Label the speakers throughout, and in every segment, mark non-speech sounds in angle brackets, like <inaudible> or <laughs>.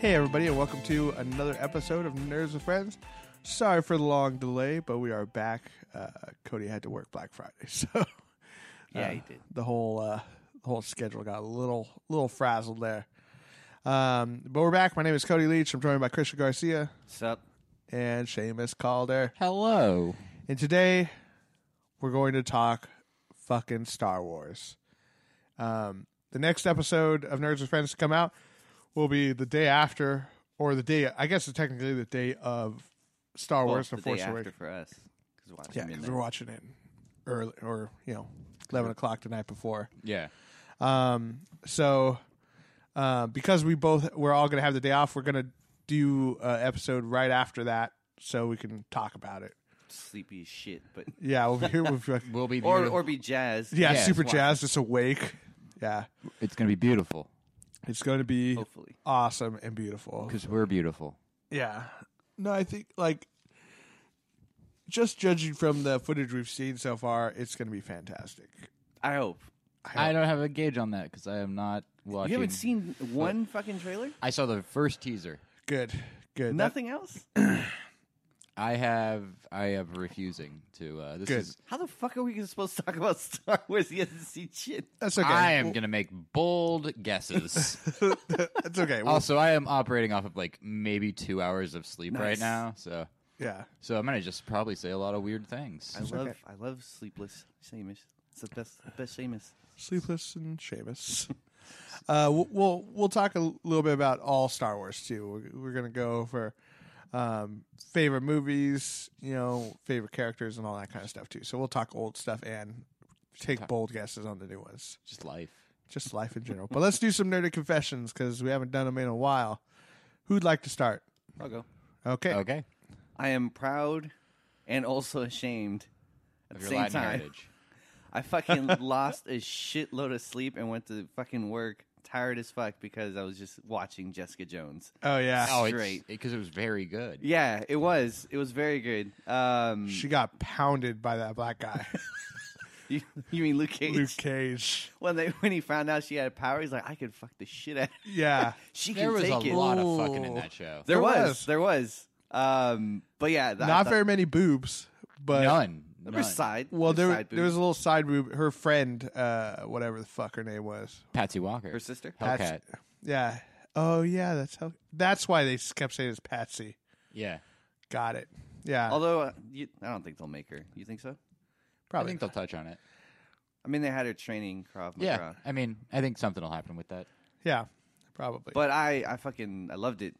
Speaker 1: Hey, everybody, and welcome to another episode of Nerds with Friends. Sorry for the long delay, but we are back. Uh, Cody had to work Black Friday, <laughs> so uh,
Speaker 2: Yeah, he did.
Speaker 1: The whole uh, the whole schedule got a little little frazzled there. Um, but we're back. My name is Cody Leach. I'm joined by Christian Garcia
Speaker 2: Sup?
Speaker 1: and Seamus Calder,
Speaker 2: Hello.
Speaker 1: and today we're going to talk fucking Star Wars. Um, the next episode of Nerds with Friends to come out will be the day after, or the day, I guess it's technically the day of Star
Speaker 2: Well,
Speaker 1: Wars
Speaker 2: the
Speaker 1: The
Speaker 2: day
Speaker 1: Force
Speaker 2: after
Speaker 1: Awakens.
Speaker 2: for us. 'cause watching
Speaker 1: Yeah, because
Speaker 2: midnight.
Speaker 1: we're watching it early, or, you know, 11 o'clock the night before.
Speaker 3: Yeah.
Speaker 1: Um, so, uh, because we both, we're all going to have the day off, we're going to do an episode right after that so we can talk about it.
Speaker 2: sleepy as shit, but
Speaker 1: Yeah, we'll be here.
Speaker 2: <laughs>
Speaker 1: We'll be,
Speaker 3: Will be
Speaker 2: or
Speaker 3: beautiful.
Speaker 2: or be jazz.
Speaker 1: yeah,
Speaker 3: Yes,
Speaker 1: super
Speaker 3: wow.
Speaker 1: jazzed, just awake. Yeah,
Speaker 3: it's going to be beautiful
Speaker 1: it's going to be
Speaker 3: Oh.
Speaker 2: hopefully.
Speaker 1: awesome and beautiful.
Speaker 3: because we're beautiful.
Speaker 1: Yeah. No, I think like just judging from the footage we've seen so far, it's going to be fantastic.
Speaker 2: I hope
Speaker 3: I don't have a gauge on that because I am not watching.
Speaker 2: you haven't seen one fucking trailer.
Speaker 3: I saw the first teaser.
Speaker 1: Good. Good. That-
Speaker 2: Nothing else.
Speaker 3: I have. I am refusing to. Uh, this
Speaker 1: Good.
Speaker 3: is.
Speaker 2: How the fuck are we gonna supposed to talk about <laughs> Star Wars? He hasn't seen shit.
Speaker 1: that's okay.
Speaker 3: I am going to make bold guesses.
Speaker 1: <laughs>
Speaker 2: <laughs>
Speaker 1: that's
Speaker 3: <laughs>
Speaker 1: okay. We'll-
Speaker 3: also, I am operating off of like maybe two hours of sleep
Speaker 2: Nice.
Speaker 3: right now, so
Speaker 1: yeah.
Speaker 3: so I'm going to just probably say a lot of weird things.
Speaker 2: I love
Speaker 1: okay.
Speaker 2: I love sleepless Seamus. It's the best the best Seamus.
Speaker 1: Sleepless and Seamus. <laughs> uh, we'll, we'll we'll talk a little bit about all Star Wars too. We're, we're gonna go for um, favorite movies, you know, favorite characters, and all that kind of stuff too. So we'll talk old stuff and take bold guesses on the new ones.
Speaker 3: Just life.
Speaker 1: just life in general. But let's do some nerdy confessions because we haven't done them in a while. Who'd like to start?
Speaker 2: I'll go.
Speaker 1: Okay.
Speaker 3: Okay.
Speaker 2: I am proud and also ashamed at
Speaker 3: Of
Speaker 2: the
Speaker 3: your
Speaker 2: same
Speaker 3: Latin
Speaker 2: time.
Speaker 3: heritage.
Speaker 2: I fucking lost a shitload of sleep and went to fucking work tired as fuck because I was just watching Jessica Jones.
Speaker 1: Oh yeah.
Speaker 3: Oh,
Speaker 2: Straight.
Speaker 3: because it was very good.
Speaker 2: Yeah, it was. It was very good. Um,
Speaker 1: She got pounded by that black guy,
Speaker 2: <laughs> you, you mean Luke Cage?
Speaker 1: <laughs>
Speaker 2: <laughs>
Speaker 1: Luke Cage.
Speaker 2: When they when he found out she had a power, he's like, I could fuck the shit out. of her. <laughs>
Speaker 1: <laughs> Yeah.
Speaker 2: She
Speaker 3: There
Speaker 2: can
Speaker 3: was a
Speaker 2: take it.
Speaker 3: lot of fucking in
Speaker 1: Ooh.
Speaker 3: that show.
Speaker 2: There
Speaker 1: There
Speaker 2: was,
Speaker 1: was.
Speaker 2: There was. Um, but yeah, th- I
Speaker 1: Not
Speaker 2: thought-
Speaker 1: very many boobs, but
Speaker 3: none.
Speaker 2: There was
Speaker 3: none.
Speaker 2: side.
Speaker 1: well, there
Speaker 2: side
Speaker 1: there was
Speaker 2: boob.
Speaker 1: a little side boob. Her friend, uh, whatever the fuck her name was.
Speaker 3: Patsy Walker.
Speaker 2: her sister.
Speaker 3: Hellcat.
Speaker 1: Pats- Yeah. Oh yeah, that's how. That's why they kept saying it's Patsy.
Speaker 3: Yeah.
Speaker 1: Got it. Yeah.
Speaker 2: Although uh, you, I don't think they'll make her. You think so?
Speaker 3: I
Speaker 1: probably.
Speaker 3: think they'll touch on it.
Speaker 2: I mean, they had her training Krav Maga.
Speaker 3: Yeah. I mean, I think something will happen with that.
Speaker 1: yeah. Probably.
Speaker 2: But I, I fucking, I loved it.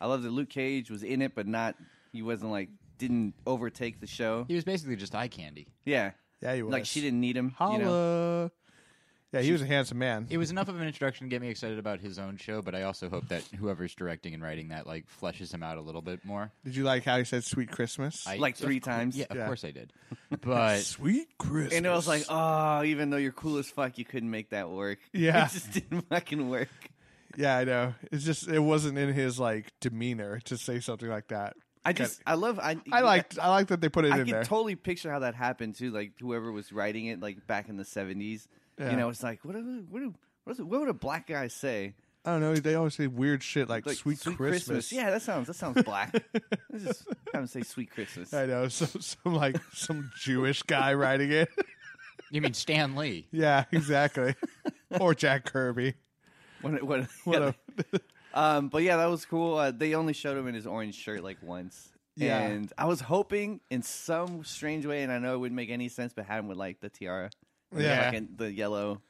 Speaker 2: I loved that Luke Cage was in it, but not. He wasn't like didn't overtake the show.
Speaker 3: He was basically just eye candy.
Speaker 2: Yeah,
Speaker 1: yeah, you was.
Speaker 2: like she didn't need him.
Speaker 1: Holla.
Speaker 2: You know?
Speaker 1: Yeah, he was a handsome man.
Speaker 3: It was enough of an introduction to get me excited about his own show, but I also hope that whoever's directing and writing that like fleshes him out a little bit more.
Speaker 1: Did you like how he said "Sweet Christmas"?
Speaker 3: I,
Speaker 2: Like
Speaker 3: of
Speaker 2: three
Speaker 3: cour-
Speaker 2: times?
Speaker 3: Yeah, of
Speaker 1: Yeah.
Speaker 3: course I did.
Speaker 2: <laughs>
Speaker 3: But
Speaker 1: Sweet Christmas.
Speaker 2: And it was like, oh, even though you're cool as fuck, you couldn't make that work. <laughs>
Speaker 1: Yeah.
Speaker 2: it just didn't fucking work.
Speaker 1: yeah, I know. It's just it wasn't in his like demeanor to say something like that.
Speaker 2: I just, I love, I,
Speaker 1: I liked, I liked that they put it
Speaker 2: I
Speaker 1: in
Speaker 2: can
Speaker 1: there.
Speaker 2: totally picture how that happened too. Like whoever was writing it, like back in the seventies,
Speaker 1: Yeah.
Speaker 2: you know, it's like, what, do- what, do- what, is, what would a black guy say?
Speaker 1: I don't know. They always say weird shit like,
Speaker 2: Like
Speaker 1: "Sweet, Christmas.
Speaker 2: Yeah, that sounds, that sounds
Speaker 1: <laughs>
Speaker 2: black. Let's just have him say sweet Christmas.
Speaker 1: I know. <laughs> Some, some like some Jewish guy writing it. <laughs>
Speaker 3: you mean Stan Lee?
Speaker 1: Yeah,
Speaker 2: <laughs>
Speaker 1: exactly. or Jack Kirby.
Speaker 2: What, what,
Speaker 1: What
Speaker 2: yeah.
Speaker 1: a-
Speaker 2: Um, but yeah, that was cool. Uh, they only showed him in his orange shirt like once.
Speaker 1: Yeah.
Speaker 2: And I was hoping in some strange way, and I know it wouldn't make any sense, but had him with like the tiara, And the
Speaker 1: Yeah.
Speaker 2: fucking- the yellow,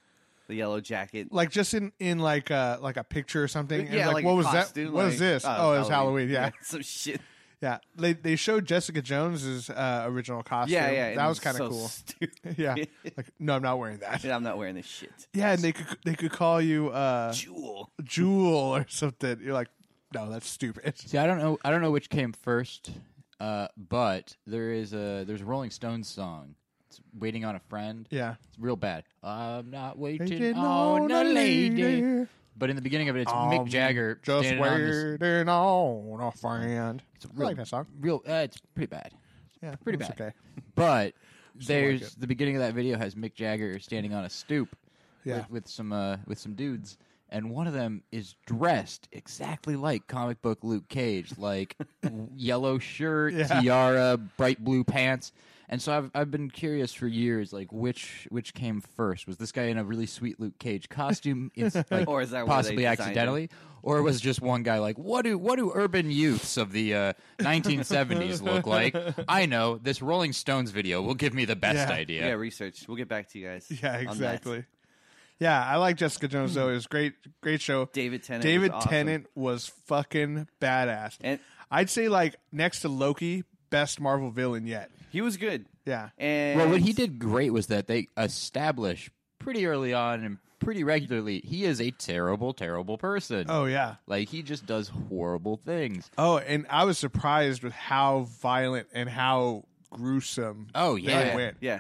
Speaker 2: the yellow jacket.
Speaker 1: like just in in like uh like a picture or something. and
Speaker 2: yeah,
Speaker 1: like,
Speaker 2: like
Speaker 1: what
Speaker 2: a
Speaker 1: was
Speaker 2: costume,
Speaker 1: that? What is
Speaker 2: like,
Speaker 1: this?
Speaker 2: it's
Speaker 1: oh, it was Halloween. Yeah,
Speaker 2: <laughs> some shit.
Speaker 1: yeah. They they showed Jessica Jones's uh, original costume.
Speaker 2: Yeah, yeah, and
Speaker 1: That
Speaker 2: it
Speaker 1: was kind of
Speaker 2: so
Speaker 1: cool.
Speaker 2: Stupid.
Speaker 1: <laughs>
Speaker 2: <laughs>
Speaker 1: Yeah. Like, no, I'm not wearing that.
Speaker 2: And I'm not wearing this shit.
Speaker 1: Yeah, and they could they could call you uh
Speaker 2: Jewel.
Speaker 1: Jewel or something. You're like, no, that's stupid. <laughs>
Speaker 3: See, I don't know. I don't know which came first, uh, but there is a there's a Rolling Stones song. It's waiting on a friend.
Speaker 1: Yeah.
Speaker 3: It's real bad. I'm not waiting
Speaker 1: Waiting
Speaker 3: on,
Speaker 1: on
Speaker 3: a
Speaker 1: a
Speaker 3: lady.
Speaker 1: lady.
Speaker 3: But in the beginning of it, it's
Speaker 1: Um,
Speaker 3: Mick Jagger
Speaker 1: Just
Speaker 3: standing on this-
Speaker 1: waiting on a friend. I
Speaker 3: real-
Speaker 1: like that song.
Speaker 3: Real, uh, it's pretty bad.
Speaker 1: Yeah,
Speaker 3: Pretty
Speaker 1: it's
Speaker 3: bad. <laughs>
Speaker 1: Okay. <laughs>
Speaker 3: But there's
Speaker 1: it.
Speaker 3: the beginning of that video has Mick Jagger standing on a stoop
Speaker 1: Yeah.
Speaker 3: with, with some uh, with some dudes, and one of them is dressed exactly like comic book Luke Cage, like
Speaker 1: <laughs>
Speaker 3: w- yellow shirt,
Speaker 1: Yeah.
Speaker 3: tiara, bright blue pants. And so I've I've been curious for years, like which which came first? Was this guy in a really sweet Luke Cage costume,
Speaker 1: <laughs>
Speaker 3: in, like,
Speaker 2: Or is that where they
Speaker 3: possibly
Speaker 2: designed him?
Speaker 3: accidentally, or was just one guy like what do what do urban youths of the uh, 1970s
Speaker 1: <laughs>
Speaker 3: look like? I know this Rolling Stones video will give me the best
Speaker 1: Yeah.
Speaker 3: idea.
Speaker 2: Yeah, research. We'll get back to you guys.
Speaker 1: Yeah,
Speaker 2: on that.
Speaker 1: exactly. Yeah, I like Jessica Jones though. It was great, great show.
Speaker 2: David Tennant. was
Speaker 1: David
Speaker 2: awesome.
Speaker 1: Tennant was fucking badass.
Speaker 2: And
Speaker 1: I'd say like next to Loki, best Marvel villain yet.
Speaker 2: he was good.
Speaker 1: Yeah,
Speaker 2: And
Speaker 3: Well, what he did great was that they established pretty early on and pretty regularly he is a terrible, terrible person.
Speaker 1: Oh yeah.
Speaker 3: Like he just does horrible things.
Speaker 1: Oh, and I was surprised with how violent and how gruesome.
Speaker 3: Oh, yeah.
Speaker 1: they went.
Speaker 2: Yeah.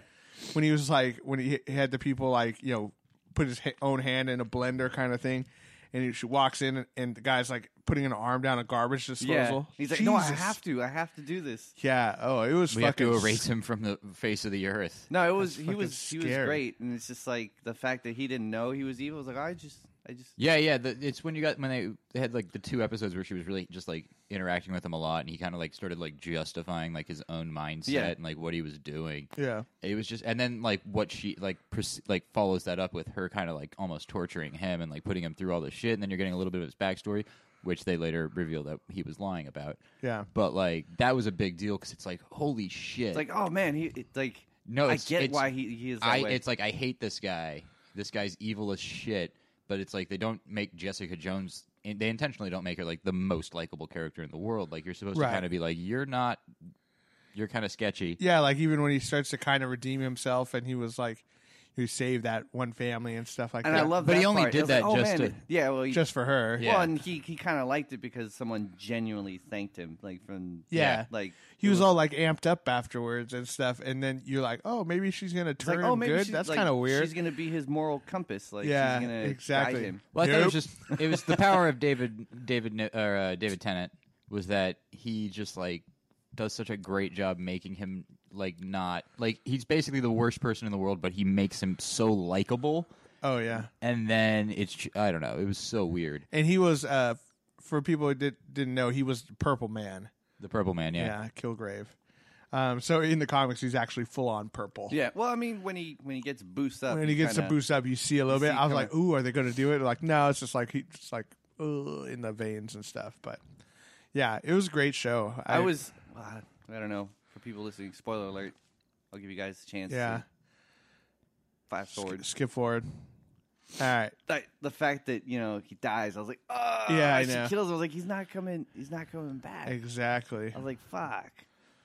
Speaker 1: when he was like when he he had the people like you know put his ha- own hand in a blender kind of thing, and he, she walks in and, and the guy's like putting an arm down a garbage
Speaker 2: Yeah.
Speaker 1: disposal.
Speaker 2: He's like, no, I
Speaker 1: Jesus.
Speaker 2: have to. I have to do this.
Speaker 1: Yeah. Oh, it was
Speaker 3: We have
Speaker 1: fucking
Speaker 3: to erase him from the face of the earth.
Speaker 2: No, it was he
Speaker 1: fucking
Speaker 2: was he was
Speaker 1: scary.
Speaker 2: great, and it's just like the fact that he didn't know he was evil. It was like I just I just
Speaker 3: Yeah, yeah. The, it's when you got when they they had like the two episodes where she was really just like interacting with him a lot, and he kind of like started like justifying like his own mindset
Speaker 2: Yeah.
Speaker 3: and like what he was doing.
Speaker 1: Yeah.
Speaker 3: It was just, and then like what she like pres- like follows that up with her kind of like almost torturing him and like putting him through all this shit, and then you're getting a little bit of his backstory, which they later reveal that he was lying about.
Speaker 1: Yeah.
Speaker 3: But like that was a big deal because it's like holy shit.
Speaker 2: it's like oh man he it, like
Speaker 3: No,
Speaker 2: I
Speaker 3: Oh, it's-
Speaker 2: get
Speaker 3: it's-
Speaker 2: why he he is that
Speaker 3: I
Speaker 2: way.
Speaker 3: it's like I hate this guy. This guy's evil as shit. But it's like they don't make Jessica Jones. and They intentionally don't make her like the most likable character in the world. Like you're supposed
Speaker 1: Right.
Speaker 3: to kind of be like you're not. You're kind of sketchy.
Speaker 1: Yeah, like even when he starts to kind of redeem himself, and he was like, he saved that one family and stuff like
Speaker 2: and
Speaker 1: that.
Speaker 2: I love
Speaker 3: But
Speaker 2: that
Speaker 3: he only
Speaker 2: part.
Speaker 3: did
Speaker 2: It was like,
Speaker 3: that
Speaker 2: oh,
Speaker 3: just
Speaker 2: man.
Speaker 3: to-
Speaker 2: yeah well he,
Speaker 1: just for her.
Speaker 3: Yeah.
Speaker 2: well and he he kind of liked it because someone genuinely thanked him like from
Speaker 1: Yeah.
Speaker 2: like
Speaker 1: He was all like amped up afterwards and stuff, and then you're like, oh, maybe she's gonna
Speaker 2: it's like
Speaker 1: turn
Speaker 2: oh
Speaker 1: him
Speaker 2: maybe
Speaker 1: good.
Speaker 2: she's,
Speaker 1: That's
Speaker 2: like,
Speaker 1: kind of weird.
Speaker 2: She's gonna be his moral compass like
Speaker 1: yeah,
Speaker 2: she's gonna
Speaker 1: exactly.
Speaker 2: guide him.
Speaker 3: Well, I thought it was
Speaker 1: Nope.
Speaker 3: just it was the power of David David Ni- or uh, David Tennant was that he just like does such a great job making him like not like he's basically the worst person in the world, but he makes him so likable.
Speaker 1: Oh yeah.
Speaker 3: And then it's ju- I don't know, it was so weird.
Speaker 1: And he was uh for people who did, didn't know, he was the purple man.
Speaker 3: The Purple Man, yeah,
Speaker 1: Yeah, Kilgrave. Um so in the comics he's actually full on purple.
Speaker 2: Yeah, well, I mean, when he when he gets boost up,
Speaker 1: When he gets
Speaker 2: kinda-
Speaker 1: a boost up, you see a little
Speaker 2: you
Speaker 1: bit.
Speaker 2: see
Speaker 1: I was
Speaker 2: kinda-
Speaker 1: like, "Ooh, are they going to do it?" Like, no, it's just like he just like ugh, in the veins and stuff. But yeah, it was a great show.
Speaker 2: I was, well, I I don't know, for people listening, spoiler alert. I'll give you guys a chance.
Speaker 1: yeah.
Speaker 2: To five
Speaker 1: Sk-
Speaker 2: forward.
Speaker 1: skip forward. All right.
Speaker 2: That, the fact that you know he dies, I was like, oh,
Speaker 1: Yeah, I
Speaker 2: she
Speaker 1: know.
Speaker 2: kills. Him. I was like, he's not coming. He's not coming back.
Speaker 1: Exactly.
Speaker 2: I was like, fuck.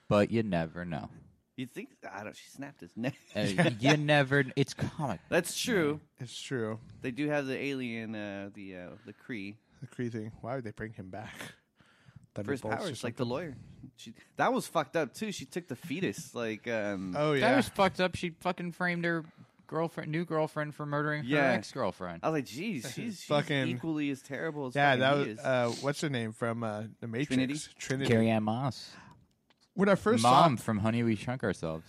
Speaker 3: But you never know.
Speaker 2: You think I don't? She snapped his neck.
Speaker 3: Uh, you never. It's comic.
Speaker 2: <laughs> That's true.
Speaker 1: It's true.
Speaker 2: They do have the alien, uh, the uh, the Cree.
Speaker 1: The Cree thing. Why would they bring him back? Thunderbolts
Speaker 2: First
Speaker 1: or
Speaker 2: powers, like the
Speaker 1: something?
Speaker 2: lawyer. She, that was fucked up too. She took the fetus. Like, um,
Speaker 1: Oh
Speaker 3: That
Speaker 1: yeah.
Speaker 3: was fucked up. She fucking framed her girlfriend, new girlfriend, for murdering
Speaker 2: Yeah.
Speaker 3: her ex girlfriend.
Speaker 2: I was like, geez,
Speaker 1: <laughs>
Speaker 2: she's, she's
Speaker 1: Fucking-
Speaker 2: equally as terrible as
Speaker 1: yeah,
Speaker 2: fucking
Speaker 1: that
Speaker 2: he
Speaker 1: was
Speaker 2: is.
Speaker 1: uh, what's her name from uh, the Matrix?
Speaker 2: Trinity?
Speaker 1: Trinity.
Speaker 3: Carrie Ann Moss,
Speaker 1: When I first
Speaker 3: mom
Speaker 1: saw,
Speaker 3: from Honey We Shrunk Ourselves.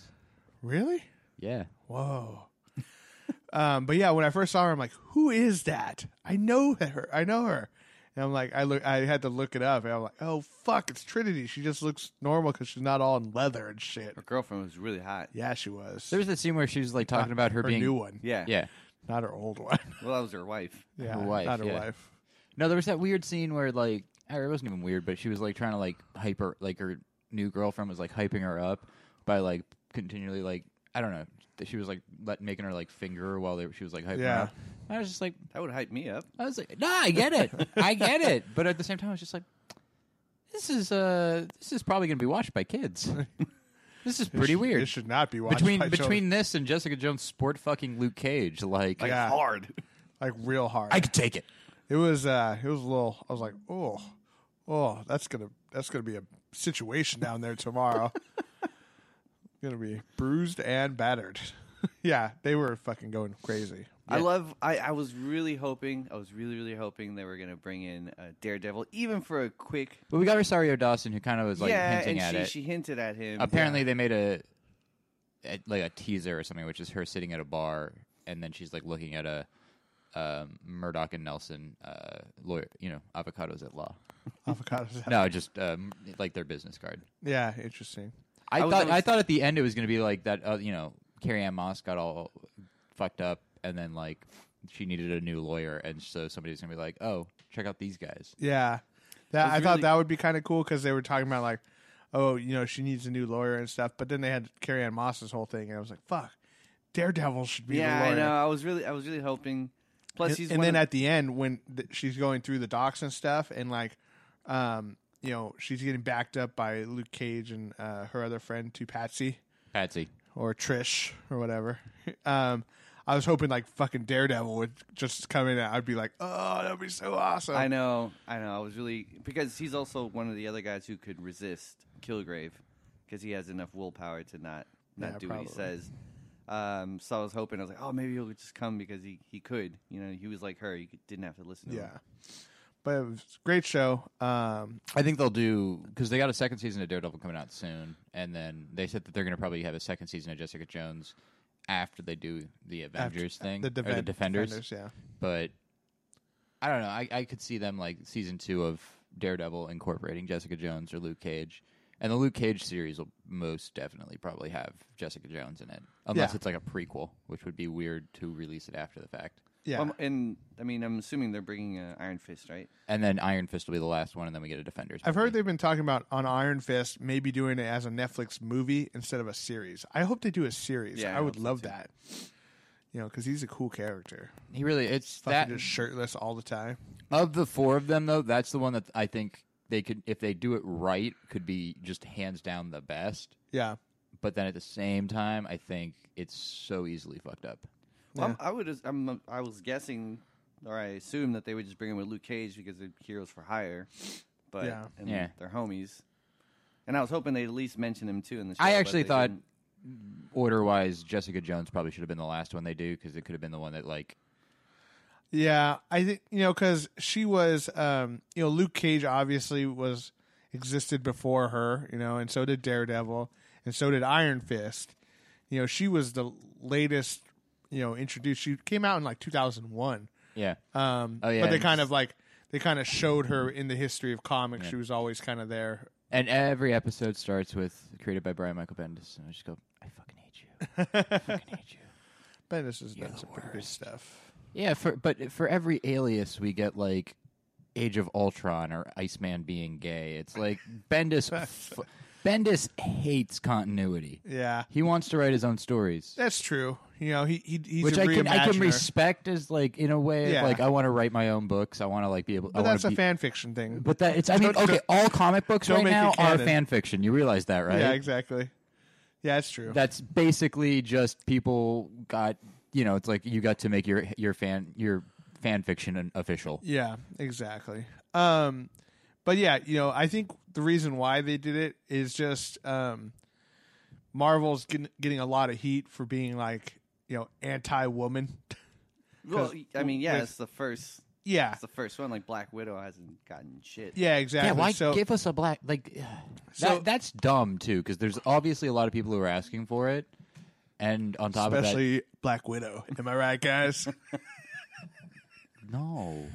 Speaker 1: really?
Speaker 3: Yeah.
Speaker 1: Whoa. <laughs> um, but yeah, when I first saw her, I'm like, who is that? I know her. I know her. And I'm like, I look. I had to look it up, and I'm like, oh fuck, it's Trinity. She just looks normal because she's not all in leather and shit.
Speaker 2: Her girlfriend was really hot.
Speaker 1: Yeah, she was.
Speaker 3: There's that scene where she was like talking about her,
Speaker 1: her
Speaker 3: being
Speaker 1: new one.
Speaker 2: Yeah.
Speaker 3: Yeah.
Speaker 1: not her old one. <laughs>
Speaker 2: Well, that was her wife.
Speaker 1: yeah,
Speaker 3: wife,
Speaker 1: not her
Speaker 3: yeah.
Speaker 1: wife.
Speaker 3: No, there was that weird scene where like or it wasn't even weird, but she was like trying to like hype her like her new girlfriend was like hyping her up by like continually like I don't know. that She was like let, making her like finger her while they, she was like hyping
Speaker 1: Yeah.
Speaker 3: her up. I was just like
Speaker 2: That would hype me up.
Speaker 3: I was like no, I get it. I get it. <laughs> But at the same time I was just like this is uh this is probably going to be watched by kids. this is pretty
Speaker 1: It should-
Speaker 3: weird.
Speaker 1: It should not be watched
Speaker 3: between
Speaker 1: by children,
Speaker 3: between this and Jessica Jones sport fucking Luke Cage like
Speaker 1: Like, Yeah.
Speaker 2: Hard.
Speaker 1: <laughs> like real hard.
Speaker 3: could take it.
Speaker 1: It was uh it was a little I was like, "Oh. Oh, that's going to that's going to be a situation down there tomorrow." <laughs> going to be bruised and battered. <laughs> yeah, they were fucking going
Speaker 2: <laughs>
Speaker 1: crazy.
Speaker 2: I love. I, I was really hoping. I was really, really hoping they were going to bring in uh, Daredevil, even for a quick.
Speaker 3: But we got Rosario Dawson who kind of was like
Speaker 2: yeah,
Speaker 3: hinting
Speaker 2: and
Speaker 3: at
Speaker 2: she,
Speaker 3: it.
Speaker 2: she hinted at him.
Speaker 3: Apparently, they made a, a like a teaser or something, which is her sitting at a bar and then she's like looking at a um, Murdoch and Nelson uh, lawyer, you know, avocados at law.
Speaker 1: Avocados.
Speaker 3: No, just um, like their business card.
Speaker 1: Yeah, interesting.
Speaker 3: I,
Speaker 2: I was
Speaker 3: thought
Speaker 2: always-
Speaker 3: I thought at the end it was going to be like that. Uh, you know, Carrie Ann Moss got all fucked up, and then like she needed a new lawyer, and so somebody was going to be like, "Oh, check out these guys."
Speaker 1: Yeah, that
Speaker 2: It's
Speaker 1: I thought
Speaker 2: really-
Speaker 1: that would be kind of cool because they were talking about like, oh, you know, she needs a new lawyer and stuff. But then they had Carrie Ann Moss's whole thing, and I was like, fuck, Daredevil should be
Speaker 2: yeah,
Speaker 1: the
Speaker 2: I
Speaker 1: lawyer.
Speaker 2: know. I was really, I was really hoping. Plus,
Speaker 1: and,
Speaker 2: he's
Speaker 1: and
Speaker 2: one
Speaker 1: then
Speaker 2: of,
Speaker 1: at the end when th- she's going through the docs and stuff and like um you know she's getting backed up by luke cage and uh, her other friend to patsy
Speaker 3: Patsy,
Speaker 1: or trish or whatever <laughs> um i was hoping like fucking daredevil would just come in and i'd be like oh that'd be so awesome
Speaker 2: I know, I know. I was really because he's also one of the other guys who could resist Kilgrave because he has enough willpower to not not
Speaker 1: Yeah,
Speaker 2: do what he
Speaker 1: probably.
Speaker 2: says. Um, so I was hoping I was like, oh, maybe he'll just come because he he could. You know, he was like her. He didn't have to listen to
Speaker 1: yeah
Speaker 2: him.
Speaker 1: but it was a great show um
Speaker 3: I think they'll do because they got a second season of Daredevil coming out soon, and then they said that they're going to probably have a second season of Jessica Jones after they do the Avengers thing
Speaker 1: uh, the,
Speaker 3: or
Speaker 1: Defen-
Speaker 3: the Defenders.
Speaker 1: yeah
Speaker 3: But I don't know. I, I could see them like season two of Daredevil incorporating Jessica Jones or Luke Cage. And the Luke Cage series will most definitely probably have Jessica Jones in it, unless
Speaker 1: Yeah.
Speaker 3: it's like a prequel, which would be weird to release it after the fact.
Speaker 1: yeah
Speaker 2: Um, and I mean, I'm assuming they're bringing uh, Iron Fist, right?
Speaker 3: And then Iron Fist will be the last one, and then we get a Defenders.
Speaker 1: I've heard
Speaker 3: movie.
Speaker 1: they've been talking about on Iron Fist maybe doing it as a Netflix movie instead of a series. I hope they do a series.
Speaker 2: Yeah, I
Speaker 1: I would
Speaker 2: hope so,
Speaker 1: love
Speaker 2: too.
Speaker 1: that. You know, because he's a cool character.
Speaker 3: he really it's that
Speaker 1: Fucking just shirtless all the time.
Speaker 3: of the four of them though. That's the one that I think they could, if they do it right, could be just hands down the best.
Speaker 1: Yeah,
Speaker 3: But then at the same time, I think it's so easily fucked up.
Speaker 2: Well,
Speaker 1: Yeah.
Speaker 2: I'm, I would. I'm, I was guessing, or I assume that they would just bring him with Luke Cage because they're heroes for hire, but
Speaker 1: Yeah.
Speaker 2: and
Speaker 3: Yeah.
Speaker 2: they're homies. And I was hoping they would at least mention him too in the show.
Speaker 3: I
Speaker 2: but
Speaker 3: actually
Speaker 2: they
Speaker 3: thought
Speaker 2: didn't.
Speaker 3: order wise, Jessica Jones probably should have been the last one they do because it could have been the one that like
Speaker 1: yeah. I think you know because she was, um, you know, Luke Cage obviously was existed before her. You know, and so did Daredevil, and so did Iron Fist. You know, she was the latest. You know, introduced. She came out in like two thousand one.
Speaker 3: yeah.
Speaker 1: Um,
Speaker 3: Oh, yeah,
Speaker 1: but they
Speaker 3: and
Speaker 1: kind
Speaker 3: just-
Speaker 1: of like they kind of showed her in the history of comics. She was always kind of there.
Speaker 3: And every episode starts with created by Brian Michael Bendis, and I just go, I fucking hate you. I fucking hate you.
Speaker 1: But this is done
Speaker 3: the
Speaker 1: some pretty good stuff.
Speaker 3: <laughs> Yeah, for but for every alias we get like Age of Ultron or Iceman being gay. It's <laughs> like Bendis. f- Bendis hates continuity.
Speaker 1: Yeah,
Speaker 3: He wants to write his own stories.
Speaker 1: that's true. You know, he, he he's
Speaker 3: Which
Speaker 1: a
Speaker 3: I can I can
Speaker 1: reimaginer.
Speaker 3: respect as like in a way of,
Speaker 1: Yeah.
Speaker 3: like I want to write my own books. I want to like be able.
Speaker 1: but
Speaker 3: I wanna
Speaker 1: that's a
Speaker 3: be-
Speaker 1: fan fiction thing.
Speaker 3: But that it's I mean
Speaker 1: Don't-
Speaker 3: okay, all comic books
Speaker 1: don't
Speaker 3: right
Speaker 1: make
Speaker 3: now
Speaker 1: it
Speaker 3: are
Speaker 1: canon.
Speaker 3: fan fiction. You realize that, right?
Speaker 1: Yeah, exactly. Yeah, it's true.
Speaker 3: That's basically just people got you know it's like you got to make your your fan your fan fiction an official.
Speaker 1: yeah, exactly. Um, but yeah, you know, I think the reason why they did it is just um, Marvel's getting, getting a lot of heat for being like you know anti woman.
Speaker 2: Well,
Speaker 1: 'Cause
Speaker 2: I mean, yeah,
Speaker 1: with-
Speaker 2: it's the first.
Speaker 1: <laughs> yeah,
Speaker 2: It's the first one. Like Black Widow hasn't gotten shit.
Speaker 1: yeah, exactly.
Speaker 3: Yeah, why
Speaker 1: so,
Speaker 3: give us a black like? <sighs> ugh.
Speaker 1: So-
Speaker 3: that, that's dumb too because there's obviously a lot of people who are asking for it, and on top of
Speaker 1: especially Black Widow. Am I right, guys? <laughs>
Speaker 3: that, no,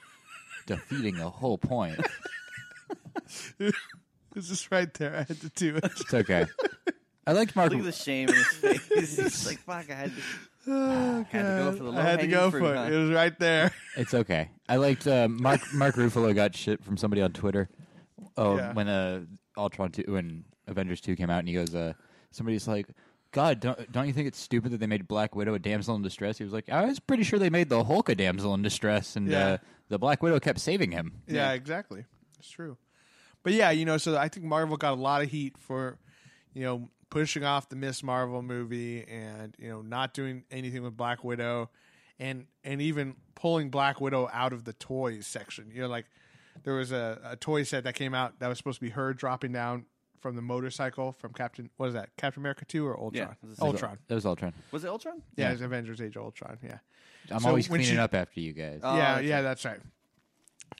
Speaker 3: <laughs> defeating the whole point.
Speaker 1: this is right there. I had to do
Speaker 2: <laughs>
Speaker 1: it.
Speaker 3: It's okay. I liked Mark.
Speaker 2: Look at the shame in his <laughs> face. He's like, fuck, I had to, had to go for the
Speaker 1: I had to
Speaker 2: low-hanging
Speaker 1: go
Speaker 2: fruit,
Speaker 1: for it.
Speaker 2: huh?
Speaker 1: It was right
Speaker 2: <laughs>
Speaker 1: there.
Speaker 3: It's okay. I liked uh, Mark. Mark Ruffalo got shit from somebody on Twitter. Oh,
Speaker 1: Yeah.
Speaker 3: when uh, Ultron two, when Avengers two came out, and he goes, uh, somebody's like, "God, don't don't you think it's stupid that they made Black Widow a damsel in distress?" He was like, "I was pretty sure they made the Hulk a damsel in distress, and
Speaker 1: Yeah.
Speaker 3: uh, the Black Widow kept saving him."
Speaker 1: Yeah, exactly. It's true. But yeah, you know, so I think Marvel got a lot of heat for, you know, pushing off the Miss Marvel movie and you know not doing anything with Black Widow, and and even pulling Black Widow out of the toys section. You know, like there was a, a toy set that came out that was supposed to be her dropping down from the motorcycle from Captain. What is that? Captain America two or Ultron?
Speaker 2: it was the same-
Speaker 1: Ultron.
Speaker 3: That was Ultron.
Speaker 2: Was it Ultron?
Speaker 1: Yeah,
Speaker 3: Yeah.
Speaker 1: it's Avengers Age of Ultron. Yeah.
Speaker 3: I'm
Speaker 1: So
Speaker 3: always
Speaker 1: when
Speaker 3: cleaning
Speaker 1: she- Uh,
Speaker 3: up after you guys.
Speaker 2: Oh,
Speaker 1: yeah,
Speaker 2: okay.
Speaker 1: yeah, that's right.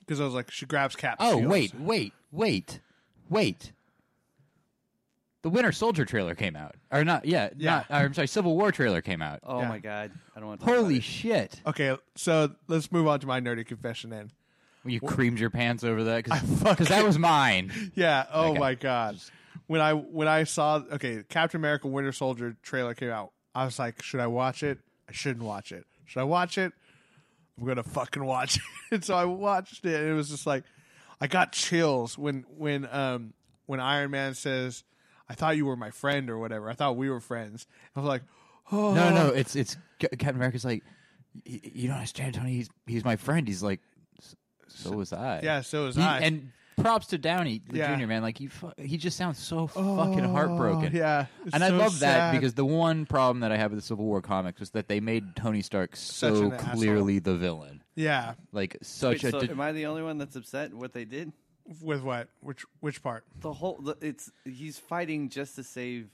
Speaker 1: Because I was like, she grabs Cap.
Speaker 3: oh
Speaker 1: shield.
Speaker 3: wait, wait, wait, wait. The Winter Soldier trailer came out, or not? Yeah,
Speaker 1: Yeah.
Speaker 3: Not, I'm sorry, Civil War trailer came out.
Speaker 2: Oh
Speaker 1: Yeah.
Speaker 2: my god, I don't want to.
Speaker 3: Holy shit!
Speaker 1: Okay, so let's move on to my nerdy confession then.
Speaker 3: You creamed your pants over that
Speaker 1: fucking-
Speaker 3: because that was
Speaker 1: <laughs>
Speaker 3: mine.
Speaker 1: Yeah. Oh
Speaker 3: Okay.
Speaker 1: my god. When I when I saw okay, Captain America Winter Soldier trailer came out, I was like, should I watch it? I shouldn't watch it. Should I watch it? I'm gonna fucking watch <laughs> it. and so I watched it, and it was just like, I got chills when when um when Iron Man says, "I thought you were my friend" or whatever. I thought we were friends. I was like, oh
Speaker 3: No, no, it's it's Ca- Captain America's like, "Y- you don't understand, Tony. He's he's my friend. He's like, "S- so was I.
Speaker 1: yeah. So was
Speaker 3: He-
Speaker 1: I.
Speaker 3: and props to Downey the
Speaker 1: Yeah.
Speaker 3: Junior man. Like he fu- he just sounds so fucking heartbroken.
Speaker 1: Oh, yeah, It's
Speaker 3: and I
Speaker 1: so
Speaker 3: love
Speaker 1: sad.
Speaker 3: that because the one problem that I have with the Civil War comics was that they made Tony Stark so
Speaker 1: an asshole.
Speaker 3: clearly the villain,
Speaker 1: yeah,
Speaker 3: like such a.
Speaker 2: so
Speaker 3: de-
Speaker 2: am I the only one that's upset what they did?
Speaker 1: with what which which part?
Speaker 2: The whole the, it's he's fighting just to save.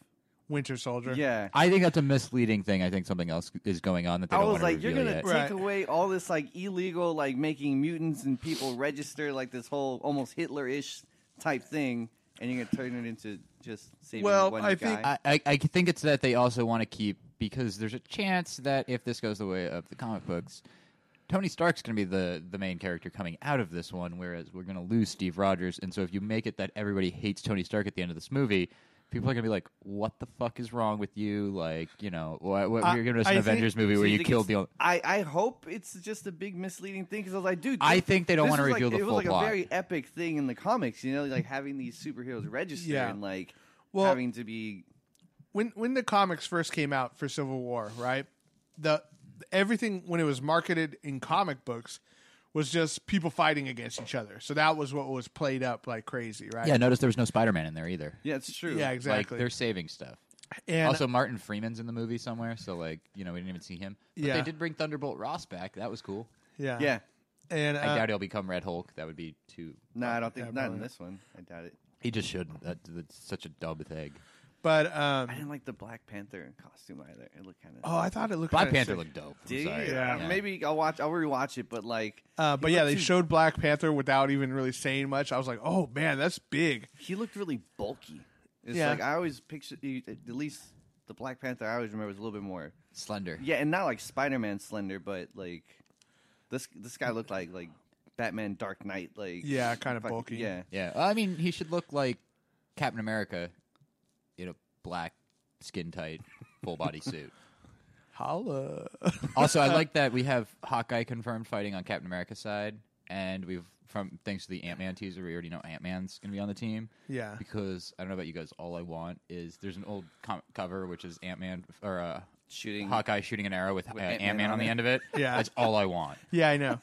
Speaker 1: Winter Soldier.
Speaker 2: Yeah,
Speaker 3: I think that's a misleading thing. I think something else is going on that they
Speaker 2: I
Speaker 3: don't
Speaker 2: was
Speaker 3: want
Speaker 2: like,
Speaker 3: to
Speaker 2: you're
Speaker 3: reveal
Speaker 2: gonna
Speaker 3: yet.
Speaker 1: Right.
Speaker 2: take away all this like illegal, like making mutants and people register, like this whole almost Hitler-ish type thing, and you're gonna turn it into just saving
Speaker 1: Well,
Speaker 2: one
Speaker 1: I
Speaker 2: guy.
Speaker 1: think-
Speaker 3: I, I, I think it's that they also want to keep because there's a chance that if this goes the way of the comic books, Tony Stark's going to be the the main character coming out of this one, whereas we're going to lose Steve Rogers. And so if you make it that everybody hates Tony Stark at the end of this movie. People are gonna be like, "What the fuck is wrong with you?" Like, you know, why why-
Speaker 1: I-
Speaker 3: you're giving us
Speaker 1: I
Speaker 3: an
Speaker 1: think-
Speaker 3: Avengers movie
Speaker 2: So
Speaker 3: where you
Speaker 2: think
Speaker 3: killed the.
Speaker 2: it's-
Speaker 3: Only-
Speaker 2: I I hope it's just a big misleading thing because I was like, dude,
Speaker 3: I
Speaker 2: this-
Speaker 3: think they don't
Speaker 2: this
Speaker 3: wanna
Speaker 2: was
Speaker 3: reveal
Speaker 2: like,
Speaker 3: the
Speaker 2: It
Speaker 3: full
Speaker 2: was like
Speaker 3: plot.
Speaker 2: a very epic thing in the comics, you know, like having these superheroes register
Speaker 1: Yeah.
Speaker 2: and like
Speaker 1: Well-
Speaker 2: having to be
Speaker 1: when when the comics first came out for Civil War, right? The everything when it was marketed in comic books was just people fighting against each other. So that was what was played up like crazy, right?
Speaker 3: yeah, notice there was no Spider-Man in there either.
Speaker 2: yeah, it's true.
Speaker 1: yeah,
Speaker 3: Like
Speaker 1: exactly.
Speaker 3: they're saving stuff.
Speaker 1: and uh,
Speaker 3: also, Martin Freeman's in the movie somewhere, so like you know we didn't even see him. But
Speaker 1: Yeah.
Speaker 3: they did bring Thunderbolt Ross back. That was cool.
Speaker 1: yeah,
Speaker 2: yeah.
Speaker 1: and
Speaker 3: I
Speaker 1: uh,
Speaker 3: doubt he'll become Red Hulk. That would be too.
Speaker 2: No, I don't think
Speaker 1: Yeah,
Speaker 2: not in
Speaker 1: probably.
Speaker 2: this one. I doubt it.
Speaker 3: He just shouldn't. That, that's such a dub thing.
Speaker 1: but um,
Speaker 2: I didn't like the Black Panther costume either. It looked kind of.
Speaker 1: oh, I thought it looked
Speaker 3: Black
Speaker 1: kinda
Speaker 3: Panther
Speaker 1: sick.
Speaker 3: looked dope. I'm
Speaker 2: Did
Speaker 3: sorry.
Speaker 2: you?
Speaker 1: Yeah.
Speaker 2: Maybe I'll watch. I'll rewatch it, but like,
Speaker 1: Uh, but
Speaker 2: he
Speaker 1: yeah,
Speaker 2: looked
Speaker 1: they
Speaker 2: too-
Speaker 1: showed Black Panther without even really saying much. I was like, oh man, that's big.
Speaker 2: he looked really bulky. It's
Speaker 1: Yeah.
Speaker 2: like I always picture he- at least the Black Panther. I always remember was a little bit more.
Speaker 3: Slender.
Speaker 2: Yeah, and not like Spider Man slender, but like this this guy looked like like Batman Dark Knight. Like
Speaker 1: Yeah, kinda
Speaker 2: fuck-
Speaker 1: bulky.
Speaker 2: Yeah,
Speaker 3: Yeah. I mean, he should look like Captain America in a black, skin tight, full
Speaker 1: <laughs>
Speaker 3: body suit.
Speaker 1: Holla.
Speaker 3: Also, I like that we have Hawkeye confirmed fighting on Captain America's side, and we've from thanks to the Ant Man teaser, we already know Ant Man's gonna be on the team.
Speaker 1: <laughs> Yeah.
Speaker 3: Because I don't know about you guys, all I want is there's an old com- cover which is Ant Man or uh,
Speaker 2: shooting.
Speaker 3: Hawkeye shooting an arrow with, uh,
Speaker 2: Ant-Man
Speaker 3: Ant Man
Speaker 2: on
Speaker 3: on the
Speaker 2: it.
Speaker 3: end of it.
Speaker 1: Yeah.
Speaker 3: that's all I <laughs> want.
Speaker 1: yeah, I know.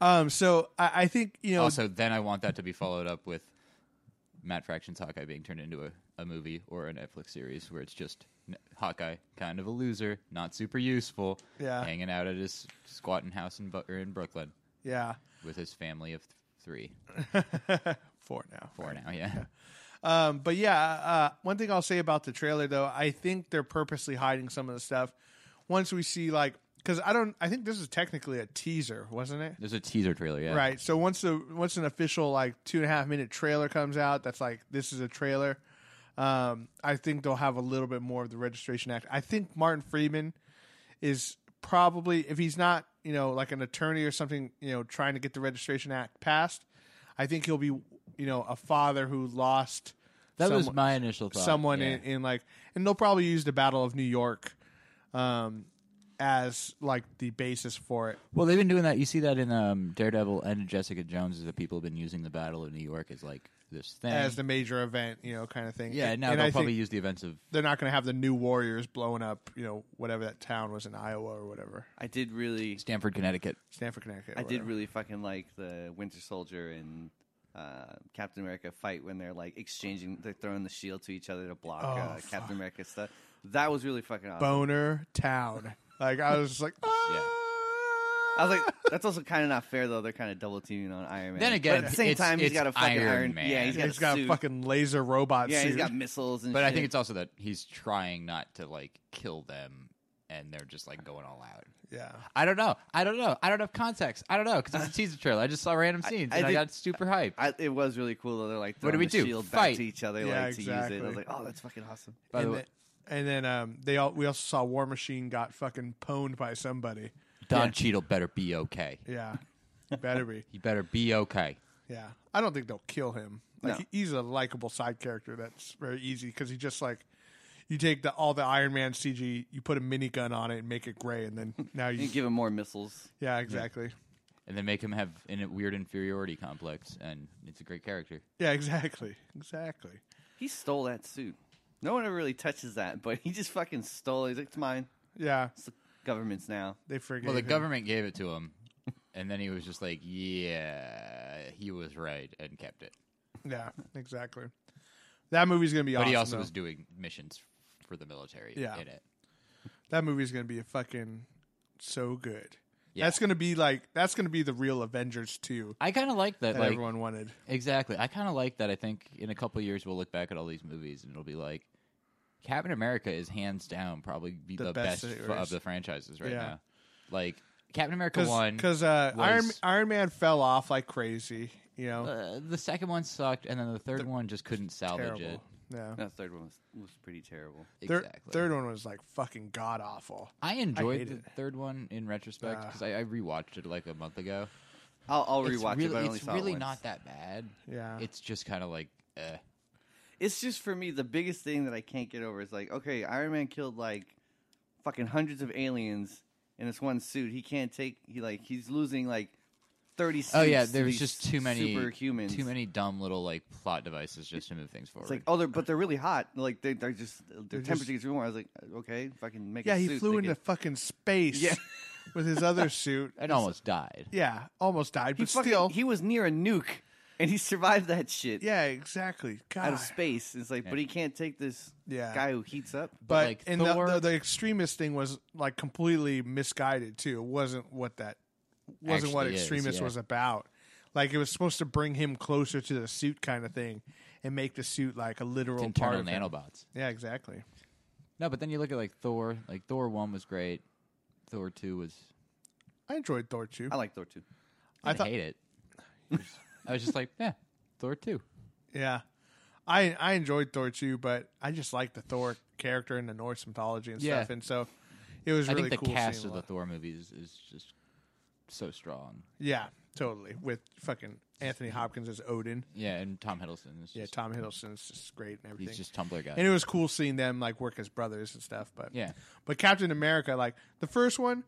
Speaker 1: Um, so I, I think you know.
Speaker 3: Also, then I want that to be followed up with Matt Fraction's Hawkeye being turned into a, a movie or a Netflix series where it's just n- Hawkeye, kind of a loser, not super useful,
Speaker 1: Yeah.
Speaker 3: hanging out at his squatting house in, Bu- or in Brooklyn
Speaker 1: yeah,
Speaker 3: with his family of th- three,
Speaker 1: four now.
Speaker 3: four now, yeah. <laughs>
Speaker 1: Um, but yeah, uh, one thing I'll say about the trailer though, I think they're purposely hiding some of the stuff. Once we see like, because I don't, I think this is technically a teaser, wasn't it?
Speaker 3: There's a teaser trailer, yeah.
Speaker 1: Right. So once the once an official like two and a half minute trailer comes out, that's like this is a trailer. Um, I think they'll have a little bit more of the registration act. I think Martin Freeman is probably if he's not you know like an attorney or something you know trying to get the registration act passed. I think he'll be you know a father who lost.
Speaker 3: That was
Speaker 1: someone-
Speaker 3: my initial thought.
Speaker 1: someone
Speaker 3: yeah.
Speaker 1: in, in like and they'll probably use the battle of new york um as like the basis for it
Speaker 3: Well, they've been doing that. You see that in um, Daredevil and Jessica Jones, is that people have been using the Battle of New York as like this thing.
Speaker 1: as the major event you know kind of thing
Speaker 3: yeah,
Speaker 1: And-
Speaker 3: now
Speaker 1: and
Speaker 3: they'll
Speaker 1: I
Speaker 3: probably
Speaker 1: think
Speaker 3: use the events of
Speaker 1: they're not going to have the new warriors blowing up you know whatever that town was in iowa or whatever
Speaker 2: I did really,
Speaker 3: Stamford, Connecticut.
Speaker 1: stanford connecticut or
Speaker 2: I did
Speaker 1: whatever.
Speaker 2: really fucking like the Winter Soldier and. Uh, Captain America fight when they're like exchanging, they're throwing the shield to each other to block
Speaker 1: Oh,
Speaker 2: uh,
Speaker 1: fuck.
Speaker 2: Captain America stuff. That was really fucking awesome.
Speaker 1: boner town like i was just
Speaker 3: <laughs>
Speaker 1: like ah!
Speaker 2: I was like, that's also kind of not fair though. They're kind of double teaming on Iron Man.
Speaker 3: Then again,
Speaker 2: but at the same
Speaker 3: it's-
Speaker 2: time, he's
Speaker 3: it's
Speaker 2: got a fucking
Speaker 3: Iron
Speaker 2: Iron,
Speaker 3: Man.
Speaker 2: Yeah, he's got
Speaker 1: he's
Speaker 2: a
Speaker 1: got
Speaker 2: suit.
Speaker 1: a fucking laser robot
Speaker 2: yeah,
Speaker 1: suit
Speaker 2: he's got missiles and.
Speaker 3: But I
Speaker 2: shit.
Speaker 3: think it's also that he's trying not to like kill them and they're just like going all out.
Speaker 1: Yeah.
Speaker 3: I don't know. I don't know. I don't have context. I don't know because it's a teaser trailer. I just saw random scenes
Speaker 2: I
Speaker 3: and I,
Speaker 2: did-
Speaker 3: got super hype.
Speaker 2: I, it was really cool though. They're like,
Speaker 3: What do
Speaker 2: throwing
Speaker 3: we
Speaker 2: the
Speaker 3: do?
Speaker 2: Shield
Speaker 3: Fight.
Speaker 2: back to each other,
Speaker 1: Yeah,
Speaker 2: like to use it. I
Speaker 1: exactly.
Speaker 2: was like, oh, that's fucking awesome.
Speaker 3: By the
Speaker 1: and,
Speaker 3: way,
Speaker 1: the- and then um, they all we also saw War Machine got fucking pwned by somebody.
Speaker 3: Don Cheadle better be okay.
Speaker 1: Yeah, better be.
Speaker 3: He better be okay.
Speaker 1: Yeah, I don't think they'll kill him. Like
Speaker 2: No.
Speaker 1: he- he's a likable side character that's very easy because he just like you take the all the Iron Man CG, you put a minigun on it and make it gray, and
Speaker 3: <laughs>
Speaker 1: then now
Speaker 2: You
Speaker 1: you.
Speaker 2: give him more missiles.
Speaker 1: yeah, exactly.
Speaker 3: And then make him have a weird inferiority complex, and it's a great character.
Speaker 1: Yeah, exactly, exactly.
Speaker 2: He stole that suit. No one ever really touches that, but he just fucking stole it. He's like, it's mine.
Speaker 1: Yeah,
Speaker 2: It's the government's now.
Speaker 1: they forget.
Speaker 3: Well, the government gave it to him, and then he was just like, "Yeah, he was right," and kept it.
Speaker 1: Yeah, exactly. That movie's gonna be
Speaker 3: But
Speaker 1: awesome.
Speaker 3: he also
Speaker 1: though.
Speaker 3: was doing missions for the military
Speaker 1: Yeah.
Speaker 3: in it.
Speaker 1: that movie's gonna be a fucking so good.
Speaker 3: Yeah.
Speaker 1: That's gonna be like that's gonna be the real Avengers two
Speaker 3: I kind of like that.
Speaker 1: that
Speaker 3: like
Speaker 1: everyone wanted.
Speaker 3: exactly, I kind of like that. I think in a couple of years we'll look back at all these movies and it'll be like, Captain America is hands down probably be
Speaker 1: The
Speaker 3: the,
Speaker 1: best
Speaker 3: best,
Speaker 1: series.
Speaker 3: f- of the franchises right
Speaker 1: Yeah.
Speaker 3: now. Like Captain America one,
Speaker 1: Because uh, Iron
Speaker 3: was-
Speaker 1: Iron Man fell off like crazy. You know,
Speaker 3: uh, the second one sucked, and then the third one just couldn't salvage
Speaker 1: terrible. Yeah.
Speaker 2: That third one was, was pretty terrible.
Speaker 3: it.
Speaker 1: Thir-
Speaker 3: exactly.
Speaker 1: Third one was like fucking god awful.
Speaker 3: I enjoyed
Speaker 1: hate
Speaker 3: the
Speaker 1: it. Ah.
Speaker 3: third one in retrospect because I, I rewatched it like a month ago.
Speaker 2: I'll, I'll
Speaker 3: it's
Speaker 2: rewatch
Speaker 3: really,
Speaker 2: it, but I only
Speaker 3: it's
Speaker 2: saw
Speaker 3: really
Speaker 2: it once.
Speaker 3: not that bad.
Speaker 1: Yeah.
Speaker 3: It's just kind of like, eh.
Speaker 2: It's just for me the biggest thing that I can't get over is like, okay, Iron Man killed like fucking hundreds of aliens in this one suit. He can't take he like he's losing like thirty. Suits
Speaker 3: oh yeah,
Speaker 2: to
Speaker 3: there was
Speaker 2: these
Speaker 3: just too many
Speaker 2: superhumans.
Speaker 3: too many dumb little like plot devices just to move things forward.
Speaker 2: It's like oh, they're but they're really hot. Like they, they're just
Speaker 1: They're
Speaker 2: their
Speaker 1: just-
Speaker 2: temperature gets really warm. I was like, uh, okay, fucking make.
Speaker 1: yeah,
Speaker 2: a
Speaker 1: he
Speaker 2: suit
Speaker 1: flew
Speaker 2: that
Speaker 1: into
Speaker 2: could-
Speaker 1: fucking space
Speaker 2: Yeah.
Speaker 1: <laughs> with his other suit.
Speaker 3: <laughs> and almost died.
Speaker 1: Yeah, almost died,
Speaker 2: He
Speaker 1: but
Speaker 2: fucking,
Speaker 1: still.
Speaker 2: he was near a nuke, and he <laughs> survived that shit.
Speaker 1: yeah, exactly. God.
Speaker 2: out of space. It's like, but he can't take this
Speaker 1: Yeah.
Speaker 2: guy who heats up.
Speaker 1: But
Speaker 3: like,
Speaker 1: and the,
Speaker 3: Thor-
Speaker 1: the, the extremist thing was like completely misguided too. It wasn't what that wasn't what
Speaker 3: Actually is,
Speaker 1: extremist
Speaker 3: yeah.
Speaker 1: was about. Like it was supposed to bring him closer to the suit kind of thing, and make the suit like a literal part
Speaker 3: Internal
Speaker 1: of him.
Speaker 3: nanobots.
Speaker 1: Yeah, exactly.
Speaker 3: No, but then you look at like Thor. Like Thor one was great. Thor two was.
Speaker 1: I enjoyed Thor too.
Speaker 2: I like Thor too.
Speaker 3: I,
Speaker 1: thought- <laughs>
Speaker 3: hate it. I was just like, yeah, Thor two.
Speaker 1: Yeah. I I enjoyed Thor too, but I just like the Thor character in the Norse mythology and
Speaker 3: Yeah.
Speaker 1: stuff. And so it was
Speaker 3: I
Speaker 1: really
Speaker 3: think the
Speaker 1: cool.
Speaker 3: cast
Speaker 1: seeing
Speaker 3: of
Speaker 1: a
Speaker 3: the
Speaker 1: lot-
Speaker 3: Thor movies is just so strong.
Speaker 1: yeah, totally. With fucking Anthony Hopkins as Odin.
Speaker 3: Yeah, and Tom Hiddleston is just,
Speaker 1: Yeah, Tom Hiddleston's just great and everything.
Speaker 3: he's just Tumblr guy.
Speaker 1: and it was cool seeing them like work as brothers and stuff. But
Speaker 3: Yeah.
Speaker 1: But Captain America, like the first one,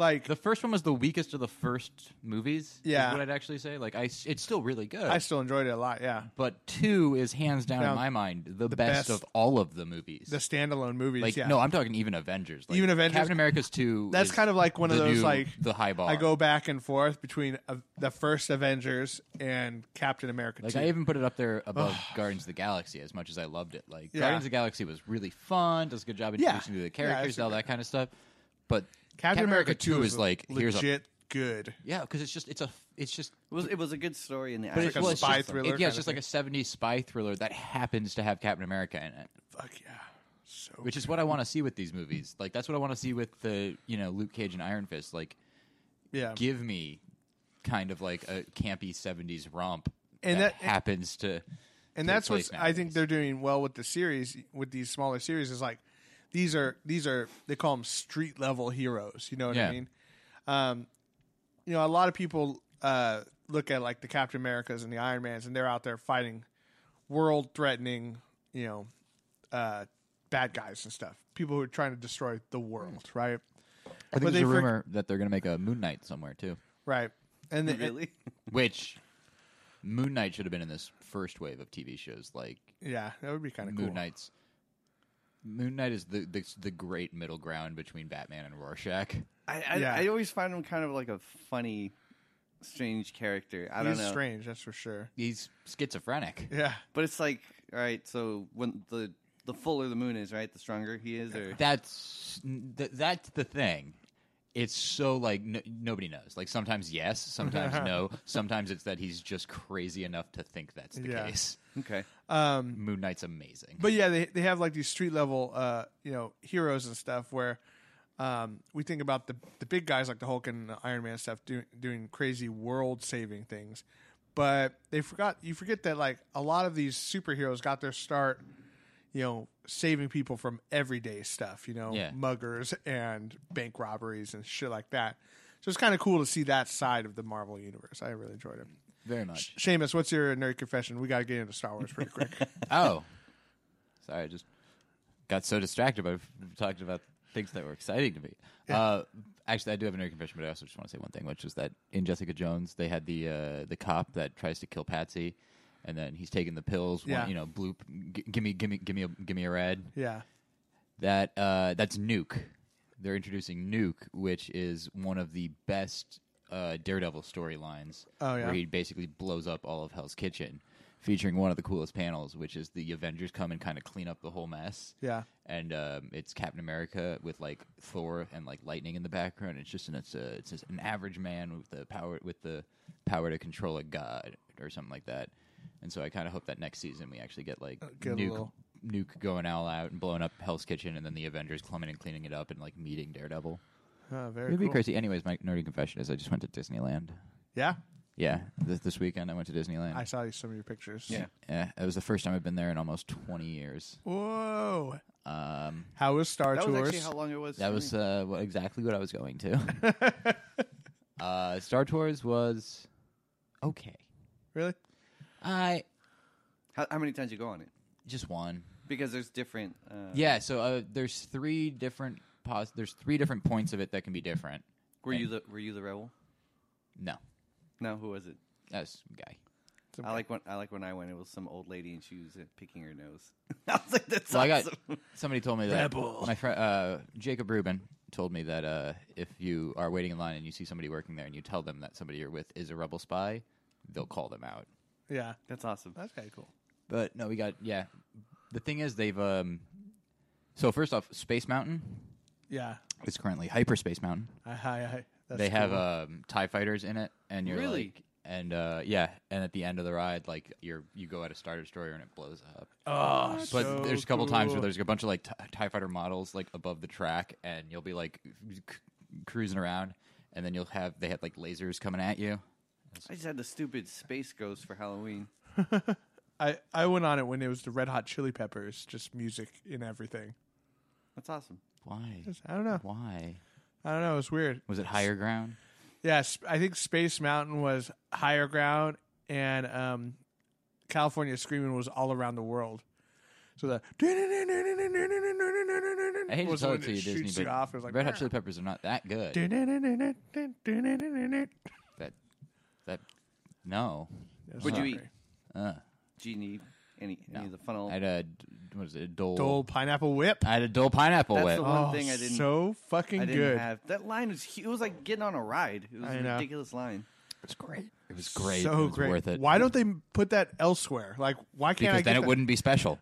Speaker 1: like
Speaker 3: The first one was the weakest of the first movies.
Speaker 1: Yeah.
Speaker 3: is what I'd actually say. Like I, s- it's still really good.
Speaker 1: I still enjoyed it a lot, yeah.
Speaker 3: but two is hands down
Speaker 1: Now,
Speaker 3: in my mind the, best,
Speaker 1: best-
Speaker 3: of all of the movies.
Speaker 1: The standalone movies,
Speaker 3: like
Speaker 1: yeah.
Speaker 3: no, I'm talking even Avengers. Like,
Speaker 1: Even Avengers-
Speaker 3: Captain America's two.
Speaker 1: That's
Speaker 3: is
Speaker 1: kind of like one of
Speaker 3: the
Speaker 1: those,
Speaker 3: new-
Speaker 1: like,
Speaker 3: the high bar.
Speaker 1: I go back and forth between uh, the first Avengers and Captain America.
Speaker 3: Like
Speaker 1: 2.
Speaker 3: I even put it up there
Speaker 1: <sighs>
Speaker 3: above Guardians of the Galaxy as much as I loved it. Like
Speaker 1: Yeah.
Speaker 3: Guardians of the Galaxy was really fun, does a good job introducing you to
Speaker 1: Yeah,
Speaker 3: the
Speaker 1: it's
Speaker 3: characters,
Speaker 1: a
Speaker 3: all that kind of stuff. But
Speaker 1: Captain, America, Two
Speaker 3: is like
Speaker 1: legit
Speaker 3: here's a
Speaker 1: good.
Speaker 3: yeah, because it's just it's a it's just
Speaker 2: It was it was a good story in the.
Speaker 3: But
Speaker 2: actual
Speaker 1: It's like a
Speaker 3: well,
Speaker 1: spy
Speaker 3: just,
Speaker 1: thriller
Speaker 3: It, yeah,
Speaker 1: kinda
Speaker 3: it's just like a '70s spy thriller that happens to have Captain America in it,
Speaker 1: Fuck yeah, so
Speaker 3: which is what I want to see with these movies. Like that's what I want to see with the you know Luke Cage and Iron Fist. Like
Speaker 1: yeah.
Speaker 3: give me kind of like a campy '70s romp
Speaker 1: And that-
Speaker 3: happens to.
Speaker 1: and
Speaker 3: take
Speaker 1: that's what
Speaker 3: place
Speaker 1: I think
Speaker 3: nowadays.
Speaker 1: they're doing well with the series, with these smaller series. Is like these are these are they call them street level heroes. You know what I
Speaker 3: Yeah.
Speaker 1: mean? Um, you know, a lot of people uh, look at like the Captain Americas and the Iron Mans, and they're out there fighting world threatening, you know, uh, bad guys and stuff. People who are trying to destroy the
Speaker 3: Mm.
Speaker 1: world, right?
Speaker 3: I think
Speaker 1: But
Speaker 3: there's
Speaker 1: they
Speaker 3: a
Speaker 1: forg-
Speaker 3: rumor that they're going to make a Moon Knight somewhere too,
Speaker 1: Right. And the,
Speaker 2: <laughs> really?
Speaker 3: which Moon Knight should have been in this first wave of TV shows. Like
Speaker 1: yeah, that would be kind of
Speaker 3: Moon
Speaker 1: cool.
Speaker 3: Knight's. Moon Knight is the, the the great middle ground between Batman and Rorschach.
Speaker 2: I I,
Speaker 1: Yeah.
Speaker 2: I always find him kind of like a funny, strange character. I don't
Speaker 1: He's
Speaker 2: know.
Speaker 1: strange, that's for sure.
Speaker 3: He's schizophrenic.
Speaker 1: Yeah.
Speaker 2: But it's like, all right, so when the the fuller the moon is, right, the stronger he is. Or
Speaker 3: that's th- that's the thing. It's so like n- nobody knows. Like sometimes yes, sometimes
Speaker 1: <laughs>
Speaker 3: no. Sometimes it's that he's just crazy enough to think that's the
Speaker 1: Yeah.
Speaker 3: case.
Speaker 2: <laughs> okay,
Speaker 1: Um,
Speaker 3: Moon Knight's amazing.
Speaker 1: but yeah, they they have like these street level, uh, you know, heroes and stuff where, um, we think about the the big guys like the Hulk and the Iron Man stuff doing doing crazy world saving things, but they forgot you forget that like a lot of these superheroes got their start, you know, saving people from everyday stuff, you know,
Speaker 3: Yeah.
Speaker 1: muggers and bank robberies and shit like that. So it's kind of cool to see that side of the Marvel universe. I really enjoyed it.
Speaker 3: Very much.
Speaker 1: Seamus, what's your nerd confession? We got to get into Star Wars pretty
Speaker 3: <laughs>
Speaker 1: quick.
Speaker 3: Oh, sorry, I just got so distracted by talking about things that were exciting to me. Uh, actually, I do have another confession, but I also just want to say one thing, which is that in Jessica Jones, they had the uh, the cop that tries to kill Patsy, and then he's taking the pills.
Speaker 1: Yeah.
Speaker 3: One, you know, bloop, g- give me, give me, give me, a, give me a red.
Speaker 1: yeah.
Speaker 3: That uh, that's Nuke. They're introducing Nuke, which is one of the best uh, Daredevil storylines.
Speaker 1: Oh, yeah.
Speaker 3: where he basically blows up all of Hell's Kitchen, featuring one of the coolest panels, which is the Avengers come and kind of clean up the whole mess.
Speaker 1: Yeah.
Speaker 3: and um, it's Captain America with like Thor and like lightning in the background. It's just an it's a, it's just an average man with the power with the power to control a god or something like that. And so I kind of hope that next season we actually get like
Speaker 1: Uh, get a
Speaker 3: nuke
Speaker 1: little-
Speaker 3: Nuke going all out and blowing up Hell's Kitchen, and then the Avengers coming and cleaning it up and like meeting Daredevil.
Speaker 1: Oh, very
Speaker 3: It'd be
Speaker 1: cool.
Speaker 3: crazy. Anyways, my nerdy confession is I just went to Disneyland.
Speaker 1: Yeah.
Speaker 3: Yeah, this, this weekend I went to Disneyland.
Speaker 1: I saw some of your pictures.
Speaker 2: Yeah.
Speaker 3: yeah, it was the first time I've been there in almost twenty years.
Speaker 1: Whoa.
Speaker 3: Um,
Speaker 1: How was Star
Speaker 2: That was
Speaker 1: Tours?
Speaker 2: actually how long it was.
Speaker 3: That
Speaker 2: for
Speaker 3: was
Speaker 2: me.
Speaker 3: uh, wha- exactly what I was going to. <laughs> uh, Star Tours was okay.
Speaker 1: really?
Speaker 3: I
Speaker 2: how, how many times you go on it?
Speaker 3: just one.
Speaker 2: Because there's different. Uh,
Speaker 3: Yeah. So uh, there's three different pos- There's three different points of it that can be different.
Speaker 2: Were you the Were you the rebel?
Speaker 3: No,
Speaker 2: No, who was it?
Speaker 3: that's guy.
Speaker 2: I like when I like when I went. It was some old lady and she was uh, picking her nose. <laughs> I was like, that's
Speaker 3: Well, I got
Speaker 2: awesome.
Speaker 3: <laughs> somebody told me that
Speaker 1: Rebel.
Speaker 3: my friend uh, Jacob Rubin told me that uh, if you are waiting in line and you see somebody working there and you tell them that somebody you're with is a rebel spy, they'll call them out.
Speaker 1: Yeah.
Speaker 2: That's awesome.
Speaker 1: That's kind of cool.
Speaker 3: But no, we got yeah. The thing is, they've um. So first off, Space Mountain
Speaker 1: Yeah.
Speaker 3: is currently Hyperspace Mountain.
Speaker 1: I, I, I, that's
Speaker 3: they have
Speaker 1: cool.
Speaker 3: um Tie Fighters in it, and you're
Speaker 2: Really?
Speaker 3: like, and uh, yeah, and at the end of the ride, like you're you go at a Star Destroyer and it blows up.
Speaker 1: Oh,
Speaker 3: But
Speaker 1: so
Speaker 3: there's a couple times where
Speaker 1: cool.
Speaker 3: there's a bunch of like t- Tie Fighter models like above the track, and you'll be like c- cruising around, and then you'll have they have like lasers coming at you.
Speaker 2: I just had the stupid space ghost for Halloween.
Speaker 1: I, I went on it when it was the Red Hot Chili Peppers, just music in everything.
Speaker 2: That's awesome.
Speaker 3: Why?
Speaker 1: I don't know.
Speaker 3: Why
Speaker 1: I don't know. It was weird.
Speaker 3: was it higher ground?
Speaker 1: Yes, I think Space Mountain was higher ground, and um, California Screaming was all around the world. So the
Speaker 3: I hate to
Speaker 1: was
Speaker 3: tell
Speaker 1: when
Speaker 3: it to you,
Speaker 1: shoots
Speaker 3: Disney, but
Speaker 1: you off. It was like "Ah."
Speaker 3: Red Hot Chili Peppers are not that good. That that no.
Speaker 2: What'd you
Speaker 1: Sorry.
Speaker 2: eat?
Speaker 3: Uh,
Speaker 2: Do you need any any of the funnel?
Speaker 3: I had a d- what was it? A Dole.
Speaker 1: Dole pineapple whip.
Speaker 3: I had a Dole pineapple
Speaker 2: That's
Speaker 3: whip.
Speaker 2: the one
Speaker 1: Oh,
Speaker 2: thing I didn't-
Speaker 1: So fucking
Speaker 2: I didn't
Speaker 1: good.
Speaker 2: have that line. Was hu- it was like getting on a ride. It was
Speaker 1: I
Speaker 2: a
Speaker 1: know.
Speaker 2: ridiculous line.
Speaker 3: It's great. It was great.
Speaker 1: So
Speaker 3: it was
Speaker 1: great.
Speaker 3: worth it.
Speaker 1: Why don't they put that elsewhere? Like, why can't
Speaker 3: Because
Speaker 1: I get
Speaker 3: then it
Speaker 1: that?
Speaker 3: wouldn't
Speaker 1: <laughs>
Speaker 3: be special.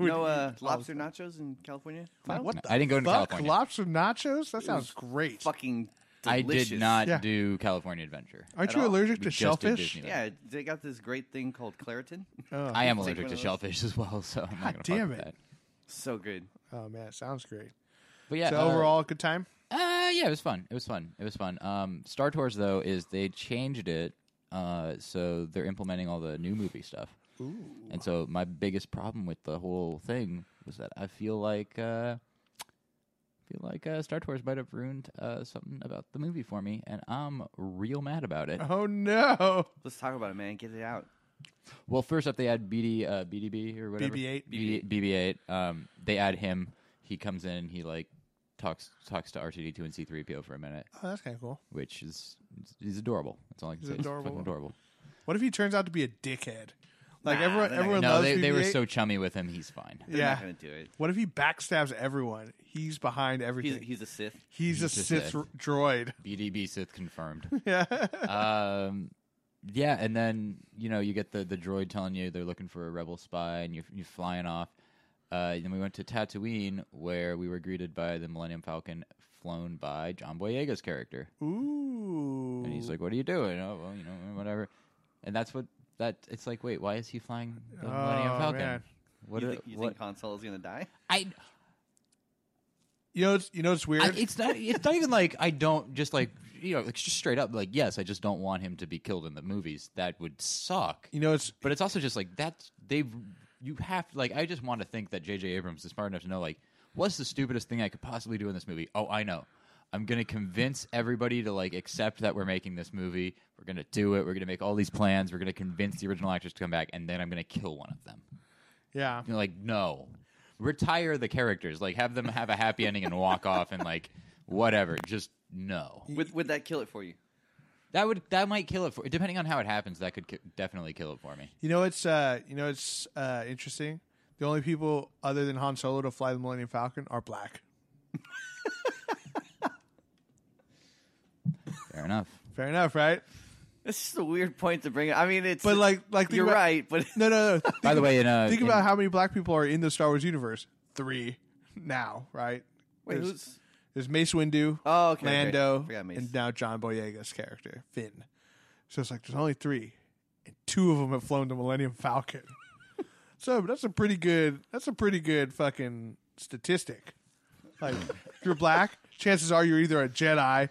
Speaker 2: No uh, lobster nachos in California.
Speaker 1: What the
Speaker 3: I didn't go to
Speaker 1: fuck?
Speaker 3: California.
Speaker 1: Lobster nachos? That sounds great.
Speaker 2: Fucking
Speaker 3: I
Speaker 2: delicious.
Speaker 3: did not
Speaker 1: Yeah.
Speaker 3: do California Adventure.
Speaker 1: Aren't
Speaker 2: at
Speaker 1: you
Speaker 2: all.
Speaker 1: allergic
Speaker 3: We
Speaker 1: to
Speaker 3: just did
Speaker 1: shellfish?
Speaker 3: Disneyland.
Speaker 2: Yeah, they got this great thing called Claritin.
Speaker 3: I am
Speaker 2: It's like one
Speaker 3: allergic to
Speaker 2: of those-
Speaker 3: shellfish as well, so I'm not
Speaker 1: God
Speaker 3: gonna fuck
Speaker 1: damn
Speaker 3: with
Speaker 1: it.
Speaker 3: that.
Speaker 2: <laughs> so good.
Speaker 1: Oh man, it sounds great.
Speaker 3: But yeah,
Speaker 1: so
Speaker 3: uh,
Speaker 1: overall, a good time.
Speaker 3: Uh, yeah, it was fun. It was fun. It was fun. Um, Star Tours though is they changed it, uh, so they're implementing all the new movie stuff. And so my biggest problem with the whole thing was that I feel like uh, feel like uh, Star Tours might have ruined uh, something about the movie for me, and I'm real mad about it.
Speaker 1: Oh no,
Speaker 2: Let's talk about it, man. Get it out.
Speaker 3: Well, first up, they add BD, uh, BDB or whatever.
Speaker 1: BB-8.
Speaker 3: BB- BB8. Um, they add him. He comes in and he like talks talks to R2D2 and C3PO for a minute.
Speaker 1: oh, that's kind of cool.
Speaker 3: which is he's adorable. That's all I can
Speaker 1: He's
Speaker 3: say.
Speaker 1: adorable.
Speaker 3: He's fucking adorable.
Speaker 1: What if he turns out to be a dickhead? Like
Speaker 2: Nah,
Speaker 1: everyone,
Speaker 2: they're not
Speaker 1: everyone
Speaker 3: No,
Speaker 1: loves
Speaker 3: they, they were
Speaker 1: BB-8.
Speaker 3: so chummy with him. He's fine.
Speaker 2: They're
Speaker 1: Yeah.
Speaker 2: not gonna do it.
Speaker 1: What if he backstabs everyone? He's behind
Speaker 2: He's
Speaker 1: everything.
Speaker 2: he's a Sith.
Speaker 1: He's, a
Speaker 3: he's a
Speaker 1: Sith
Speaker 3: Sith.
Speaker 1: r- droid. <laughs>
Speaker 3: BDB Sith confirmed. <laughs>
Speaker 1: Yeah,
Speaker 3: um, yeah, and then you know you get the the droid telling you they're looking for a rebel spy, and you're you're flying off. Uh, and then we went to Tatooine, where we were greeted by the Millennium Falcon, flown by John Boyega's character.
Speaker 1: ooh.
Speaker 3: And he's like, "What are you doing?" Oh, well, you know, whatever. And that's what that. It's like, wait, why is he flying the Millennium
Speaker 1: Oh,
Speaker 3: Falcon?
Speaker 1: man.
Speaker 3: What?
Speaker 2: you
Speaker 3: a-
Speaker 2: think, you
Speaker 3: what-
Speaker 2: think Han Solo's gonna die?
Speaker 3: I
Speaker 1: You know, it's, you know, it's weird.
Speaker 3: I, it's not. It's not even like I don't just like you know, like just straight up like yes, I just don't want him to be killed in the movies. That would suck.
Speaker 1: you know, it's
Speaker 3: But it's also just like that's they've you have like I just want to think that J.J. Abrams is smart enough to know like what's the stupidest thing I could possibly do in this movie. Oh, I know. I'm gonna convince everybody to like accept that we're making this movie. We're gonna do it. We're gonna make all these plans. We're gonna convince the original actors to come back, and then I'm gonna kill one of them.
Speaker 1: yeah.
Speaker 3: You're like, no, retire the characters. Like have them have a happy ending and walk off, and like whatever. Just no.
Speaker 2: Would, would that kill it for you?
Speaker 3: That would that might kill it for depending on how it happens. That could ki- definitely kill it for me.
Speaker 1: You know, it's uh, you know, it's uh, interesting. The only people other than Han Solo to fly the Millennium Falcon are black.
Speaker 3: Fair enough.
Speaker 1: Fair enough, right?
Speaker 2: That's just a weird point to bring. up. I mean, it's
Speaker 1: But like, like think
Speaker 2: you're
Speaker 1: about-
Speaker 2: right, but <laughs>
Speaker 1: No, no, no.
Speaker 3: By the way, in uh,
Speaker 1: think
Speaker 3: in-
Speaker 1: about how many black people are in the Star Wars universe. Three now, right?
Speaker 2: wait,
Speaker 1: there's,
Speaker 2: who's
Speaker 1: there's Mace Windu,
Speaker 2: Oh, okay, okay.
Speaker 1: Lando,
Speaker 2: Forgot Mace.
Speaker 1: and now John Boyega's character Finn. So it's like there's only three, and two of them have flown the Millennium Falcon. <laughs> so that's a pretty good. That's a pretty good fucking statistic. Like if you're black, <laughs> chances are you're either a Jedi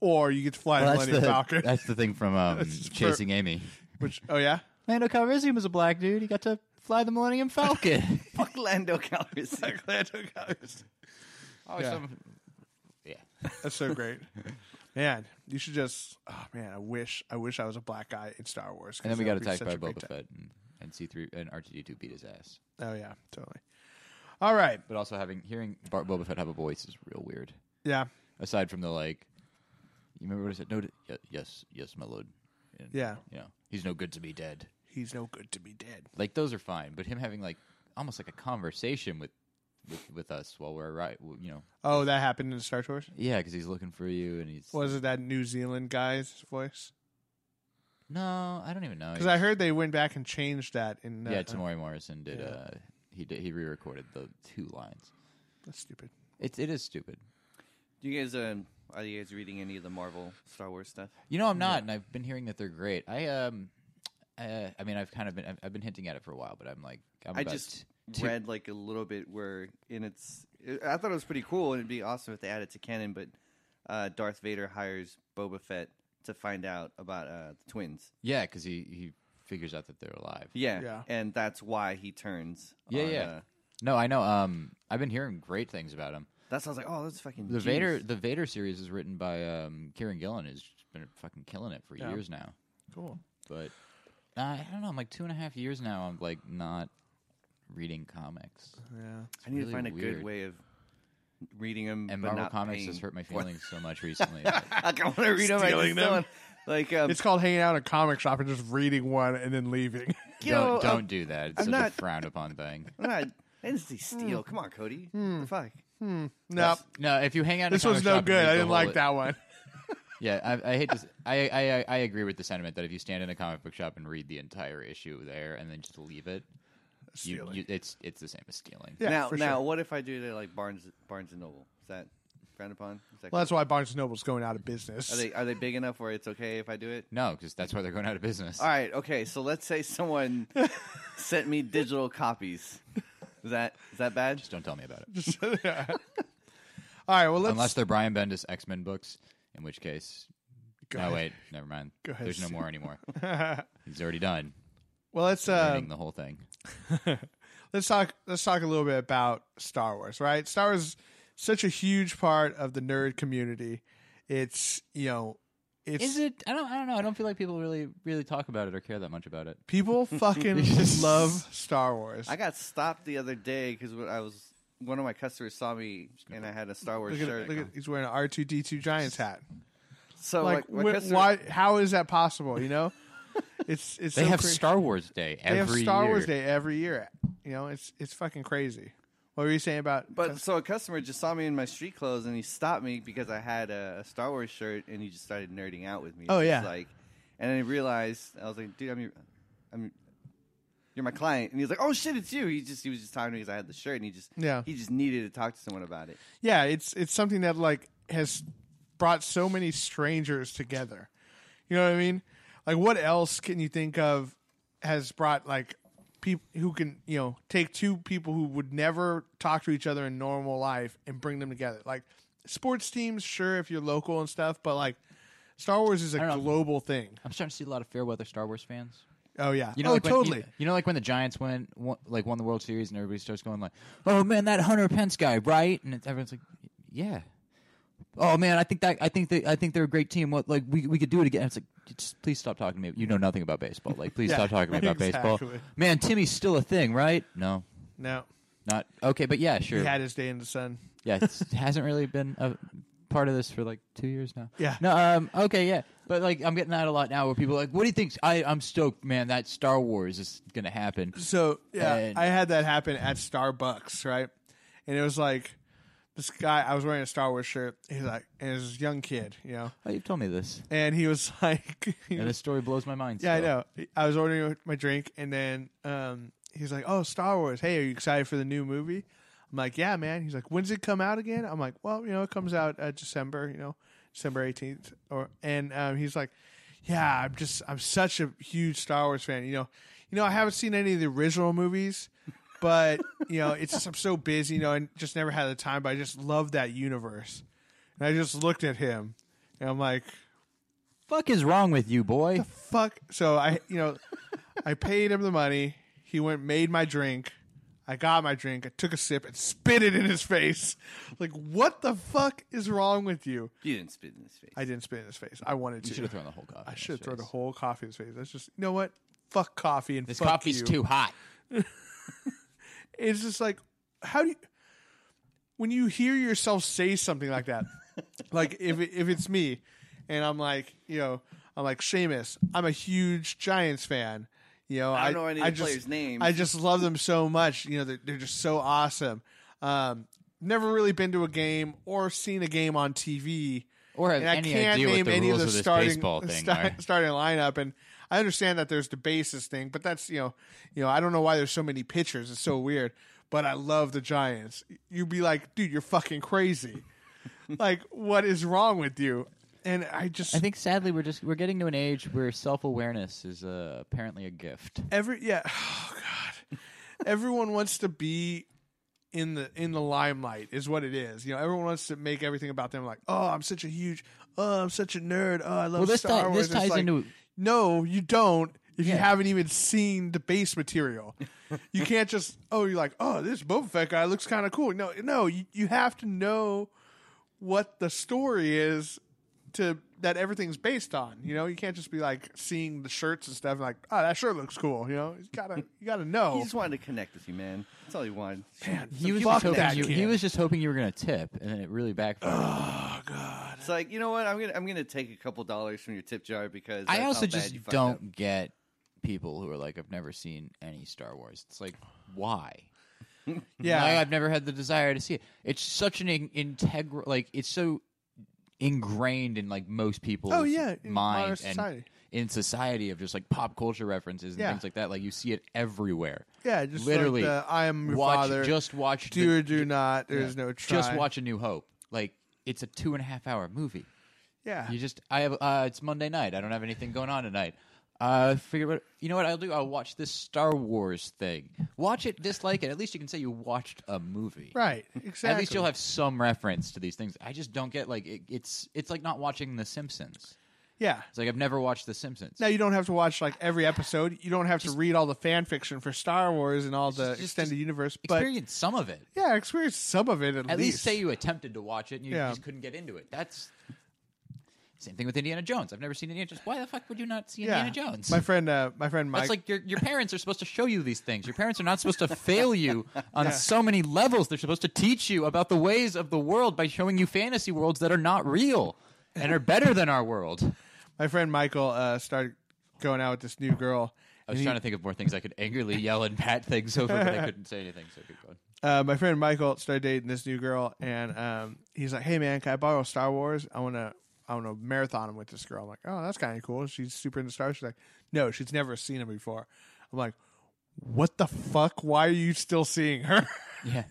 Speaker 1: or you get to fly
Speaker 3: Well,
Speaker 1: the
Speaker 3: that's,
Speaker 1: Millennium
Speaker 3: the,
Speaker 1: Falcon.
Speaker 3: <laughs> that's the thing
Speaker 1: <laughs>
Speaker 3: from um,
Speaker 1: just
Speaker 3: Chasing Amy.
Speaker 1: Which oh yeah,
Speaker 3: Lando Calrissian was a black dude. He got to fly the Millennium Falcon.
Speaker 2: fuck Lando Calrissian?
Speaker 1: Lando Calrissian.
Speaker 3: <laughs> oh,
Speaker 1: Yeah.
Speaker 3: some- yeah.
Speaker 1: That's so
Speaker 3: <laughs>
Speaker 1: great. Man, you should just. Oh man, I wish. I wish I was a black guy in Star Wars. 'cause
Speaker 3: And then we
Speaker 1: that
Speaker 3: got
Speaker 1: would be
Speaker 3: attacked
Speaker 1: such
Speaker 3: by
Speaker 1: a great
Speaker 3: Boba
Speaker 1: time.
Speaker 3: Fett and, and C3 and R2D2 beat his ass.
Speaker 1: Oh yeah, totally. All right.
Speaker 3: But also having hearing Bar- Boba Fett have a voice is real weird.
Speaker 1: Yeah.
Speaker 3: Aside from the like, you remember what I said? No, d- y- yes, yes, my lord. And,
Speaker 1: Yeah.
Speaker 3: you know, he's no good to be dead.
Speaker 1: He's no good to be dead.
Speaker 3: Like those are fine, but him having like almost like a conversation with with, with us while we're right, you know,
Speaker 1: Oh, that happened in Star Wars.
Speaker 3: yeah, because he's looking for you and he's
Speaker 1: Was it that New Zealand guy's voice?
Speaker 3: no, I don't even know.
Speaker 1: Because I heard they went back and changed that in. Uh,
Speaker 3: Yeah, Tamori Morrison did.
Speaker 1: Yeah.
Speaker 3: Uh, he did. He re-recorded the two lines.
Speaker 1: That's stupid.
Speaker 3: It's it is stupid.
Speaker 2: Do you guys um, are you guys reading any of the Marvel Star Wars stuff?
Speaker 3: You know, I'm not, and I've been hearing that they're great. I um, uh, I mean, I've kind of been. I've, I've been hinting at it for a while, but I'm like, I'm
Speaker 2: I
Speaker 3: about
Speaker 2: just
Speaker 3: t- two-
Speaker 2: read like a little bit where in its I thought it was pretty cool and it'd be awesome if they added to canon, but uh, Darth Vader hires Boba Fett to find out about uh, the twins.
Speaker 3: yeah, because he he figures out that they're alive.
Speaker 2: Yeah.
Speaker 1: Yeah.
Speaker 2: And that's why he turns.
Speaker 3: Yeah,
Speaker 2: on,
Speaker 3: yeah.
Speaker 2: Uh,
Speaker 3: No, I know. Um, I've been hearing great things about him.
Speaker 2: that's I was like, oh, that's fucking
Speaker 3: The
Speaker 2: genius.
Speaker 3: Vader the Vader series is written by um Kieran Gillen who's just been fucking killing it for
Speaker 1: Yeah.
Speaker 3: years now.
Speaker 1: Cool.
Speaker 3: But uh, I don't know. I'm like two and a half years now. I'm like not reading comics.
Speaker 1: Yeah.
Speaker 2: I need
Speaker 3: really
Speaker 2: to find a
Speaker 3: weird.
Speaker 2: good way of reading him.
Speaker 3: And
Speaker 2: but
Speaker 3: Marvel
Speaker 2: not
Speaker 3: Comics
Speaker 2: paying
Speaker 3: has hurt my
Speaker 2: for
Speaker 3: feelings so much recently. that-
Speaker 2: them. <laughs> like, I want to read 'em, I
Speaker 1: Stealing
Speaker 2: just
Speaker 1: them.
Speaker 2: don't. Like, um,
Speaker 1: It's called hanging out at a comic shop and just reading one and then leaving.
Speaker 2: <laughs>
Speaker 1: <laughs>
Speaker 2: you know,
Speaker 3: don't
Speaker 2: um,
Speaker 3: don't do that. It's
Speaker 2: I'm
Speaker 3: such a
Speaker 2: not-
Speaker 3: frowned upon thing.
Speaker 2: I'm <laughs> not. I didn't see
Speaker 1: Hmm.
Speaker 2: steal. Come on, Cody. What the fuck.
Speaker 1: nope.
Speaker 3: No, if you hang out, in a
Speaker 1: This one's
Speaker 3: comic
Speaker 1: no
Speaker 3: shop and
Speaker 1: good.
Speaker 3: read
Speaker 1: I
Speaker 3: the
Speaker 1: didn't
Speaker 3: whole-
Speaker 1: like that one.
Speaker 3: Yeah, I, I hate this. I, I I- I agree with the sentiment that if you stand in a comic book shop and read the entire issue there and then just leave it, you,
Speaker 1: Stealing.
Speaker 3: <laughs> you, it's it's the same as stealing.
Speaker 1: Yeah,
Speaker 2: now,
Speaker 1: for
Speaker 2: now,
Speaker 1: sure.
Speaker 2: what if I do it at, like Barnes Barnes and Noble? Is that frowned upon? Is that
Speaker 1: Well, that's why Barnes and Noble's going out of business.
Speaker 2: are they are they big enough where it's okay if I do it?
Speaker 1: <laughs>
Speaker 3: No, because that's why they're going out of business.
Speaker 2: All right, okay. So let's
Speaker 1: <laughs>
Speaker 2: say someone sent me digital copies. Is that is that bad?
Speaker 3: Just don't tell me about it.
Speaker 1: <laughs> Yeah. All right. Well, let's
Speaker 3: Unless they're Brian Bendis X Men books, in which case,
Speaker 1: go
Speaker 3: no
Speaker 1: ahead.
Speaker 3: wait, never mind.
Speaker 1: Go ahead,
Speaker 3: There's no
Speaker 1: Steve. Um, <laughs>
Speaker 3: more anymore. He's already done
Speaker 1: Well, let's
Speaker 3: ending
Speaker 1: um,
Speaker 3: the whole thing.
Speaker 1: let's talk let's talk a little bit about Star Wars, right? Star Wars is such a huge part of the nerd community. It's you know, it's
Speaker 3: Is it? I don't. I don't know. I don't feel like people really really talk about it or care that much about it.
Speaker 1: people
Speaker 3: <laughs>
Speaker 1: fucking love Star Wars.
Speaker 2: I got stopped the other day because I was one of my customers saw me and I had a Star Wars
Speaker 1: look at,
Speaker 2: shirt.
Speaker 1: look at he's wearing an R two D two Giants hat.
Speaker 2: so
Speaker 1: Like,
Speaker 2: like, my
Speaker 1: wh-
Speaker 2: customer-
Speaker 1: why? How is that possible? You
Speaker 3: <laughs>
Speaker 1: know, it's it's
Speaker 3: They
Speaker 1: so
Speaker 3: have
Speaker 1: cra-
Speaker 3: Star Wars Day every
Speaker 1: they have Star
Speaker 3: year.
Speaker 1: Wars Day every year. You know, it's it's fucking crazy. What were you saying about?
Speaker 2: But so a customer just saw me in my street clothes and he stopped me because I had a, a Star Wars shirt and he just started nerding out with me.
Speaker 1: Oh,
Speaker 2: It's
Speaker 1: yeah.
Speaker 2: like, and I realized I was like, dude, I'm your, I'm, you're my client, and he's like, oh shit, it's you. He just he was just talking to me because I had the shirt and he just
Speaker 1: Yeah.
Speaker 2: he just needed to talk to someone about it.
Speaker 1: yeah, it's it's something that like has brought so many strangers together. You know what I mean? Like what else can you think of has brought like people who can you know take two people who would never talk to each other in normal life and bring them together. Like sports teams, sure, if you're local and stuff, but like Star Wars is a
Speaker 3: don't know.
Speaker 1: global thing.
Speaker 3: I'm starting to see a lot of fair weather Star Wars fans.
Speaker 1: Oh yeah,
Speaker 3: You know,
Speaker 1: oh
Speaker 3: like when- you-
Speaker 1: totally.
Speaker 3: you, know, like when the Giants went, won, like won the World Series, and everybody starts going like, "Oh man, that Hunter Pence guy, right?" And it's, everyone's like, "Yeah." Oh man, I think that I think they I think they're a great team. What like we we could do it again. It's like just please stop talking to me. You know nothing about baseball. Like
Speaker 1: <laughs>
Speaker 3: please
Speaker 1: Yeah,
Speaker 3: stop talking to me about
Speaker 1: exactly.
Speaker 3: baseball. Man, Timmy's still a thing, right? No,
Speaker 1: no,
Speaker 3: not okay, but yeah, sure.
Speaker 1: he had his day in the sun.
Speaker 3: yeah, it hasn't really been a part of this for like two
Speaker 1: <laughs>
Speaker 3: years now.
Speaker 1: Yeah.
Speaker 3: No. Um. Okay. Yeah. But like, I'm getting that a lot now, where people are like, "What do you think?" I I'm stoked, man. That Star Wars is gonna happen.
Speaker 1: So yeah,
Speaker 3: And-
Speaker 1: I had that happen at Starbucks, right? And it was like this guy. I was wearing a Star Wars shirt. He's like, and it was this young kid, you know,
Speaker 3: Oh, you've told me this,
Speaker 1: and he was <laughs> like, he
Speaker 3: and
Speaker 1: was-
Speaker 3: this story blows my mind.
Speaker 1: yeah, I
Speaker 3: still.
Speaker 1: know. I was ordering my drink, and then um, he's like, oh, Star Wars. Hey, are you excited for the new movie? I'm like, yeah, man. He's like, when's it come out again? I'm like, well, you know, it comes out uh, December, you know, December 18th, or and um, he's like, yeah, I'm just, I'm such a huge Star Wars fan. You know, you know, I haven't seen any of the original movies, but <laughs> you know, it's just I'm so busy, you know, and just never had the time. But I just love that universe, and I just looked at him, and I'm like
Speaker 3: Fuck is wrong with you, boy?
Speaker 1: fuck. So I, you know, I paid him the money. He went, made my drink. I got my drink. I took a sip and spit it in his face. Like, what the fuck is wrong with you?
Speaker 2: You didn't spit in his face.
Speaker 1: I didn't spit in his face. I wanted to.
Speaker 3: You should have thrown the whole coffee.
Speaker 1: I should have thrown the whole coffee in his face. That's just, you know what? Fuck coffee and
Speaker 3: This
Speaker 1: fuck
Speaker 3: coffee's
Speaker 1: you.
Speaker 3: too hot.
Speaker 1: It's just like, how do you? When you hear yourself say something like
Speaker 2: <laughs>
Speaker 1: that, like if it, if it's me, and I'm like, you know, I'm like Seamus, I'm a huge Giants fan. You know,
Speaker 2: I
Speaker 1: I
Speaker 2: don't know any
Speaker 1: I
Speaker 2: of the
Speaker 1: just,
Speaker 2: players' names.
Speaker 1: I just love them so much. You know, they're, they're just so awesome. Um, never really been to a game or seen a game on TV,
Speaker 3: Or have
Speaker 1: and I
Speaker 3: any
Speaker 1: can't
Speaker 3: idea
Speaker 1: name
Speaker 3: what the
Speaker 1: any
Speaker 3: rules
Speaker 1: of the
Speaker 3: of this
Speaker 1: starting
Speaker 3: baseball thing
Speaker 1: sta- <laughs>
Speaker 3: are?
Speaker 1: starting lineup. And I understand that there's the bases thing, but that's you know, you know, I don't know why there's so many pitchers. It's so weird. But I love the Giants. You'd be like, dude, you're fucking crazy. like, what is wrong with you? And I just
Speaker 3: I think sadly we're just we're getting to an age where self awareness is uh, apparently a gift.
Speaker 1: every yeah <sighs> oh god everyone wants to be in the in the limelight is what it is you know everyone wants to make everything about them like oh i'm such a huge oh i'm such a nerd oh i love
Speaker 3: Well, this
Speaker 1: star
Speaker 3: ti-
Speaker 1: wars
Speaker 3: this
Speaker 1: It's
Speaker 3: ties
Speaker 1: like,
Speaker 3: into-
Speaker 1: no you don't if you
Speaker 3: Yeah.
Speaker 1: haven't even seen the base material you can't just oh you're like oh this boba fett guy looks kind of cool no no you, you have to know what the story is to that everything's based on. You know, you can't just be like seeing the shirts and stuff and like, oh, that shirt looks cool. You know, you gotta you gotta
Speaker 2: he
Speaker 1: know.
Speaker 2: just wanted to connect with you, man. That's all he wanted.
Speaker 1: Man,
Speaker 3: He was,
Speaker 1: fuck
Speaker 3: just hoping
Speaker 1: that
Speaker 3: you,
Speaker 1: kid.
Speaker 3: he was just hoping you were going to tip, and then it really backfired.
Speaker 2: It's like you know what? I'm gonna I'm gonna take a couple dollars from your tip jar because
Speaker 3: I
Speaker 2: that's how
Speaker 3: also
Speaker 2: bad
Speaker 3: just
Speaker 2: you fucked
Speaker 3: don't
Speaker 2: up.
Speaker 3: get people who are like, I've never seen any Star Wars. It's like, why?
Speaker 1: yeah.
Speaker 3: Why I've never had the desire to see it. It's such an in- integral, like, it's so ingrained in like most people's
Speaker 1: Oh, yeah, in modern
Speaker 3: mind and
Speaker 1: society.
Speaker 3: in society of just like pop culture references and
Speaker 1: Yeah.
Speaker 3: things like that. Like you see it everywhere.
Speaker 1: yeah, just
Speaker 3: literally,
Speaker 1: like the, I am your
Speaker 3: watch,
Speaker 1: father.
Speaker 3: Just watch.
Speaker 1: do
Speaker 3: the-
Speaker 1: or do not. There's no try.
Speaker 3: Just watch A New Hope. Like it's a two and a half hour movie.
Speaker 1: Yeah,
Speaker 3: You just I have uh, it's Monday night. I don't have anything going on tonight. Uh, figure what you know what I'll do. I'll watch this Star Wars thing. Watch it, dislike it. At least you can say you watched a movie.
Speaker 1: right. Exactly.
Speaker 3: At least you'll have some reference to these things. I just don't get like it, it's it's like not watching The Simpsons.
Speaker 1: Yeah.
Speaker 3: It's like I've never watched The Simpsons.
Speaker 1: Now you don't have to watch like every episode. You don't have to read all the fan fiction for Star Wars and all the
Speaker 3: just-
Speaker 1: extended
Speaker 3: just
Speaker 1: universe. But
Speaker 3: Experience some of it.
Speaker 1: yeah, experience some of it at,
Speaker 3: At least. say you attempted to watch it and you
Speaker 1: Yeah.
Speaker 3: just couldn't get into it. That's same thing with Indiana Jones. I've never seen Indiana Jones. Why the fuck would you not see
Speaker 1: yeah.
Speaker 3: Indiana Jones?
Speaker 1: My friend, uh, my friend Mike.
Speaker 3: That's like your your parents are supposed to show you these things. Your parents are not supposed to fail you on so many levels. They're supposed to teach you about the ways of the world by showing you fantasy worlds that are not real and are better than our world.
Speaker 1: my friend Michael uh, started going out with this new girl.
Speaker 3: I was trying to think of more things I could angrily yell and pat things over, but I couldn't say anything. So keep going.
Speaker 1: Uh, my friend Michael started dating this new girl, and um, he's like, "Hey man, can I borrow Star Wars? I want to, I want to marathon him with this girl." I'm like, "Oh, that's kind of cool." She's super into Star Wars. She's like, "No, she's never seen him before." I'm like, "What the fuck? Why are you still seeing her?" <laughs>
Speaker 3: Yeah.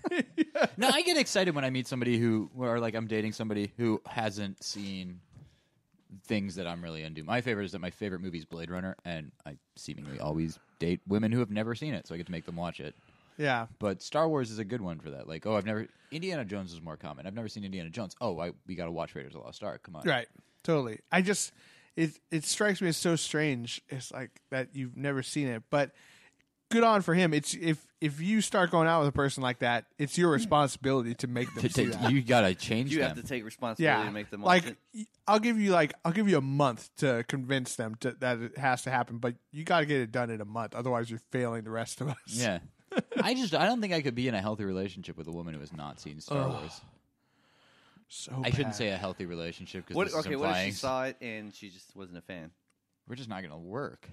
Speaker 3: No, I get excited when I meet somebody who, or like I'm dating somebody who hasn't seen things that I'm really into. My favorite is that my favorite movie is Blade Runner, and I seemingly always date women who have never seen it, so I get to make them watch it.
Speaker 1: Yeah.
Speaker 3: But Star Wars is a good one for that. Like, oh, I've never Indiana Jones is more common. I've never seen Indiana Jones. Oh, I we got to watch Raiders of the Lost Ark. Come on,
Speaker 1: Right. Totally. I just it it strikes me as so strange. It's like that you've never seen it, but good on for him. It's if if you start going out with a person like that, it's your responsibility to make them
Speaker 3: To
Speaker 1: see
Speaker 3: take-
Speaker 1: that.
Speaker 3: you got to change
Speaker 2: You
Speaker 3: them.
Speaker 2: have to take responsibility
Speaker 1: yeah,
Speaker 2: to make them watch
Speaker 1: like
Speaker 2: it.
Speaker 1: y- I'll give you like I'll give you a month to convince them to, that it has to happen, but you got to get it done in a month. Otherwise, you're failing the rest of us.
Speaker 3: Yeah. I just I don't think I could be in a healthy relationship with a woman who has not seen Star Wars.
Speaker 1: so
Speaker 3: I shouldn't
Speaker 1: bad.
Speaker 3: say a healthy relationship because
Speaker 2: What,
Speaker 3: this is
Speaker 2: okay, what if she
Speaker 3: implying-
Speaker 2: saw it and she just wasn't a fan?
Speaker 3: we're just not going to work.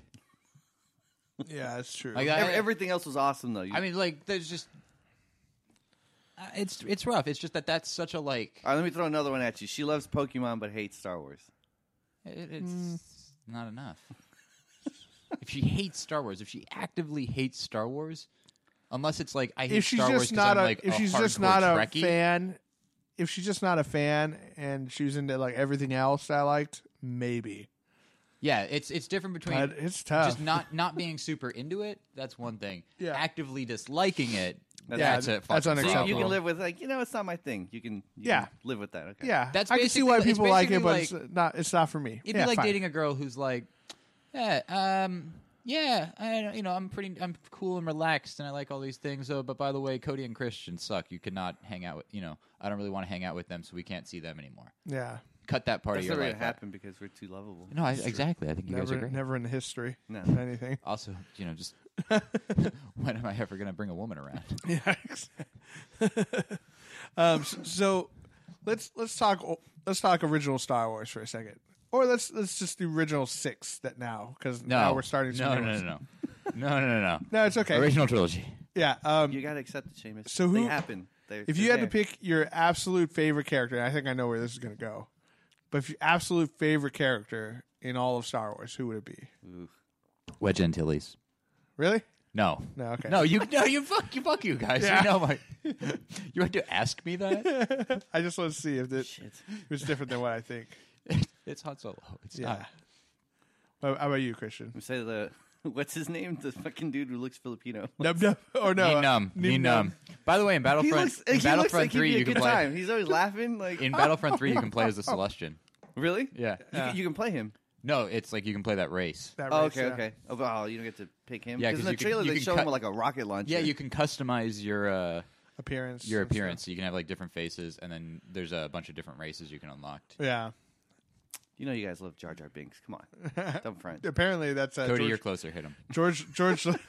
Speaker 1: Yeah, that's true.
Speaker 3: Like,
Speaker 2: Ev-
Speaker 3: I,
Speaker 2: Everything else was awesome though. You-
Speaker 3: I mean, like there's just uh, it's it's rough. It's just that that's such a like
Speaker 2: All right, let me throw another one at you. She loves Pokemon but hates Star Wars.
Speaker 3: it, it's
Speaker 1: Mm.
Speaker 3: not enough. if she hates Star Wars, if she actively hates Star Wars, unless it's like I hate
Speaker 1: if she's
Speaker 3: Star Wars
Speaker 1: just
Speaker 3: 'cause
Speaker 1: not
Speaker 3: I'm
Speaker 1: a
Speaker 3: like
Speaker 1: if
Speaker 3: a
Speaker 1: she's just
Speaker 3: hardcore
Speaker 1: not a
Speaker 3: Trekkie,
Speaker 1: fan, if she's just not a fan and she's into like everything else I liked, maybe.
Speaker 3: yeah, it's it's different between
Speaker 1: But it's tough.
Speaker 3: just not not being super into it. That's one thing.
Speaker 1: Yeah.
Speaker 3: Actively disliking it.
Speaker 2: That's-
Speaker 1: Yeah,
Speaker 3: that's a
Speaker 1: that's
Speaker 3: fucking
Speaker 2: So you-
Speaker 1: unacceptable.
Speaker 2: you can
Speaker 3: problem.
Speaker 2: live with like you know it's not my thing. You can you
Speaker 1: Yeah.
Speaker 2: can live with that. Okay.
Speaker 1: yeah,
Speaker 3: That's
Speaker 1: I can see
Speaker 3: basically
Speaker 1: why
Speaker 3: like- it's
Speaker 1: people like it, but
Speaker 3: basically
Speaker 1: it's not. It's not for me.
Speaker 3: It'd
Speaker 1: Yeah,
Speaker 3: be like
Speaker 1: fine.
Speaker 3: dating a girl who's like, yeah, um, yeah, I, you know, I'm pretty, I'm cool and relaxed, and I like all these things. Oh, but by the way, Cody and Christian suck. You could not hang out with, you know, I don't really want to hang out with them, so we can't see them anymore.
Speaker 1: Yeah,
Speaker 3: Cut that part
Speaker 2: That's
Speaker 3: of your
Speaker 2: never
Speaker 3: life.
Speaker 2: gonna
Speaker 3: out.
Speaker 2: happen because we're too lovable.
Speaker 3: No, I, exactly. I think you guys are
Speaker 1: never,
Speaker 3: great.
Speaker 1: never in the history.
Speaker 2: No.
Speaker 1: of
Speaker 3: <laughs>
Speaker 1: anything. <laughs>
Speaker 3: Also, you know, just when am I ever going to bring a woman around?
Speaker 1: Yeah. exactly. um. So, so let's let's talk let's talk original Star Wars for a second, or let's let's just do original six that now because
Speaker 3: No,
Speaker 1: now we're starting. some
Speaker 3: No,
Speaker 1: new
Speaker 3: no, no,
Speaker 1: ones.
Speaker 3: no, no, no, no, no.
Speaker 1: <laughs> No, it's okay.
Speaker 3: Original trilogy.
Speaker 1: Yeah. Um.
Speaker 2: You gotta accept it, Seamus.
Speaker 1: So
Speaker 2: they
Speaker 1: who-
Speaker 2: happen. They're,
Speaker 1: if you
Speaker 2: they're
Speaker 1: had to
Speaker 2: there.
Speaker 1: pick your absolute favorite character, and I think I know where this is going to go, but if your absolute favorite character in all of Star Wars, who would it be?
Speaker 2: Ooh.
Speaker 3: Wedge Antilles.
Speaker 1: Really?
Speaker 3: No.
Speaker 1: No. Okay.
Speaker 3: No, you no, you fuck you fuck you guys.
Speaker 1: Yeah.
Speaker 3: You know my <laughs> You had to ask me that?
Speaker 1: I just want to see if it
Speaker 2: shit.
Speaker 1: <laughs> was different than what I think.
Speaker 3: it's Han Solo. It's
Speaker 1: Yeah.
Speaker 3: not.
Speaker 1: How how about you, Christian?
Speaker 2: We say the <laughs> what's his name? The fucking dude who looks Filipino.
Speaker 1: Num num. <laughs> Or no?
Speaker 3: No,
Speaker 1: uh,
Speaker 3: numb.
Speaker 1: Neem
Speaker 3: Knee numb.
Speaker 1: Num.
Speaker 3: By the way, in
Speaker 2: He
Speaker 3: Battlefront
Speaker 2: looks,
Speaker 3: in
Speaker 2: he looks like
Speaker 3: Battlefront
Speaker 2: he'd
Speaker 3: 3
Speaker 2: be a
Speaker 3: you
Speaker 2: good
Speaker 3: can play
Speaker 2: time. He's always laughing. Like <laughs>
Speaker 3: in Battlefront 3 you can play as the Celestian.
Speaker 2: really?
Speaker 3: Yeah.
Speaker 2: You, can- you can play him.
Speaker 3: No, it's like you can play that race.
Speaker 1: That
Speaker 2: Oh,
Speaker 1: race, uh,
Speaker 2: okay,
Speaker 1: yeah.
Speaker 2: okay. Oh, but, oh, you don't get to pick him.
Speaker 3: Yeah,
Speaker 2: because in
Speaker 3: 'cause
Speaker 2: the
Speaker 3: you can-
Speaker 2: trailer
Speaker 3: you
Speaker 2: they
Speaker 3: can
Speaker 2: show
Speaker 3: cut-
Speaker 2: him with, like a rocket launcher.
Speaker 3: Yeah, you can customize your uh
Speaker 1: Appearance.
Speaker 3: your
Speaker 1: and stuff.
Speaker 3: appearance. You can have like different faces and then there's a bunch of different races you can unlock.
Speaker 1: Yeah.
Speaker 2: You know you guys love Jar Jar Binks. Come
Speaker 1: <laughs>
Speaker 2: on, dumb front.
Speaker 1: Apparently that's uh,
Speaker 3: Cody,
Speaker 1: George,
Speaker 3: you're closer. Hit him.
Speaker 1: George George. <laughs>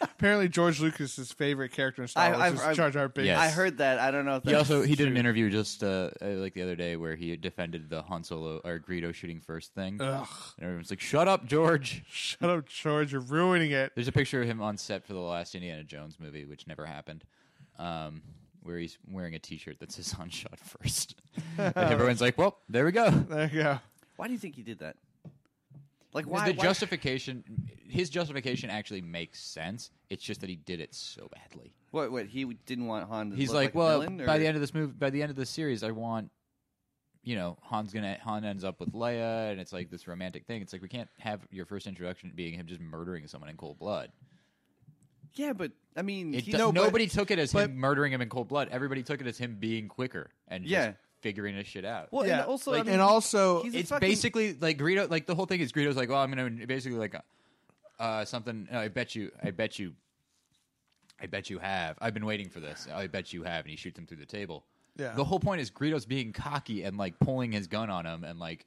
Speaker 1: apparently George Lucas's favorite character in
Speaker 2: I-
Speaker 1: Star Wars
Speaker 2: I've-
Speaker 1: is
Speaker 2: I've-
Speaker 1: Jar Jar Binks.
Speaker 3: Yes.
Speaker 2: I heard that. I don't know if
Speaker 3: He
Speaker 2: that's
Speaker 3: also he did an
Speaker 2: true.
Speaker 3: interview just uh, uh, like the other day where he defended the Han Solo or Greedo shooting first thing.
Speaker 1: Ugh.
Speaker 3: And everyone's like, "Shut up, George."
Speaker 1: Shut up, George. You're ruining it.
Speaker 3: There's a picture of him on set for the last Indiana Jones movie, which never happened, um, where he's wearing a T-shirt that says "On
Speaker 2: <laughs>
Speaker 3: Shot First. and everyone's like, "Well, there we go."
Speaker 1: There you go.
Speaker 2: Why do you think he did that? Like why?
Speaker 3: the
Speaker 2: why-
Speaker 3: justification, his justification actually makes sense. It's just that he did it so badly.
Speaker 2: What? What? He didn't want Han. To
Speaker 3: He's
Speaker 2: look
Speaker 3: like,
Speaker 2: a
Speaker 3: "Well,
Speaker 2: villain,
Speaker 3: by
Speaker 2: or-
Speaker 3: the end of this movie, by the end of this series, I want." You know, Han's gonna Han ends up with Leia, and it's like this romantic thing. It's like we can't have your first introduction being him just murdering someone in cold blood.
Speaker 2: yeah, but I mean,
Speaker 3: It
Speaker 2: he-
Speaker 3: do-
Speaker 1: No, but-
Speaker 3: nobody took it as
Speaker 1: but-
Speaker 3: him murdering him in cold blood. Everybody took it as him being quicker and just
Speaker 2: Yeah.
Speaker 3: figuring his shit out.
Speaker 2: well,
Speaker 1: Yeah,
Speaker 2: and also,
Speaker 1: like-
Speaker 2: I mean,
Speaker 1: and also-
Speaker 2: he's a
Speaker 3: it's
Speaker 2: fucking-
Speaker 3: basically like Greedo. Like the whole thing is Greedo's like, well, I'm gonna basically like, uh, something. I bet you. I bet you. I bet you have. I've been waiting for this. I bet you have. And he shoots him through the table.
Speaker 1: Yeah.
Speaker 3: The whole point is Greedo's being cocky and like pulling his gun on him and like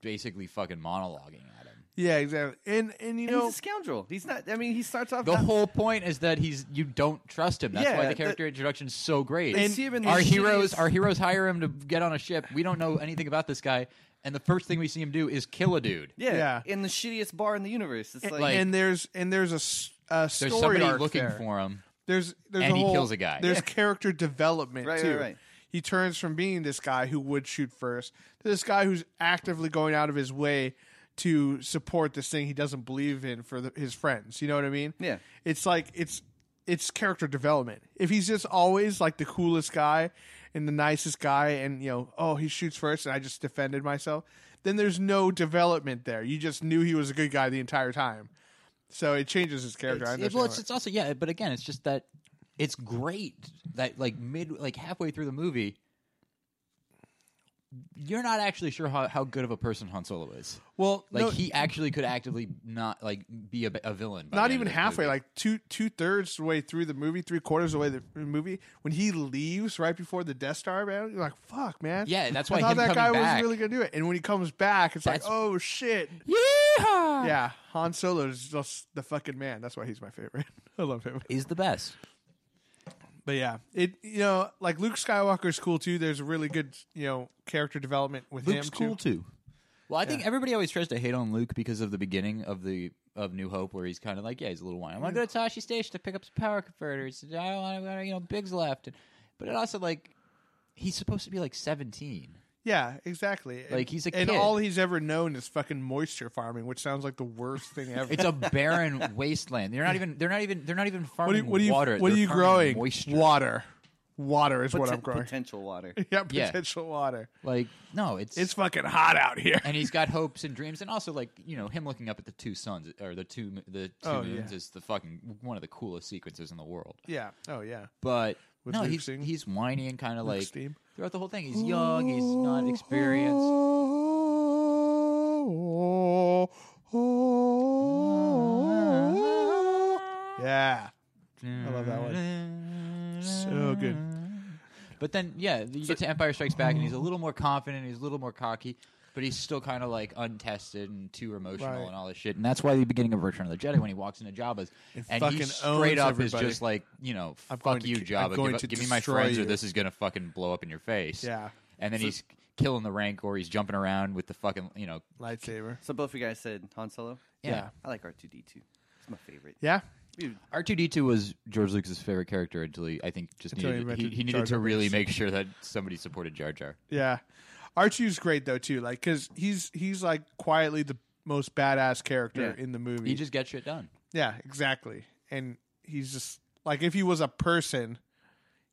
Speaker 3: basically fucking monologuing at him.
Speaker 1: Yeah, exactly. And and you
Speaker 2: and
Speaker 1: know,
Speaker 2: he's a scoundrel. He's not. I mean, he starts off
Speaker 3: The
Speaker 1: Uh,
Speaker 2: not-
Speaker 3: whole point is that he's you don't trust him. That's
Speaker 2: Yeah,
Speaker 3: why the
Speaker 2: that-
Speaker 3: character introduction is so great.
Speaker 2: They see him in
Speaker 3: our
Speaker 2: these
Speaker 3: heroes,
Speaker 2: shittiest-
Speaker 3: our heroes hire him to get on a ship. We don't know anything about this guy, and the first thing we see him do is kill a dude.
Speaker 2: Yeah,
Speaker 1: Yeah. Eh,
Speaker 2: in the shittiest bar in the universe. It's like,
Speaker 3: like-
Speaker 1: and there's and there's a, s- a story
Speaker 3: There's somebody
Speaker 1: arc
Speaker 3: looking
Speaker 1: there.
Speaker 3: for him.
Speaker 1: There's there's
Speaker 3: And
Speaker 1: a
Speaker 3: he
Speaker 1: whole-
Speaker 3: kills a guy. <laughs>
Speaker 1: There's character development
Speaker 2: Right,
Speaker 1: too.
Speaker 2: right, right.
Speaker 1: He turns from being this guy who would shoot first to this guy who's actively going out of his way to support this thing he doesn't believe in for the, his friends. You know what I mean?
Speaker 2: Yeah.
Speaker 1: It's like it's it's character development. If he's just always like the coolest guy and the nicest guy and you know, oh, he shoots first and I just defended myself, then there's no development there. You just knew he was a good guy the entire time. So it changes his character. I
Speaker 3: It's, it-
Speaker 1: understand
Speaker 3: well, it's,
Speaker 1: that.
Speaker 3: it's also yeah, but again, it's just that it's great that like mid like halfway through the movie, you're not actually sure how, how good of a person Han Solo is.
Speaker 1: well,
Speaker 3: Like
Speaker 1: no,
Speaker 3: he actually could actively not like be a, a villain. by
Speaker 1: not
Speaker 3: the end
Speaker 1: even
Speaker 3: of the
Speaker 1: halfway,
Speaker 3: movie.
Speaker 1: like two two thirds the way through the movie, three quarters of the way through the movie, when he leaves right before the Death Star, man, you're like, fuck, man.
Speaker 3: Yeah, that's
Speaker 1: I
Speaker 3: why
Speaker 1: thought
Speaker 3: him
Speaker 1: that
Speaker 3: coming
Speaker 1: guy
Speaker 3: back-
Speaker 1: was really gonna do it. And when he comes back, it's like,
Speaker 3: That's-
Speaker 1: oh shit.
Speaker 3: Yeehaw!
Speaker 1: Yeah, Han Solo is just the fucking man. That's why he's my favorite. <laughs> I love him.
Speaker 3: is the best.
Speaker 1: But yeah, it you know like Luke Skywalker's cool too. There's really good you know character development with
Speaker 3: Luke's
Speaker 1: him
Speaker 3: cool
Speaker 1: too.
Speaker 3: too. Well, I think everybody always tries to hate on Luke because of the beginning of the of New Hope, where he's kind of like, yeah, he's a little whiny. I want to go to Tashi Station to pick up some power converters. I don't want to, you know, Big's left. But it also like he's supposed to be like seventeen.
Speaker 1: Yeah, exactly. And-
Speaker 3: Like, he's a
Speaker 1: and
Speaker 3: kid.
Speaker 1: all he's ever known is fucking moisture farming, which sounds like the worst thing ever.
Speaker 3: It's a barren wasteland. They're not even. They're not even. They're not even
Speaker 1: what
Speaker 3: farming
Speaker 1: are you, what are you,
Speaker 3: water.
Speaker 1: what are
Speaker 3: They're
Speaker 1: you
Speaker 3: farming
Speaker 1: growing?
Speaker 3: Moisture.
Speaker 1: Water, water is what
Speaker 2: Poten-
Speaker 1: I'm growing.
Speaker 2: Potential water.
Speaker 1: <laughs> yeah,
Speaker 3: Yeah.
Speaker 1: potential water.
Speaker 3: Like no, it's
Speaker 1: It's fucking hot out here. <laughs>
Speaker 3: and he's got hopes and dreams, and also like you know him looking up at the two suns or the two mo- the two
Speaker 1: Oh,
Speaker 3: moons
Speaker 1: yeah.
Speaker 3: is the fucking one of the coolest sequences in the world.
Speaker 1: yeah. Oh yeah.
Speaker 3: But
Speaker 1: With
Speaker 3: no,
Speaker 1: Luke
Speaker 3: he's
Speaker 1: singing?
Speaker 3: he's whiny and kind of like
Speaker 1: Steam?
Speaker 3: throughout the whole thing. He's young, he's not experienced.
Speaker 1: Yeah. I love that
Speaker 3: one.
Speaker 1: So good.
Speaker 3: But then yeah, you get to Empire Strikes Back, and he's a little more confident, he's a little more cocky. But he's still kind of like untested and too emotional
Speaker 1: Right.
Speaker 3: and all this shit, and that's why the beginning of Return of the Jedi when he walks into Jabba's and
Speaker 1: fucking
Speaker 3: he straight
Speaker 1: owns
Speaker 3: up
Speaker 1: everybody.
Speaker 3: is just like, you know,
Speaker 1: I'm going
Speaker 3: fuck
Speaker 1: to
Speaker 3: you,
Speaker 1: ki- I'm
Speaker 3: Jabba,
Speaker 1: going
Speaker 3: give, up-
Speaker 1: to
Speaker 3: give me my
Speaker 1: destroy
Speaker 3: friends or
Speaker 1: you.
Speaker 3: this is gonna fucking blow up in your face.
Speaker 1: Yeah.
Speaker 3: and then he's killing the rank or he's jumping around with the fucking you know
Speaker 1: Lightsaber.
Speaker 2: So both of you guys said Han Solo.
Speaker 1: Yeah.
Speaker 2: I like R two D two. It's my favorite.
Speaker 1: Yeah.
Speaker 2: Dude,
Speaker 3: R two D two was George Lucas's favorite character until he I think just
Speaker 1: Until he
Speaker 3: needed, he,
Speaker 1: mentioned
Speaker 3: he
Speaker 1: Jar
Speaker 3: needed
Speaker 1: Jar
Speaker 3: to really
Speaker 1: Binks.
Speaker 3: make sure that somebody supported Jar Jar.
Speaker 1: Yeah, R2's great though too. Like, cause he's he's like quietly the most badass character
Speaker 2: Yeah.
Speaker 1: in the movie.
Speaker 3: He just gets shit done.
Speaker 1: yeah, exactly. And he's just like if he was a person,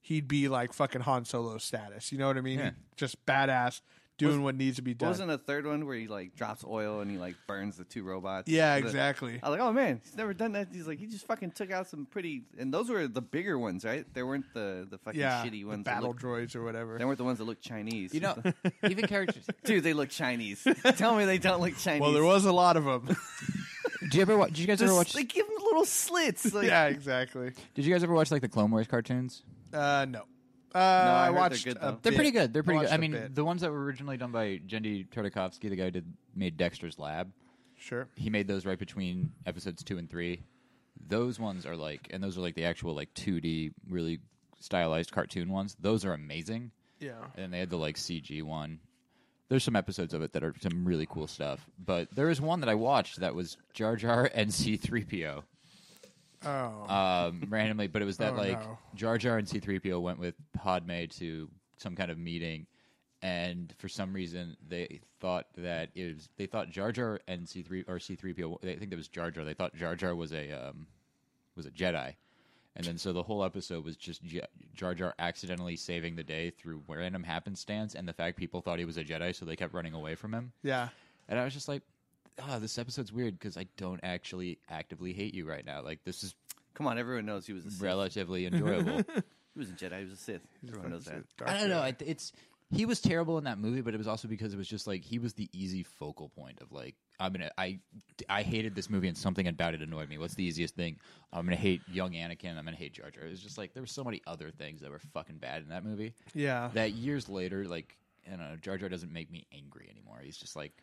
Speaker 1: he'd be like fucking Han Solo status. You know what I mean?
Speaker 3: Yeah.
Speaker 1: Just badass, doing what needs to be
Speaker 2: What
Speaker 1: done.
Speaker 2: wasn't a third one where he like drops oil and he like burns the two robots?
Speaker 1: yeah,
Speaker 2: The-
Speaker 1: exactly.
Speaker 2: I was like, oh man, he's never done that. He's like, he just fucking took out some pretty, and those were the bigger ones, right? They weren't the the fucking
Speaker 1: Yeah,
Speaker 2: shitty
Speaker 1: the
Speaker 2: ones. that
Speaker 1: battle
Speaker 2: looked-
Speaker 1: droids or
Speaker 2: they
Speaker 1: whatever.
Speaker 2: weren't the ones that looked Chinese.
Speaker 3: You
Speaker 1: <laughs>
Speaker 3: know, even characters.
Speaker 2: <laughs> dude, they look Chinese. Tell me they don't look Chinese.
Speaker 1: Well, there was a lot of them.
Speaker 3: Did you ever watch? Did you guys
Speaker 2: They're s- They give them little slits. <laughs> Like,
Speaker 1: yeah, exactly.
Speaker 3: Did you guys ever watch like the Clone Wars cartoons?
Speaker 1: Uh, no. Uh,
Speaker 2: I
Speaker 1: I,
Speaker 2: heard they're
Speaker 1: watched.
Speaker 2: good,
Speaker 1: a
Speaker 2: though.
Speaker 3: They're
Speaker 1: bit.
Speaker 3: pretty good. They're pretty good.
Speaker 1: watched
Speaker 3: I
Speaker 1: a
Speaker 3: mean,
Speaker 1: bit.
Speaker 3: the ones that were originally done by Jendi Tartakovsky, the guy who did made Dexter's Lab.
Speaker 1: sure.
Speaker 3: He made those right between episodes two and three. Those ones are like, and those are like the actual like 2D, really stylized cartoon ones. Those are amazing.
Speaker 1: Yeah.
Speaker 3: And then they had the like CG one. There's some episodes of it that are some really cool stuff. But there is one that I watched that was Jar Jar and C3PO
Speaker 1: Oh.
Speaker 3: um, <laughs> randomly, but it was that
Speaker 1: Oh,
Speaker 3: like
Speaker 1: no.
Speaker 3: Jar Jar and C3PO went with Padme to some kind of meeting, and for some reason they thought that it was they thought Jar Jar and C3 or C3PO. They I think that was Jar Jar. They thought Jar Jar was a um, was a Jedi. And then, so the whole episode was just J- Jar Jar accidentally saving the day through random happenstance, and the fact people thought he was a Jedi, so they kept running away from him.
Speaker 1: yeah.
Speaker 3: And I was just like, "Ah, this episode's weird because I don't actually actively hate you right now. Like, this is
Speaker 2: come on, everyone knows he was a Sith.
Speaker 3: relatively enjoyable.
Speaker 2: He was a Jedi. He was a Sith. Everyone knows that.
Speaker 1: Dark
Speaker 3: I don't know.
Speaker 1: Jedi.
Speaker 3: I- It's he was terrible in that movie, but it was also because it was just like he was the easy focal point of like I'm gonna I I hated this movie and something about it annoyed me. What's the easiest thing? I'm gonna hate young Anakin. I'm gonna hate Jar Jar. It was just like there were so many other things that were fucking bad in that movie
Speaker 1: Yeah.
Speaker 3: that years later, like you know, Jar Jar doesn't make me angry anymore. He's just like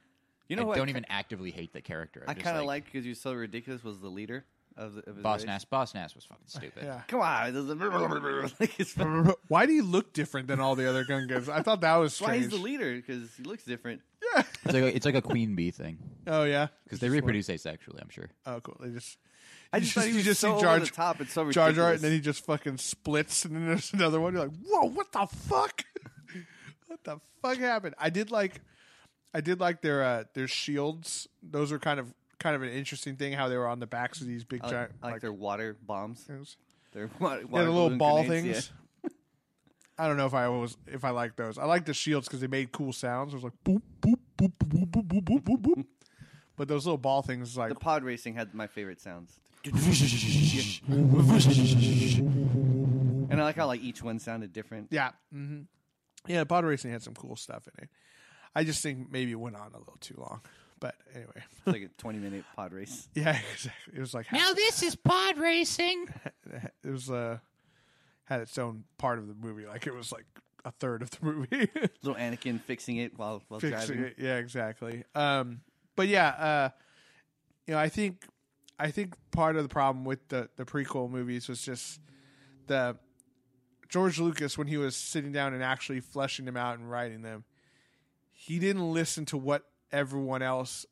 Speaker 2: You know
Speaker 3: I
Speaker 2: what?
Speaker 3: don't even actively hate the character. I'm
Speaker 2: I
Speaker 3: just
Speaker 2: kind of
Speaker 3: like,
Speaker 2: liked because he was so ridiculous. Was the leader of the of his
Speaker 3: Boss
Speaker 2: race.
Speaker 3: Nass. Boss Nass was fucking stupid.
Speaker 1: Yeah.
Speaker 2: Come on, it doesn't- <laughs> like it's
Speaker 1: <laughs> Why do you look different than all the other Gungans? I thought that was strange.
Speaker 2: why he's the leader because he looks different.
Speaker 3: It's like a, it's like a queen bee thing
Speaker 1: Oh yeah,
Speaker 3: because they reproduce asexually. I'm sure.
Speaker 1: Oh cool. They just.
Speaker 2: I
Speaker 1: you
Speaker 2: just thought he
Speaker 1: you
Speaker 2: was
Speaker 1: just
Speaker 2: so
Speaker 1: see
Speaker 2: over
Speaker 1: Jar
Speaker 2: the top. It's so
Speaker 1: Jar
Speaker 2: ridiculous.
Speaker 1: Jar, and then he just fucking splits, and then there's another one. You're like, whoa, what the fuck? <laughs> what the fuck happened? I did like, I did like their uh, their shields. Those were kind of kind of an interesting thing how they were on the backs of these big
Speaker 2: I like,
Speaker 1: giant
Speaker 2: I like their water bombs.
Speaker 1: things.
Speaker 2: Their water,
Speaker 1: Yeah,
Speaker 2: water
Speaker 1: the little
Speaker 2: balloon
Speaker 1: ball
Speaker 2: grenades, yeah.
Speaker 1: things. <laughs> I don't know if I was if I like
Speaker 2: <laughs>
Speaker 1: those. I like the shields because they made cool sounds. It was like boop boop boop boop boop boop boop boop. boop. But those little ball things, like
Speaker 2: The pod racing had my favorite sounds, <laughs>
Speaker 1: <laughs>
Speaker 2: and I like how like each one sounded different.
Speaker 1: yeah, hmm yeah, pod racing had some cool stuff in it. I just think maybe it went on a little too long. But anyway, <laughs>
Speaker 2: It's like a twenty minute pod race.
Speaker 1: yeah, <laughs> exactly. It was like half,
Speaker 3: Now this is pod racing.
Speaker 1: it was uh had its own part of the movie. Like it was like a third of the <laughs> movie.
Speaker 2: Little Anakin fixing it while while
Speaker 1: Fixing
Speaker 2: driving.
Speaker 1: it. Yeah, exactly. Um, but yeah, uh, you know, I think I think part of the problem with the the prequel movies was just the George Lucas when he was sitting down and actually fleshing them out and writing them, he didn't listen to what everyone else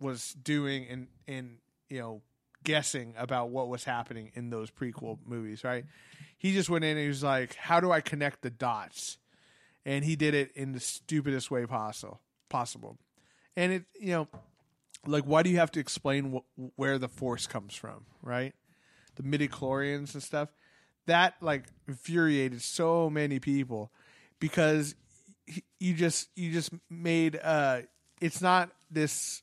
Speaker 1: was doing and and you know guessing about what was happening in those prequel movies, right? He just went in and he was like, "How do I connect the dots?" and he did it in the stupidest way possible possible and it you know like why do you have to explain wh- where the force comes from right the midi-chlorians and stuff that like infuriated so many people because y- you just you just made uh it's not this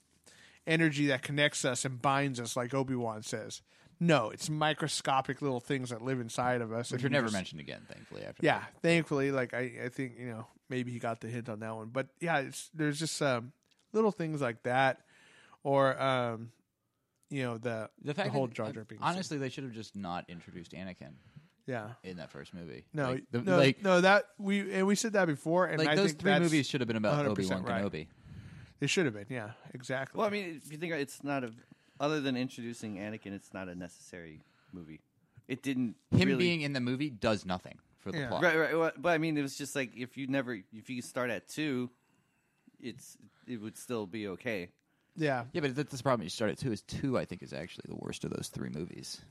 Speaker 1: energy that connects us and binds us like obi-wan says no it's microscopic little things that live inside of us
Speaker 3: Which
Speaker 1: and
Speaker 3: were
Speaker 1: you
Speaker 3: never
Speaker 1: just-
Speaker 3: mentioned again, thankfully. After
Speaker 1: yeah thankfully like i i think you know maybe he got the hint on that one but yeah it's there's just um little things like that or um you know the
Speaker 3: the fact
Speaker 1: whole
Speaker 3: that,
Speaker 1: Jar
Speaker 3: uh,
Speaker 1: Jar Binks thing.
Speaker 3: honestly, they should have just not introduced Anakin
Speaker 1: yeah
Speaker 3: in that first movie.
Speaker 1: no
Speaker 3: like, the,
Speaker 1: no
Speaker 3: like,
Speaker 1: no that we and we said that before and
Speaker 3: like
Speaker 1: I
Speaker 3: those
Speaker 1: think
Speaker 3: three
Speaker 1: that's-
Speaker 3: movies should have been about Obi
Speaker 1: 100%
Speaker 3: Wan
Speaker 1: right.
Speaker 3: Kenobi.
Speaker 1: they should have been yeah exactly
Speaker 2: Well, I mean, if you think it's not a other than introducing Anakin, it's not a necessary movie. It didn't
Speaker 3: Him
Speaker 2: really,
Speaker 3: being in the movie does nothing for the
Speaker 1: Yeah.
Speaker 3: plot.
Speaker 2: right, right. well, But I mean, it was just like if you never if you start at two, it's it would still be okay.
Speaker 1: yeah
Speaker 3: Yeah, but that's the problem. You start at two. Is two? I think is actually the worst of those three movies.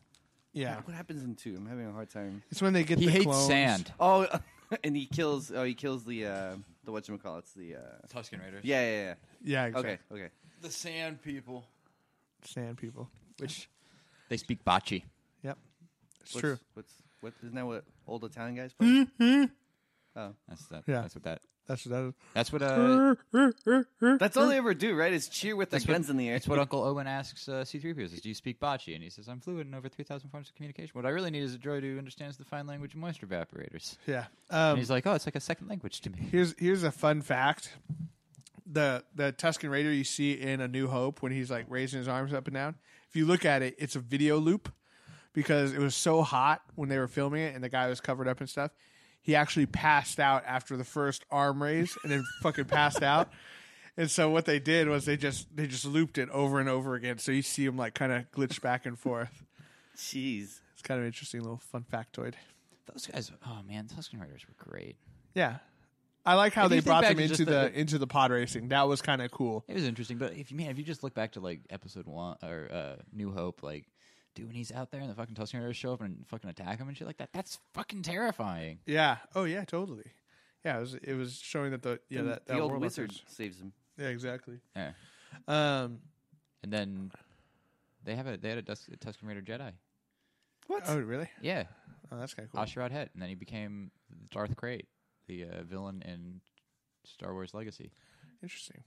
Speaker 1: yeah
Speaker 2: What happens in two? I'm having a hard time.
Speaker 1: it's when they get
Speaker 3: He
Speaker 1: the
Speaker 3: hates
Speaker 1: clones.
Speaker 3: sand.
Speaker 2: Oh, <laughs> and he kills. Oh, he kills the uh, the what call it's the uh,
Speaker 3: Tuscan Raiders.
Speaker 2: yeah yeah yeah.
Speaker 1: yeah exactly.
Speaker 2: Okay okay.
Speaker 3: the sand people,
Speaker 1: sand people
Speaker 3: which they speak bocce.
Speaker 1: yep it's
Speaker 2: What's,
Speaker 1: true Mm-hmm.
Speaker 2: What's what? Isn't that what old Italian guys play?
Speaker 3: That's that.
Speaker 1: Yeah.
Speaker 3: That's what that.
Speaker 1: that's what
Speaker 3: That's what. Uh,
Speaker 1: that is.
Speaker 2: That's all they ever do, right? Is cheer with their
Speaker 3: That's what-
Speaker 2: guns in the air.
Speaker 3: That's what Uncle Owen asks uh, C-3PO. Says, "Do you speak bocce?" And he says, "I'm fluent in over 3,000 forms of communication. What I really need is a droid who understands the fine language of moisture evaporators."
Speaker 1: yeah
Speaker 3: And
Speaker 1: um
Speaker 3: he's like, "Oh, it's like a second language to me."
Speaker 1: Here's here's a fun fact. The the Tuscan Raider you see in A New Hope when he's like raising his arms up and down. If you look at it, it's a video loop because it was so hot when they were filming it and the guy was covered up and stuff. He actually passed out after the first arm raise and then fucking passed out. <laughs> And so what they did was they just they just looped it over and over again. So you see him like kind of glitch back and forth.
Speaker 2: <laughs> Jeez.
Speaker 1: It's kind of interesting little fun factoid.
Speaker 3: Those guys. Oh man, Tuscan Raiders were great.
Speaker 1: Yeah. I like how
Speaker 3: If
Speaker 1: they
Speaker 3: you think
Speaker 1: brought
Speaker 3: back
Speaker 1: them
Speaker 3: to just
Speaker 1: into the,
Speaker 3: the-
Speaker 1: into the pod racing. That was kind of cool.
Speaker 3: It was interesting, but if you man, if you just look back to like episode one or uh, New Hope, like. Dude, when he's out there and the fucking Tusken Raiders show up and fucking attack him and shit like that, that's fucking terrifying.
Speaker 1: Yeah. Oh yeah, totally. Yeah, it was it was showing that the yeah
Speaker 2: And
Speaker 1: that, that
Speaker 2: the old
Speaker 1: world
Speaker 2: wizard
Speaker 1: records-
Speaker 2: saves him.
Speaker 1: Yeah, exactly.
Speaker 3: Yeah.
Speaker 1: Um
Speaker 3: And then they have a they had a, Dus- a Tusken Raider Jedi.
Speaker 2: What?
Speaker 1: oh really?
Speaker 3: Yeah,
Speaker 1: Oh that's kinda cool.
Speaker 3: Asherad Het, and then he became Darth Krayt, the uh, villain in Star Wars Legacy.
Speaker 1: Interesting.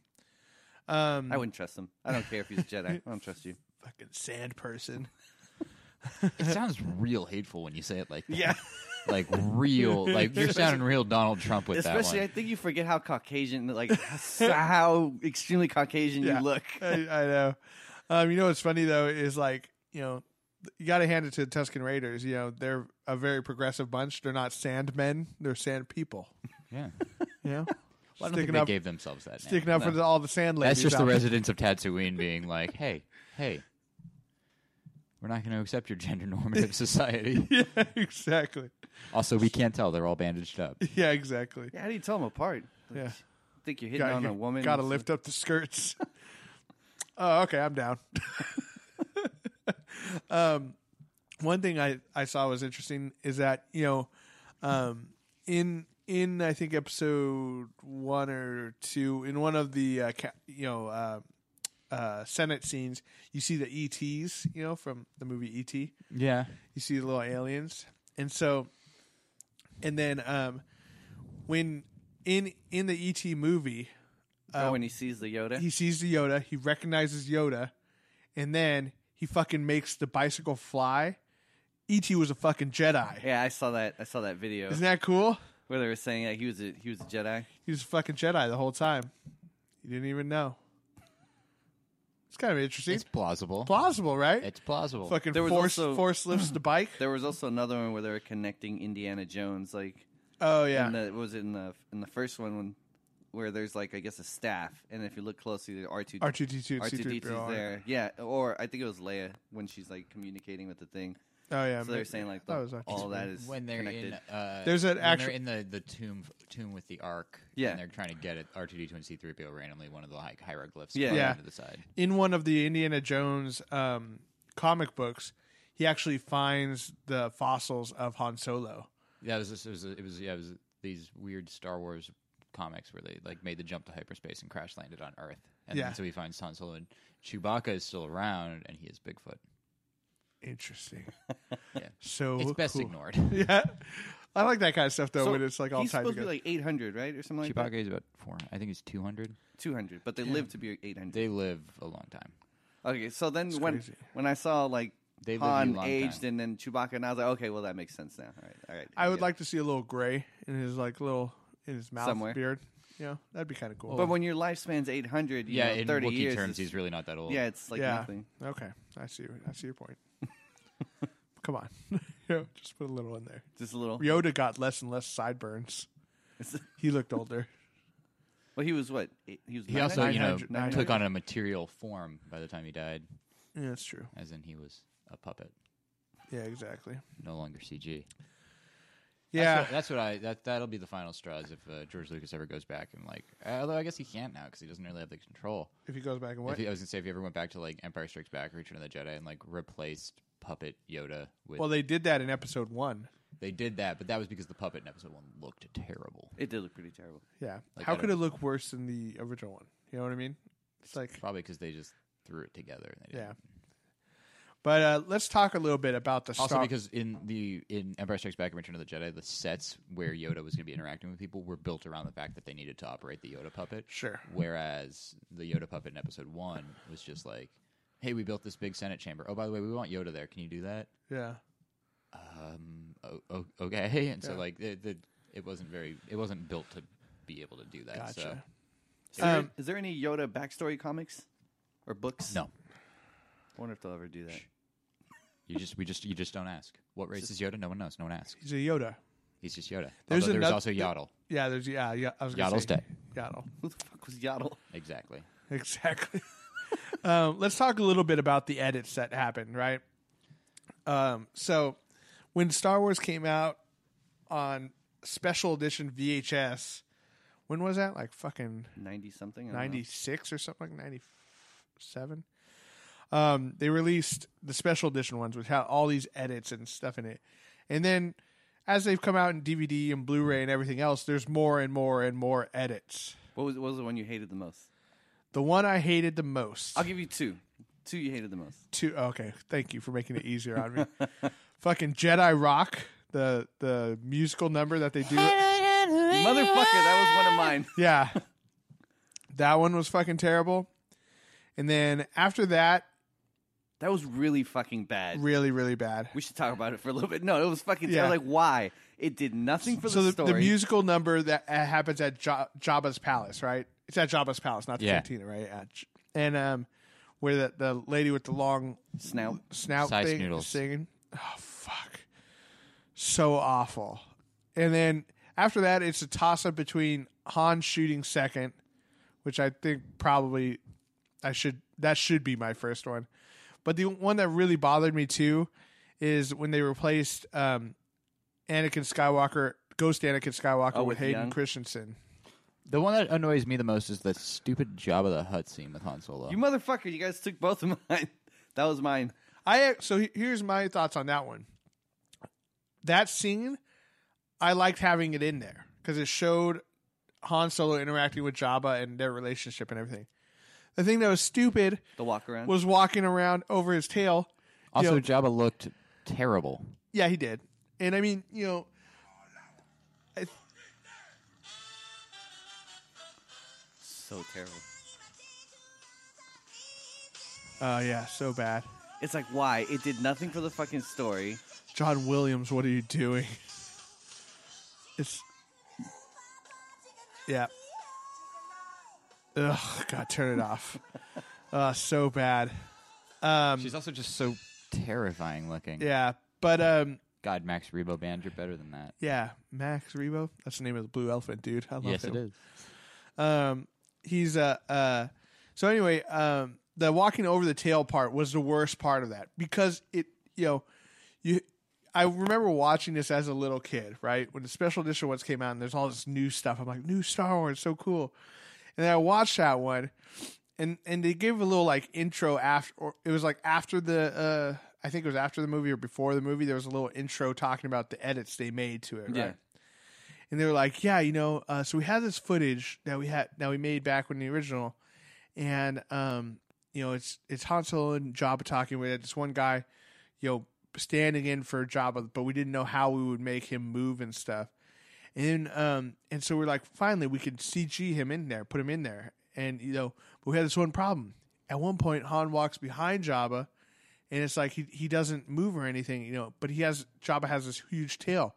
Speaker 1: Um
Speaker 2: I wouldn't trust him. I don't care if he's a Jedi. I don't
Speaker 1: <laughs>
Speaker 2: trust you.
Speaker 1: fucking sand
Speaker 3: <laughs>
Speaker 1: person. <laughs>
Speaker 3: It sounds real hateful when you say it like
Speaker 1: <laughs>
Speaker 3: that.
Speaker 2: Yeah.
Speaker 3: like real. Like you're sounding real Donald Trump with
Speaker 2: Especially, I
Speaker 3: that
Speaker 2: think you forget how
Speaker 1: <laughs>
Speaker 2: Caucasian, like s- how extremely Caucasian
Speaker 1: Yeah. <laughs>
Speaker 2: you look.
Speaker 1: I, I know. Um, you know what's funny though is like you know you got to hand it to the Tuscan Raiders. You know they're a very progressive bunch. They're not sand men. They're sand people.
Speaker 3: one. Yeah,
Speaker 1: You know,
Speaker 3: <laughs> well, I don't think
Speaker 1: sticking
Speaker 3: they
Speaker 1: up
Speaker 3: gave themselves that. name.
Speaker 1: sticking up for
Speaker 3: No.
Speaker 1: the, all the sand ladies.
Speaker 3: That's just
Speaker 1: out
Speaker 3: the
Speaker 1: there.
Speaker 3: residents of Tatooine being like, "Hey, hey, we're not going to accept your gender <laughs> normative society."
Speaker 1: <laughs> Yeah, exactly.
Speaker 3: also, we can't tell; they're all bandaged up.
Speaker 1: Yeah, exactly.
Speaker 2: Yeah, how do you tell them apart? Like,
Speaker 1: Yeah.
Speaker 2: think you're hitting on a woman.
Speaker 1: Got to lift up the skirts. <laughs> oh, okay, I'm down. <laughs> um, one thing I I saw was interesting is that you know, um, in in I think episode one or two in one of the uh, ca- you know uh, uh, Senate scenes, you see the ETs you know from the movie ET
Speaker 3: Yeah,
Speaker 1: you see the little aliens and so and then um when in in the et E movie
Speaker 2: oh, when he sees the Yoda.
Speaker 1: he sees the Yoda, he recognizes Yoda, and then he fucking makes the bicycle fly. E.T. was a fucking Jedi.
Speaker 2: yeah, I saw that. I saw that video
Speaker 1: Isn't that cool?
Speaker 2: where they were saying like, he was a he was a Jedi.
Speaker 1: He was a fucking Jedi the whole time. He didn't even know. It's kind of interesting.
Speaker 3: It's plausible.
Speaker 1: plausible, right?
Speaker 3: it's plausible.
Speaker 1: fucking
Speaker 2: There was
Speaker 1: force
Speaker 2: also-
Speaker 1: force lifts
Speaker 2: <clears throat>
Speaker 1: the bike.
Speaker 2: There was also another one where they were connecting Indiana Jones, like
Speaker 1: Oh yeah.
Speaker 2: in the, was it in the in the first one when where there's like I guess a staff, and if you look closely, R two
Speaker 1: R2D2
Speaker 2: R two D
Speaker 1: C3PO.
Speaker 2: there. Yeah, or I think it was Leia when she's like communicating with the thing.
Speaker 1: Oh yeah.
Speaker 2: So they're saying like the,
Speaker 1: That was R2D2.
Speaker 2: all that is
Speaker 3: when they're
Speaker 2: connected.
Speaker 3: in, uh,
Speaker 1: There's an
Speaker 3: when they're
Speaker 1: actual-
Speaker 3: in the the tomb tomb with the ark.
Speaker 2: Yeah.
Speaker 3: and they're trying to get it. R two D two and C three PO randomly one of the like hieroglyphs.
Speaker 2: Yeah.
Speaker 3: going
Speaker 1: Yeah.
Speaker 3: to the side.
Speaker 1: in one of the Indiana Jones um, comic books, he actually finds the fossils of Han Solo.
Speaker 3: Yeah, it was, it was it was yeah it was these weird Star Wars comics where they like made the jump to hyperspace and crash landed on Earth. And
Speaker 1: Yeah.
Speaker 3: then, so he finds Han Solo and Chewbacca is still around and he is Bigfoot.
Speaker 1: Interesting.
Speaker 3: Yeah.
Speaker 1: So
Speaker 3: It's best
Speaker 1: cool.
Speaker 3: ignored.
Speaker 1: <laughs>
Speaker 3: <laughs>
Speaker 1: Yeah. I like that kind of stuff though
Speaker 2: So
Speaker 1: when it's like all
Speaker 2: he's
Speaker 1: tied
Speaker 2: supposed
Speaker 1: together.
Speaker 2: to be like 800, right, or something like
Speaker 3: Chewbacca is about four. I think he's two hundred.
Speaker 2: that. 200, but they live to be 800.
Speaker 3: They live a long time.
Speaker 2: okay, so then when
Speaker 1: crazy.
Speaker 2: when I saw like
Speaker 3: They live you a
Speaker 2: Han
Speaker 3: long
Speaker 2: aged
Speaker 3: time.
Speaker 2: and then Chewbacca, and I was like, okay, well that makes sense now. All right, all right.
Speaker 1: I would
Speaker 2: get it.
Speaker 1: like to see a little gray in his like little in his mouth
Speaker 2: Somewhere.
Speaker 1: beard. Yeah, that'd be kind of cool.
Speaker 2: but when your lifespan's 800, you
Speaker 3: Yeah,
Speaker 2: know,
Speaker 3: in
Speaker 2: 30
Speaker 3: Wookiee
Speaker 2: years,
Speaker 3: terms,
Speaker 2: is-
Speaker 3: he's really not that old.
Speaker 2: yeah, it's like
Speaker 1: yeah.
Speaker 2: nothing.
Speaker 1: Okay, I see. I see your point. <laughs> Come on, <laughs> Yeah, just put a little in there.
Speaker 2: Just a little.
Speaker 1: Yoda got less and less sideburns. He looked
Speaker 3: <laughs>
Speaker 1: older.
Speaker 2: <laughs> well, he was what? Eight- He was.
Speaker 3: He also, you know,
Speaker 1: 900, 900.
Speaker 3: took on a material form by the time he died,
Speaker 1: yeah, that's true.
Speaker 3: as in he was a puppet,
Speaker 1: Yeah, exactly.
Speaker 3: no longer CG.
Speaker 1: Yeah,
Speaker 3: that's what, that's what I. That that'll be the final straws if uh, George Lucas ever goes back and like. Uh, although I guess he can't now because he doesn't really have the control.
Speaker 1: if he goes back and
Speaker 3: If
Speaker 1: what?
Speaker 3: he, I was gonna say if he ever went back to like Empire Strikes Back or Return of the Jedi and like replaced puppet Yoda with
Speaker 1: Well, they did that in episode one.
Speaker 3: they did that, but that was because the puppet in Episode One looked terrible.
Speaker 2: It did look pretty terrible.
Speaker 1: Yeah.
Speaker 3: Like,
Speaker 1: How
Speaker 3: I
Speaker 1: could it
Speaker 3: don't-
Speaker 1: look worse than the original one? You know what I mean? It's like
Speaker 3: Probably because they just threw it together. And they didn't
Speaker 1: yeah. But uh, let's talk a little bit about the
Speaker 3: Also,
Speaker 1: Star-
Speaker 3: because in the in Empire Strikes Back and Return of the Jedi, the sets where Yoda was going to be interacting with people were built around the fact that they needed to operate the Yoda puppet.
Speaker 1: Sure.
Speaker 3: Whereas the Yoda puppet in Episode One was just like, "Hey, we built this big Senate chamber. Oh, by the way, we want Yoda there. Can you do that?"
Speaker 1: yeah.
Speaker 3: Um, o- o- okay. <laughs> And so
Speaker 1: Yeah.
Speaker 3: like the, the it wasn't very it wasn't built to be able to do that.
Speaker 1: Gotcha.
Speaker 2: Is there,
Speaker 1: Um,
Speaker 2: is there any Yoda backstory comics or books?
Speaker 3: So no,
Speaker 2: I wonder if they'll ever do that. <laughs>
Speaker 3: you just we just you just don't ask. What race is Yoda? No one knows. No one asks.
Speaker 1: He's a Yoda.
Speaker 3: He's just Yoda.
Speaker 1: There's
Speaker 3: Although there's
Speaker 1: another-
Speaker 3: also Yaddle.
Speaker 1: Yeah, there's yeah, yeah I was gonna
Speaker 3: Yaddle's
Speaker 1: say,
Speaker 3: dead.
Speaker 1: Yaddle. <laughs>
Speaker 2: Who the fuck was Yaddle?
Speaker 3: Exactly.
Speaker 1: Exactly. <laughs> um, let's talk a little bit about the edits that happened, right? Um, so when Star Wars came out on special edition VHS, when was that? Like fucking
Speaker 2: 90 something? I don't know.
Speaker 1: 96 or something like 97 um they released the special edition ones which had all these edits and stuff in it and then as they've come out in dvd and blu-ray and everything else there's more and more and more edits
Speaker 2: What was, what was the one you hated the most?
Speaker 1: the one i hated the most
Speaker 2: I'll give you two. Two you hated the most.
Speaker 1: two okay thank you for making it easier on me <laughs> fucking jedi rock the the musical number that they do
Speaker 2: Motherfucker, that was one of mine. <laughs>
Speaker 1: Yeah. that one was fucking terrible. And then after that,
Speaker 2: That was really fucking bad.
Speaker 1: really, really bad.
Speaker 2: We should talk about it for a little bit. No, it was fucking
Speaker 1: Yeah.
Speaker 2: terrible. Like, why? It did nothing for
Speaker 1: So
Speaker 2: the
Speaker 1: the,
Speaker 2: story.
Speaker 1: the musical number that uh, happens at Ja- Jabba's palace, right? It's at Jabba's palace, not the
Speaker 3: Yeah.
Speaker 1: cantina, right? At J- and um, where the, the lady with the long
Speaker 2: Snout.
Speaker 1: snout
Speaker 3: Size
Speaker 1: thing
Speaker 3: noodles.
Speaker 1: is singing. Oh fuck, so awful. And then after that, it's a toss up between Han shooting second, which I think probably I should that should be my first one. But the one that really bothered me too is when they replaced um, Anakin Skywalker, Ghost Anakin Skywalker,
Speaker 2: Oh,
Speaker 1: with
Speaker 2: with
Speaker 1: Hayden
Speaker 2: Young?
Speaker 1: Christensen.
Speaker 3: The one that annoys me the most is the stupid Jabba the Hutt scene with Han Solo.
Speaker 2: You motherfucker, you guys took both of mine. <laughs> That was mine.
Speaker 1: I so he- here's my thoughts on that one. That scene, I liked having it in there because it showed Han Solo interacting with Jabba and their relationship and everything. The thing that was stupid
Speaker 2: The walk around.
Speaker 1: was walking around over his tail. You
Speaker 3: also,
Speaker 1: know,
Speaker 3: Jabba looked terrible.
Speaker 1: yeah, he did. And I mean, you know, I,
Speaker 2: so terrible.
Speaker 1: Oh yeah, so bad.
Speaker 2: It's like why it did nothing for the fucking story.
Speaker 1: John Williams, what are you doing? It's yeah. Ugh, God, turn it
Speaker 3: <laughs>
Speaker 1: off. uh, so bad. Um,
Speaker 3: She's also just so terrifying looking.
Speaker 1: yeah, but um,
Speaker 3: God, Max Rebo Band, you're better than that.
Speaker 1: yeah, Max Rebo. That's the name of the blue elephant, dude. I love
Speaker 3: Yes,
Speaker 1: him.
Speaker 3: it is.
Speaker 1: Um, he's uh, uh, so anyway, um, the walking over the tail part was the worst part of that because it, you know, you. I remember watching this as a little kid, right? When the special edition ones came out, and there's all this new stuff. I'm like, new Star Wars, so cool. And then I watched that one, and and they gave a little like intro after. Or it was like after the, uh, I think it was after the movie or before the movie. There was a little intro talking about the edits they made to it, right?
Speaker 2: Yeah.
Speaker 1: and they were like, "Yeah, you know, uh, so we had this footage that we had that we made back when the original, and um, you know, it's it's Han Solo and Jabba talking with this one guy, you know, standing in for Jabba, but we didn't know how we would make him move and stuff, and um, and so we're like, finally, we could CG him in there, put him in there, and you know, but we had this one problem. At one point, Han walks behind Jabba, and it's like he he doesn't move or anything, you know, but he has Jabba has this huge tail.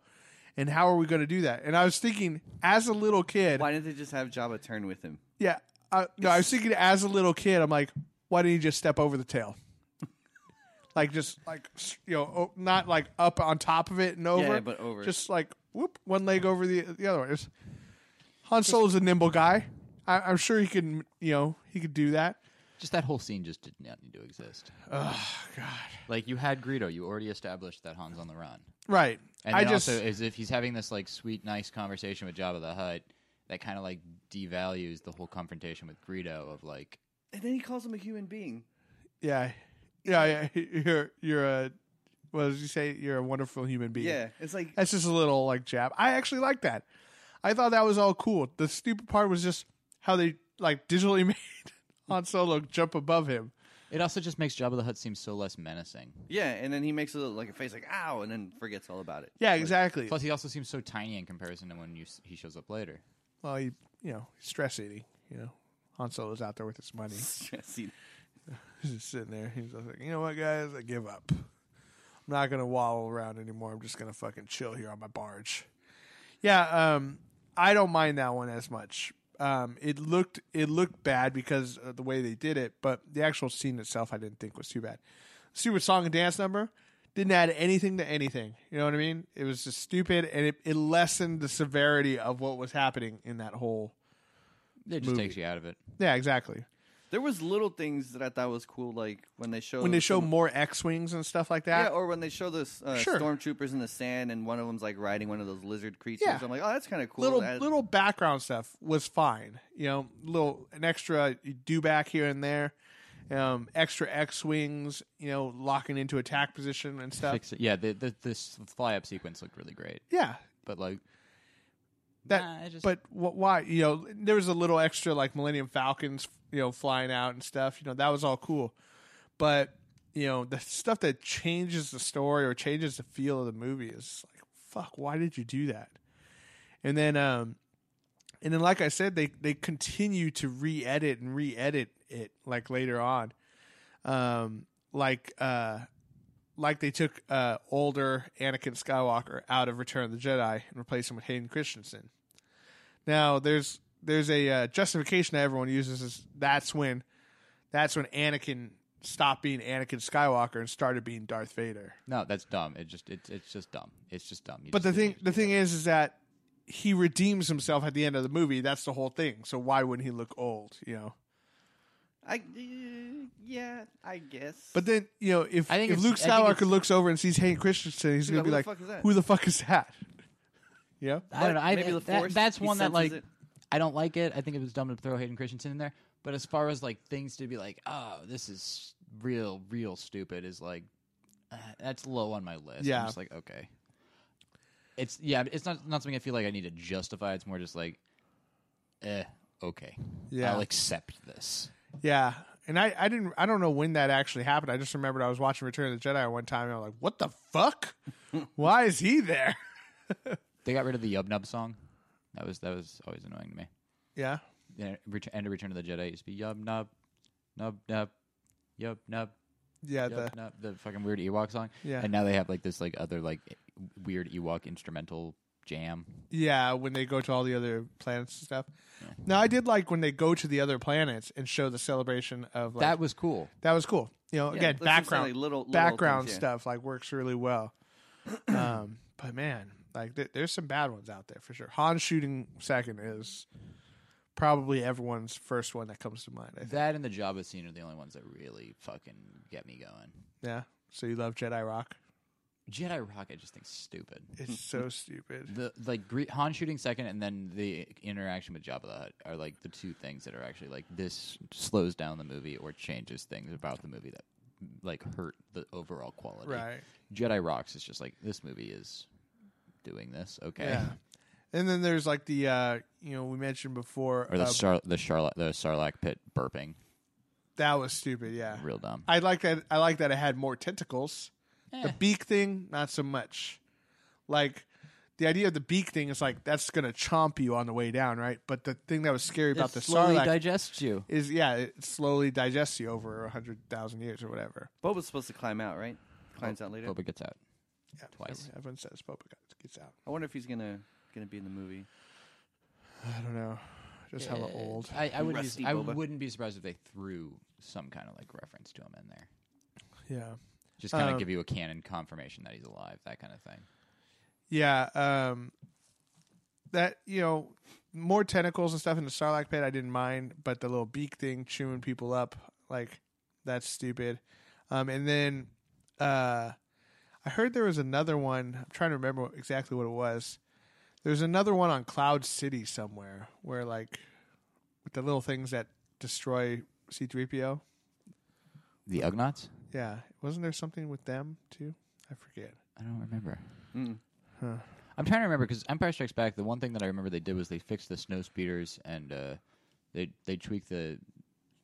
Speaker 1: And how are we going to do that? And I was thinking, as a little kid,
Speaker 2: Why didn't they just have Jabba turn with him?
Speaker 1: yeah, I, no, I was thinking, as a little kid, I'm like, why didn't you just step over the tail? like just like s- you know, o- not like up on top of it and over,
Speaker 2: but over.
Speaker 1: just like whoop, one leg over the the other one. It's, Han Solo's a nimble guy. I, I'm sure he can, you know, he could do that.
Speaker 3: Just that whole scene just did not need to exist.
Speaker 1: Oh God,
Speaker 3: Like you had Greedo, you already established that Han's on the run.
Speaker 1: right?
Speaker 3: And
Speaker 1: I
Speaker 3: then
Speaker 1: just
Speaker 3: also, as if he's having this like sweet, nice conversation with Jabba the Hutt, that kind of like devalues the whole confrontation with Greedo of like,
Speaker 2: and then he calls him a human being.
Speaker 1: yeah, yeah, yeah. <laughs> You're you're a what did you say? You're a wonderful human being.
Speaker 2: Yeah, it's like
Speaker 1: That's just a little like jab. I actually like that. I thought that was all cool. The stupid part was just how they like digitally <laughs> made Han Solo jump above him.
Speaker 3: it also just makes Jabba the Hutt seem so less menacing.
Speaker 2: <laughs> yeah, and then he makes a little, like a face like ow, and then forgets all about it. <laughs>
Speaker 1: Yeah, exactly.
Speaker 3: Plus, he also seems so tiny in comparison to when you, s- he shows up later.
Speaker 1: well, he, you know, he's stress eating. You know, Han Solo's out there with his money.
Speaker 2: Jesse.
Speaker 1: He's just sitting there. He's just like, you know what, guys, I give up. I'm not gonna wallow around anymore. I'm just gonna fucking chill here on my barge. Yeah, um, I don't mind that one as much. Um, it looked it looked bad because of the way they did it, but the actual scene itself, I didn't think was too bad. Stupid song and dance number didn't add anything to anything. You know what I mean? It was just stupid, and it, it lessened the severity of what was happening in that whole.
Speaker 3: It just
Speaker 1: Movie.
Speaker 3: takes you out of it.
Speaker 1: Yeah, exactly.
Speaker 2: There was little things that I thought was cool, like when they show
Speaker 1: When they show
Speaker 2: Uh, some-
Speaker 1: more X wings and stuff like that,
Speaker 2: yeah, or when they show those uh,
Speaker 1: Sure.
Speaker 2: stormtroopers in the sand, and one of them's like riding one of those lizard creatures.
Speaker 1: Yeah.
Speaker 2: I'm like, oh, that's kind of cool.
Speaker 1: little
Speaker 2: That-
Speaker 1: little background stuff was fine. You know, little an extra do back here and there, um, extra X wings. You know, locking into attack position and stuff.
Speaker 3: Fix it. Yeah, the, the this fly up sequence looked really great,
Speaker 1: Yeah,
Speaker 3: but like
Speaker 1: that.
Speaker 3: nah, I just
Speaker 1: But wh- why? You know, there was a little extra like Millennium Falcons. You know, flying out and stuff. You know, that was all cool, but you know, the stuff that changes the story or changes the feel of the movie is like, fuck, why did you do that? And then, um, and then, like I said, they they continue to re-edit and re-edit it like later on, um, like uh, like they took uh older Anakin Skywalker out of Return of the Jedi and replaced him with Hayden Christensen. Now there's there's a uh, justification that everyone uses is that's when that's when Anakin stopped being Anakin Skywalker and started being Darth Vader.
Speaker 3: no, that's dumb. It just it's it's just dumb. It's just dumb. You
Speaker 1: But
Speaker 3: just
Speaker 1: the
Speaker 3: didn't
Speaker 1: thing
Speaker 3: need to
Speaker 1: the
Speaker 3: do that.
Speaker 1: thing is is that he redeems himself at the end of the movie. That's the whole thing. So why wouldn't he look old? You know.
Speaker 2: I uh, yeah, I guess.
Speaker 1: But then you know if
Speaker 3: I think
Speaker 1: if
Speaker 3: it's-
Speaker 1: Luke
Speaker 3: I think
Speaker 1: Skywalker
Speaker 3: it's-
Speaker 1: looks over and sees Hayden Christensen, he's
Speaker 2: He's
Speaker 1: gonna
Speaker 2: like,
Speaker 1: be
Speaker 2: "Who
Speaker 1: like,
Speaker 2: the fuck is that?"
Speaker 1: "Who the fuck is that?" <laughs> Yeah.
Speaker 3: I don't know. I, uh,
Speaker 2: Maybe the
Speaker 3: that-
Speaker 2: Force,
Speaker 3: that's
Speaker 2: he
Speaker 3: one that like
Speaker 2: senses it.
Speaker 3: I don't like it. I think it was dumb to throw Hayden Christensen in there. But as far as like things to be like, oh, this is real, real stupid is like uh, that's low on my list.
Speaker 1: Yeah.
Speaker 3: I'm just like okay. It's yeah, it's not not something I feel like I need to justify. It's more just like, eh, okay,
Speaker 1: Yeah.
Speaker 3: I'll accept this.
Speaker 1: Yeah. And I, I didn't I don't know when that actually happened. I just remembered I was watching Return of the Jedi one time and I was like, What the fuck? Why is he there? <laughs>
Speaker 3: They got rid of the Yub Nub song. That was that was always annoying to me.
Speaker 1: Yeah.
Speaker 3: and Return, end of Return of the Jedi used to be yub nub, nub nub, yub nub,
Speaker 1: Yeah,
Speaker 3: yub nub, the fucking weird Ewok song.
Speaker 1: Yeah.
Speaker 3: And now they have like this like other like weird Ewok instrumental jam.
Speaker 1: the yeah when they go to all the other planets and stuff. Now I did like when they go to the other planets and show the celebration of like,
Speaker 3: that was cool.
Speaker 1: That was cool. You know, again,
Speaker 2: those are just
Speaker 1: background
Speaker 2: like little- little
Speaker 1: background
Speaker 2: things, yeah.
Speaker 1: stuff like works really well. <clears throat> um, but man, like th- there's some bad ones out there for sure. Han shooting second is probably everyone's first one that comes to mind. I think.
Speaker 3: That and the Jabba scene are the only ones that really fucking get me going.
Speaker 1: Yeah. So you love Jedi Rock?
Speaker 3: Jedi Rock, I just think stupid.
Speaker 1: <laughs> It's so stupid.
Speaker 3: The like Gre- Han shooting second, and then the interaction with Jabba the Hutt are like the two things that are actually like this slows down the movie or changes things about the movie that like hurt the overall quality.
Speaker 1: Right.
Speaker 3: Jedi Rocks is just like this movie is doing this, okay?
Speaker 1: Yeah. And then there's like the uh, you know we mentioned before
Speaker 3: Or the
Speaker 1: uh,
Speaker 3: Sar- the Charlotte the Sarlacc pit burping,
Speaker 1: that was stupid. Yeah.
Speaker 3: real dumb.
Speaker 1: I like that. I like that it had more tentacles. The beak thing, not so much. Like the idea of the beak thing is like that's gonna chomp you on the way down, right? But the thing that was scary about the
Speaker 3: slowly
Speaker 1: sarlacc
Speaker 3: digests you.
Speaker 1: is yeah, it slowly digests you over a hundred thousand years or whatever.
Speaker 2: Boba's supposed to climb out, right?
Speaker 1: Oh,
Speaker 2: Climbs out later.
Speaker 3: Boba gets out.
Speaker 1: Yeah,
Speaker 3: Twice.
Speaker 1: Everyone says Boba gets out.
Speaker 2: I wonder if he's gonna gonna be in
Speaker 1: <laughs>
Speaker 2: the movie.
Speaker 1: I don't know, just hella
Speaker 3: Uh,
Speaker 1: old.
Speaker 3: I, I wouldn't.
Speaker 2: Rusty
Speaker 3: Be, I
Speaker 2: Boba.
Speaker 3: wouldn't be surprised if they threw some kind of like reference to him in there.
Speaker 1: Yeah,
Speaker 3: Just kind of
Speaker 1: Um,
Speaker 3: give you a canon confirmation that he's alive, that kind of thing.
Speaker 1: yeah. Um, that you know, more tentacles and stuff in the sarlacc pit. I didn't mind, but the little beak thing chewing people up, like that's stupid. Um, and then uh, I heard there was another one. I'm trying to remember exactly what it was. There's another one on Cloud City somewhere where like with the little things that destroy C3PO.
Speaker 3: The Ugnaughts?
Speaker 1: Yeah, wasn't there something with them too? I forget.
Speaker 3: I don't remember.
Speaker 2: Mm.
Speaker 3: I'm trying to remember because Empire Strikes Back. The one thing that I remember they did was they fixed the snow speeders and uh, they they tweaked the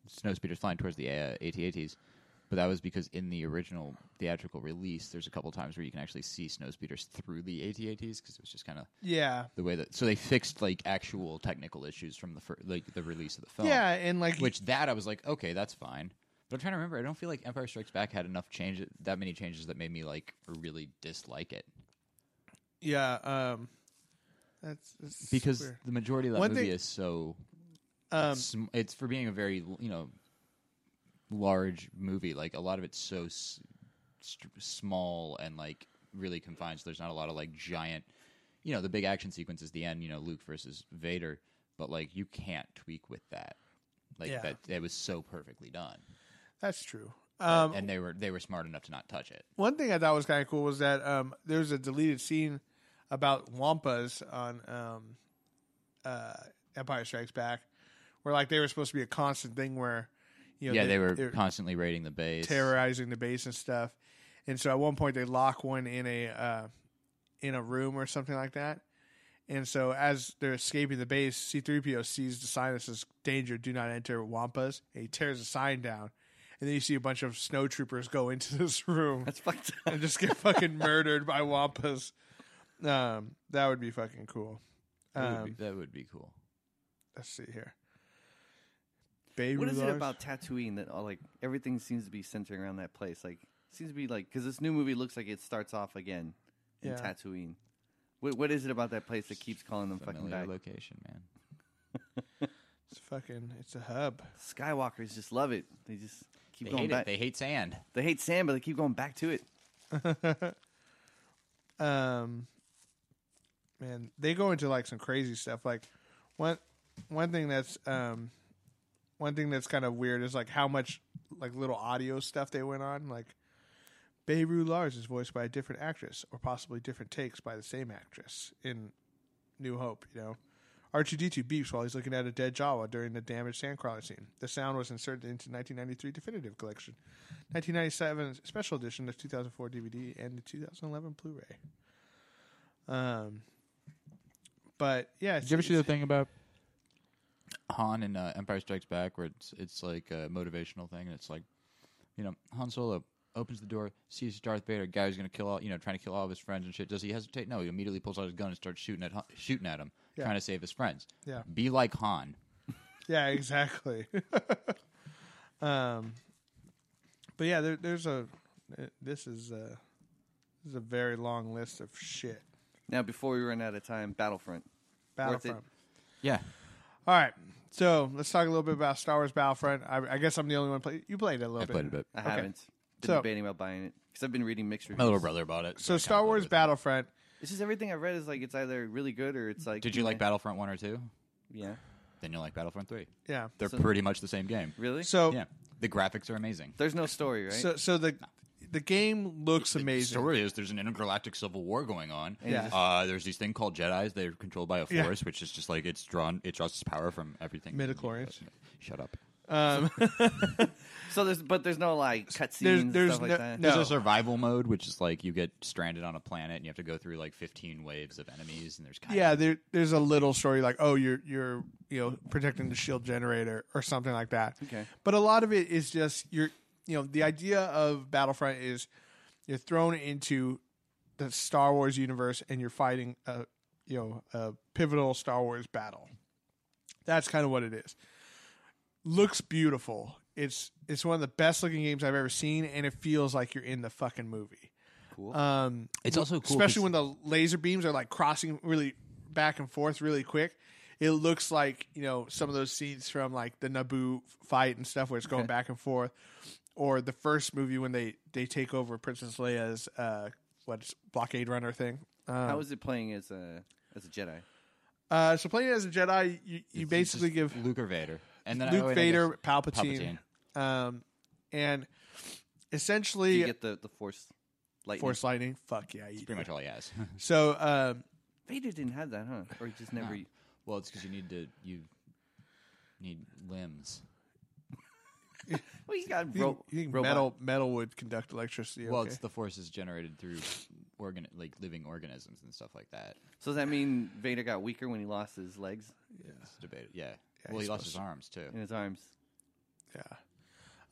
Speaker 3: snow speeders flying towards the uh, AT-ATs. But that was because in the original theatrical release, there's a couple times where you can actually see snow speeders through the AT-ATs because it was just kind of
Speaker 1: Yeah.
Speaker 3: the way that. So they fixed like actual technical issues from the fir- like the release of the film.
Speaker 1: Yeah, and like
Speaker 3: Which that I was like, okay, that's fine. But I'm trying to remember. I don't feel like Empire Strikes Back had enough change that many changes that made me like really dislike it
Speaker 1: yeah, um that's, that's
Speaker 3: because
Speaker 1: weird.
Speaker 3: the majority of that
Speaker 1: One
Speaker 3: movie
Speaker 1: thing-
Speaker 3: is so.
Speaker 1: um
Speaker 3: sm- it's for being a very you know large movie. Like a lot of it's so s- st- small and like really confined. So there's not a lot of like giant. You know, the big action sequence is the end. You know, Luke versus Vader, but like you can't tweak with that. Like
Speaker 1: Yeah.
Speaker 3: that, it was so perfectly done.
Speaker 1: that's true. Um
Speaker 3: and they were they were smart enough to not touch it.
Speaker 1: one thing I thought was kind of cool was that um, there was a deleted scene about Wampas on um, uh, Empire Strikes Back, where like they were supposed to be a constant thing where, you know,
Speaker 3: yeah, they were
Speaker 1: they're
Speaker 3: constantly raiding the base.
Speaker 1: terrorizing the base and stuff, and so at one point they lock one in a uh, in a room or something like that, and so as they're escaping the base, C three PO sees the sign that says "Danger, do not enter Wampas," and he tears the sign down. And then you see a bunch of snowtroopers go into <laughs> this room
Speaker 2: That's fucked up.
Speaker 1: and just get fucking murdered by wampas. Um, that would be fucking cool.
Speaker 3: That would
Speaker 1: Um,
Speaker 3: be- that would be cool.
Speaker 1: let's see here. Baby
Speaker 2: What is it
Speaker 1: Lars-
Speaker 2: about Tatooine that all, like everything seems to be centering around that place? Like seems to be like because this new movie looks like it starts off again in
Speaker 1: Yeah.
Speaker 2: Tatooine. What what is it about that place that keeps calling them fucking
Speaker 3: Familiar
Speaker 2: back?
Speaker 3: location, man.
Speaker 1: It's fucking. It's a hub.
Speaker 2: Skywalkers just love it. They just keep
Speaker 3: They
Speaker 2: going
Speaker 3: hate
Speaker 2: back.
Speaker 3: it. They hate sand.
Speaker 2: They hate sand, but they keep going back to it.
Speaker 1: Um, man, they go into like some crazy stuff. Like one one thing that's um one thing that's kind of weird is like how much like little audio stuff they went on. Like Beirut Lars is voiced by a different actress, or possibly different takes by the same actress in New Hope. You know, R two D two beeps while he's looking at a dead Jawa during the damaged sandcrawler scene. The sound was inserted into 1993 definitive collection, 1997 special edition, the 2004 DVD, and the 2011 Blu-ray. Um, but yeah,
Speaker 3: Did you ever
Speaker 1: it's-
Speaker 3: see the thing about Han in uh, Empire Strikes Back, where it's it's like a motivational thing, and it's like, you know, Han Solo opens the door, sees Darth Vader, guy who's gonna kill all, you know, trying to kill all of his friends and shit. Does he hesitate? No, he immediately pulls out his gun and starts shooting at Han, shooting at him,
Speaker 1: Yeah.
Speaker 3: trying to save his friends.
Speaker 1: Yeah.
Speaker 3: Be like Han.
Speaker 1: Yeah, exactly. <laughs> um, but yeah, there, there's a. This is a. This is a very long list of shit.
Speaker 2: Now, before we run out of time, Battlefront. Worth it.
Speaker 1: Battlefront.
Speaker 3: Yeah.
Speaker 1: All right, so let's talk a little bit about Star Wars Battlefront. I, I guess I'm the only one play. You played it a little
Speaker 3: I
Speaker 1: bit.
Speaker 3: played a bit.
Speaker 2: I
Speaker 1: Okay.
Speaker 2: haven't. Been
Speaker 1: So-
Speaker 2: debating about buying it because I've been reading mixed reviews.
Speaker 3: My little brother bought it.
Speaker 1: So
Speaker 3: I
Speaker 1: Star
Speaker 3: kinda
Speaker 1: Wars
Speaker 3: played with
Speaker 1: Battlefront.
Speaker 2: It's just everything I've read is like it's either really good or it's like.
Speaker 3: it. Did you like
Speaker 2: meh.
Speaker 3: Battlefront one or two?
Speaker 2: Yeah.
Speaker 3: Then you'll like Battlefront three.
Speaker 1: Yeah.
Speaker 3: They're
Speaker 2: So-
Speaker 3: pretty much the same game.
Speaker 2: Really?
Speaker 1: So
Speaker 3: Yeah. The graphics are amazing.
Speaker 2: There's no story, right?
Speaker 1: so so the the game looks
Speaker 3: The
Speaker 1: amazing.
Speaker 3: story is there's an intergalactic civil war going on.
Speaker 1: Yeah.
Speaker 3: Uh, there's these thing called Jedi's. They're controlled by a
Speaker 1: Yeah.
Speaker 3: force, which is just like it's drawn. It draws its power from everything.
Speaker 1: Midichlorians.
Speaker 3: Shut up. <laughs>
Speaker 1: Um,
Speaker 2: So there's, but there's no like cutscenes. and
Speaker 1: there's
Speaker 2: stuff
Speaker 1: no-
Speaker 2: like that.
Speaker 1: no-
Speaker 3: There's a survival mode, which is like you get stranded on a planet and you have to go through like 15 waves of enemies, and there's kind
Speaker 1: yeah,
Speaker 3: of
Speaker 1: there, there's a little story like, oh, you're you're you know protecting the shield generator or something like that.
Speaker 2: Okay.
Speaker 1: But a lot of it is just you're you know the idea of Battlefront is you're thrown into the Star Wars universe and you're fighting a you know a pivotal Star Wars battle. That's kind of what it is. Looks beautiful. It's it's one of the best looking games I've ever seen, and it feels like you're in the fucking movie.
Speaker 2: Cool.
Speaker 1: Um,
Speaker 3: It's also cool
Speaker 1: especially
Speaker 3: 'cause-
Speaker 1: when the laser beams are like crossing really back and forth really quick. It looks like you know some of those scenes from like the Naboo fight and stuff, where it's going back and forth, or the first movie when they they take over Princess Leia's uh, what's blockade runner thing. Um,
Speaker 2: How is it playing as a as a Jedi?
Speaker 1: uh, so playing as a Jedi, you, you
Speaker 3: it's
Speaker 1: basically
Speaker 3: just
Speaker 1: give
Speaker 3: Luke or Vader, and then I- oh,
Speaker 1: Luke
Speaker 3: and I
Speaker 1: Vader,
Speaker 3: guess-
Speaker 1: Palpatine, Um, and
Speaker 2: Do
Speaker 1: essentially
Speaker 2: you get the the Force lightning?
Speaker 1: Force Lightning. Fuck yeah, you do.
Speaker 3: pretty much all he has. <laughs>
Speaker 1: So um,
Speaker 2: Vader didn't have that, huh? Or he just never.
Speaker 3: No. well, it's because you need to you need limbs.
Speaker 2: Well, he got
Speaker 1: you,
Speaker 2: ro-
Speaker 1: think- you think
Speaker 2: robot-
Speaker 1: metal metal would conduct electricity?
Speaker 3: Well,
Speaker 1: okay.
Speaker 3: it's the force is generated through organ like living organisms and stuff like that.
Speaker 2: So does that mean Vader got weaker when he lost his legs
Speaker 3: Yeah, it's debated. Yeah. well,
Speaker 1: he's
Speaker 3: he lost his
Speaker 1: supposed
Speaker 3: arms too.
Speaker 2: and his arms?
Speaker 1: Yeah.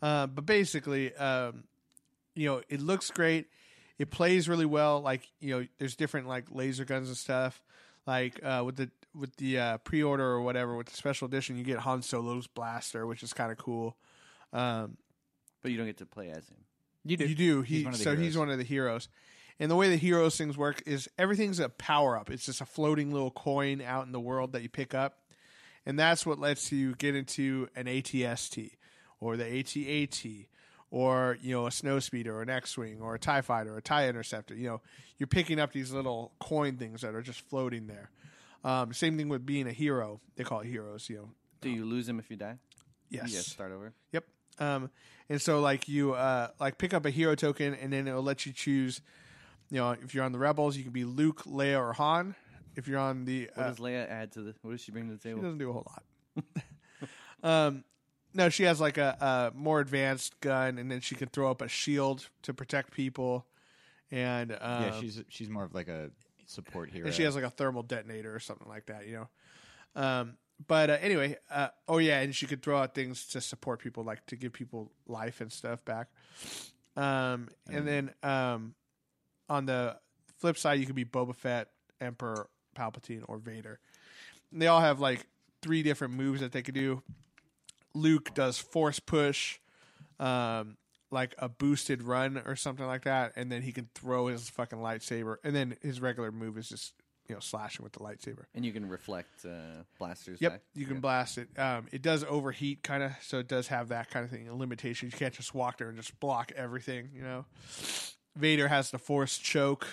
Speaker 1: Uh, but basically, um, you know, it looks great. It plays really well. Like you know, there's different like laser guns and stuff. Like uh, with the with the uh, pre-order or whatever, with the special edition, you get Han Solo's blaster, which is kind of cool. Um,
Speaker 2: But you don't get to play as him.
Speaker 3: You
Speaker 1: you do. He,
Speaker 3: one of the
Speaker 1: so he's
Speaker 3: heroes.
Speaker 1: one of the heroes. And the way the heroes things work is everything's a power up. It's just a floating little coin out in the world that you pick up. And that's what lets you get into an ATST or the ATAT or, you know, a snowspeeder or an X-wing or a TIE fighter or a TIE interceptor. You know, you're picking up these little coin things that are just floating there. Um, same thing with being a hero. They call it heroes, you know.
Speaker 2: Do you lose him if you die?
Speaker 1: Yes.
Speaker 2: You guys start over.
Speaker 1: Yep. Um, and so like you uh, like pick up a hero token, and then it'll let you choose. You know, if you're on the rebels, you can be Luke, Leia, or Han. If you're on the,
Speaker 2: What
Speaker 1: uh,
Speaker 2: does Leia add to the? What does she bring to the
Speaker 1: she
Speaker 2: table?
Speaker 1: doesn't do a whole lot. <laughs> um, no, she has like a, a more advanced gun, and then she can throw up a shield to protect people. And um,
Speaker 3: yeah, she's she's more of like a support hero.
Speaker 1: and she has like a thermal detonator or something like that, you know. Um, but uh, anyway, uh, oh yeah, and she could throw out things to support people, like to give people life and stuff back. Um, and then um, on the flip side, you could be Boba Fett, Emperor Palpatine, or Vader. And they all have like three different moves that they could do. Luke does force push, um, like a boosted run or something like that, and then he can throw his fucking lightsaber. And then his regular move is just you know slashing with the lightsaber.
Speaker 2: And you can reflect uh, blasters.
Speaker 1: Yep,
Speaker 2: back.
Speaker 1: you can blast it. Um, it does overheat kind of, so it does have that kind of thing. A limitation. You can't just walk there and just block everything. You know, Vader has the force choke,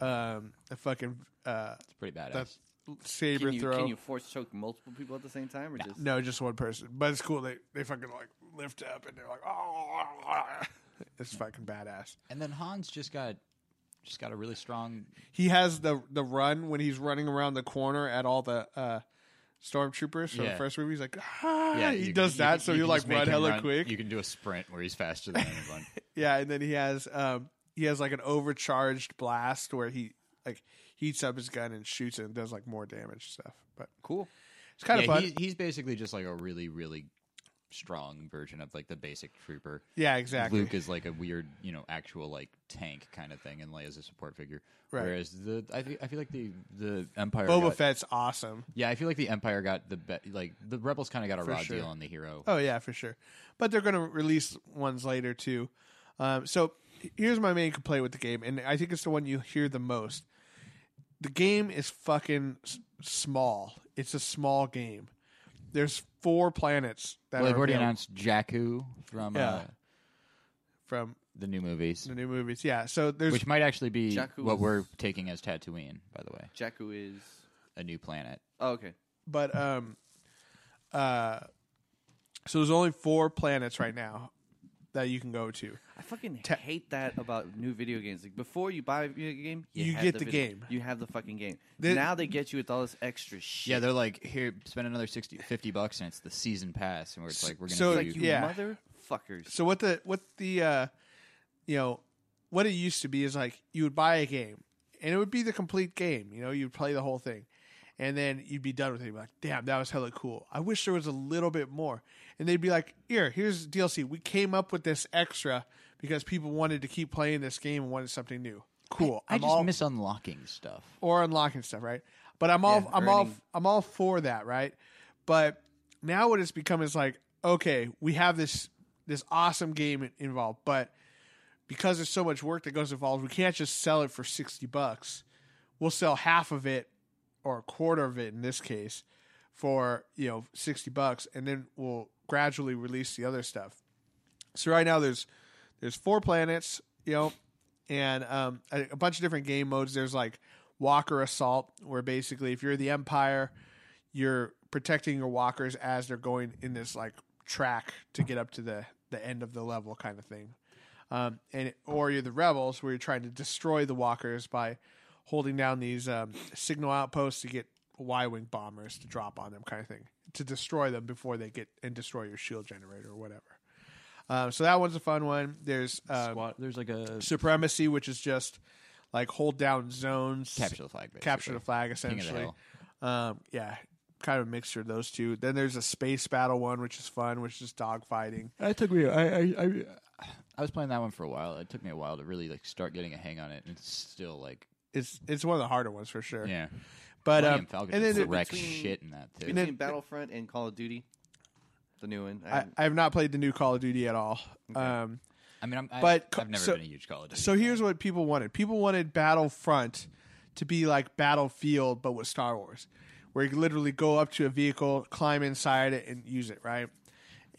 Speaker 1: um, the fucking uh,
Speaker 3: it's pretty badass.
Speaker 1: the saber
Speaker 2: Can you,
Speaker 1: throw.
Speaker 2: can you force choke multiple people at the same time or just?
Speaker 1: No, just one person. But it's cool. They they fucking like lift up and they're like, oh, <laughs> it's fucking badass.
Speaker 3: and then Han's just got just got a
Speaker 1: <laughs>
Speaker 3: really strong
Speaker 1: He has the the run when he's running around the corner at all the uh, stormtroopers from the
Speaker 3: Yeah.
Speaker 1: first movie. He's like, ah,
Speaker 3: Yeah,
Speaker 1: he
Speaker 3: you-
Speaker 1: does
Speaker 3: you-
Speaker 1: that. so
Speaker 3: you
Speaker 1: you
Speaker 3: can
Speaker 1: like
Speaker 3: just make
Speaker 1: run
Speaker 3: him
Speaker 1: hella
Speaker 3: run-
Speaker 1: quick.
Speaker 3: You can do a sprint where he's
Speaker 1: <laughs>
Speaker 3: faster than anyone.
Speaker 1: Yeah, and then he has um he has like an overcharged blast where he like heats up his gun and shoots it and does like more damage stuff. But
Speaker 2: Cool.
Speaker 1: it's kind of
Speaker 3: yeah,
Speaker 1: fun.
Speaker 3: he, he's basically just like a really, really strong version of like the basic trooper.
Speaker 1: Yeah, exactly.
Speaker 3: Luke is like a weird, you know, actual like tank kind of thing, and Leia's a support figure.
Speaker 1: Right.
Speaker 3: Whereas the I feel, I feel like the the Empire
Speaker 1: Boba
Speaker 3: got-
Speaker 1: Fett's awesome.
Speaker 3: Yeah, I feel like the Empire got the be- like the Rebels kind of got a
Speaker 1: For
Speaker 3: raw
Speaker 1: sure.
Speaker 3: deal on the hero.
Speaker 1: Oh yeah, for sure. But they're going to release ones later too. Um, so here's my main complaint with the game, and I think it's the one you hear the most. The game is fucking s- small. It's a small game. There's four planets that
Speaker 3: well,
Speaker 1: are
Speaker 3: they've already
Speaker 1: available
Speaker 3: announced Jakku from
Speaker 1: Yeah.
Speaker 3: uh,
Speaker 1: from
Speaker 3: the new movies,
Speaker 1: the new movies. Yeah, so there's
Speaker 3: which might actually be
Speaker 2: Jakku
Speaker 3: what
Speaker 2: is-
Speaker 3: we're taking as Tatooine, by the way,
Speaker 2: Jakku is.
Speaker 3: a new planet.
Speaker 2: Oh, okay.
Speaker 1: but um uh so there's only four planets right now that you can go to.
Speaker 2: I fucking
Speaker 1: Ta-
Speaker 2: hate that about new video games. Like before you buy a video game,
Speaker 1: You
Speaker 2: have
Speaker 1: get the
Speaker 2: video-
Speaker 1: game.
Speaker 2: You have the fucking game.
Speaker 1: The-
Speaker 2: now they get you with all this extra shit.
Speaker 3: Yeah, they're like here, spend another 60, 50 bucks, and it's the season pass, and we're just like we're gonna
Speaker 1: So-
Speaker 3: do
Speaker 2: like you
Speaker 1: Yeah.
Speaker 2: motherfuckers.
Speaker 1: So what the what the uh you know what it used to be is like you would buy a game and it would be the complete game, you know, you'd play the whole thing. And then you'd be done with it. You'd be like, damn, that was hella cool. I wish there was a little bit more. And they'd be like, here, here's DLC. We came up with this extra because people wanted to keep playing this game and wanted something new. Cool.
Speaker 3: I
Speaker 1: I'm
Speaker 3: just
Speaker 1: all-
Speaker 3: miss unlocking stuff.
Speaker 1: or unlocking stuff, right? But I'm all
Speaker 2: Yeah,
Speaker 1: I'm all
Speaker 2: earning.
Speaker 1: I'm all for that, right? But now what it's become is like, okay, we have this this awesome game involved, but because there's so much work that goes involved, we can't just sell it for sixty bucks. We'll sell half of it or a quarter of it in this case for, you know, sixty bucks and then we'll gradually release the other stuff. So right now there's there's four planets, you know, and um, a, a bunch of different game modes. There's like Walker Assault, where basically if you're the Empire, you're protecting your walkers as they're going in this like track to get up to the the end of the level kind of thing. Um, and or you're the rebels where you're trying to destroy the walkers by holding down these um, signal outposts to get Y-wing bombers to drop on them, kind of thing, to destroy them before they get and destroy your shield generator or whatever. Um, so that one's a fun one. There's um,
Speaker 3: Squad, there's like a
Speaker 1: supremacy, which is just like hold down zones,
Speaker 3: capture the flag, basically.
Speaker 1: capture the flag,
Speaker 3: King of the
Speaker 1: essentially.
Speaker 3: Hill.
Speaker 1: Um, yeah, kind of a mixture of those two. Then there's a space battle one, which is fun, which is dogfighting.
Speaker 3: That took me. I, I I
Speaker 1: <sighs>
Speaker 3: I was playing that one for a while. It took me a while to really like start getting a hang on it, and it's still like
Speaker 1: It's it's one of the harder ones for sure.
Speaker 3: yeah.
Speaker 1: But
Speaker 3: Millennium
Speaker 1: um,
Speaker 3: Falcon
Speaker 1: and then
Speaker 3: just
Speaker 1: there-
Speaker 3: wrecks
Speaker 2: between-
Speaker 3: shit in that too.
Speaker 1: and then-
Speaker 2: Between Battlefront and Call of Duty, the new one. I
Speaker 1: I,
Speaker 2: haven't-
Speaker 1: I have not played the new Call of Duty at all. Um,
Speaker 3: I mean, I'm, I,
Speaker 1: But co-
Speaker 3: I've never
Speaker 1: so-
Speaker 3: been a huge Call of Duty.
Speaker 1: so here's what people wanted. People wanted Battlefront to be like Battlefield, but with Star Wars, where you could literally go up to a vehicle, climb inside it, and use it, right?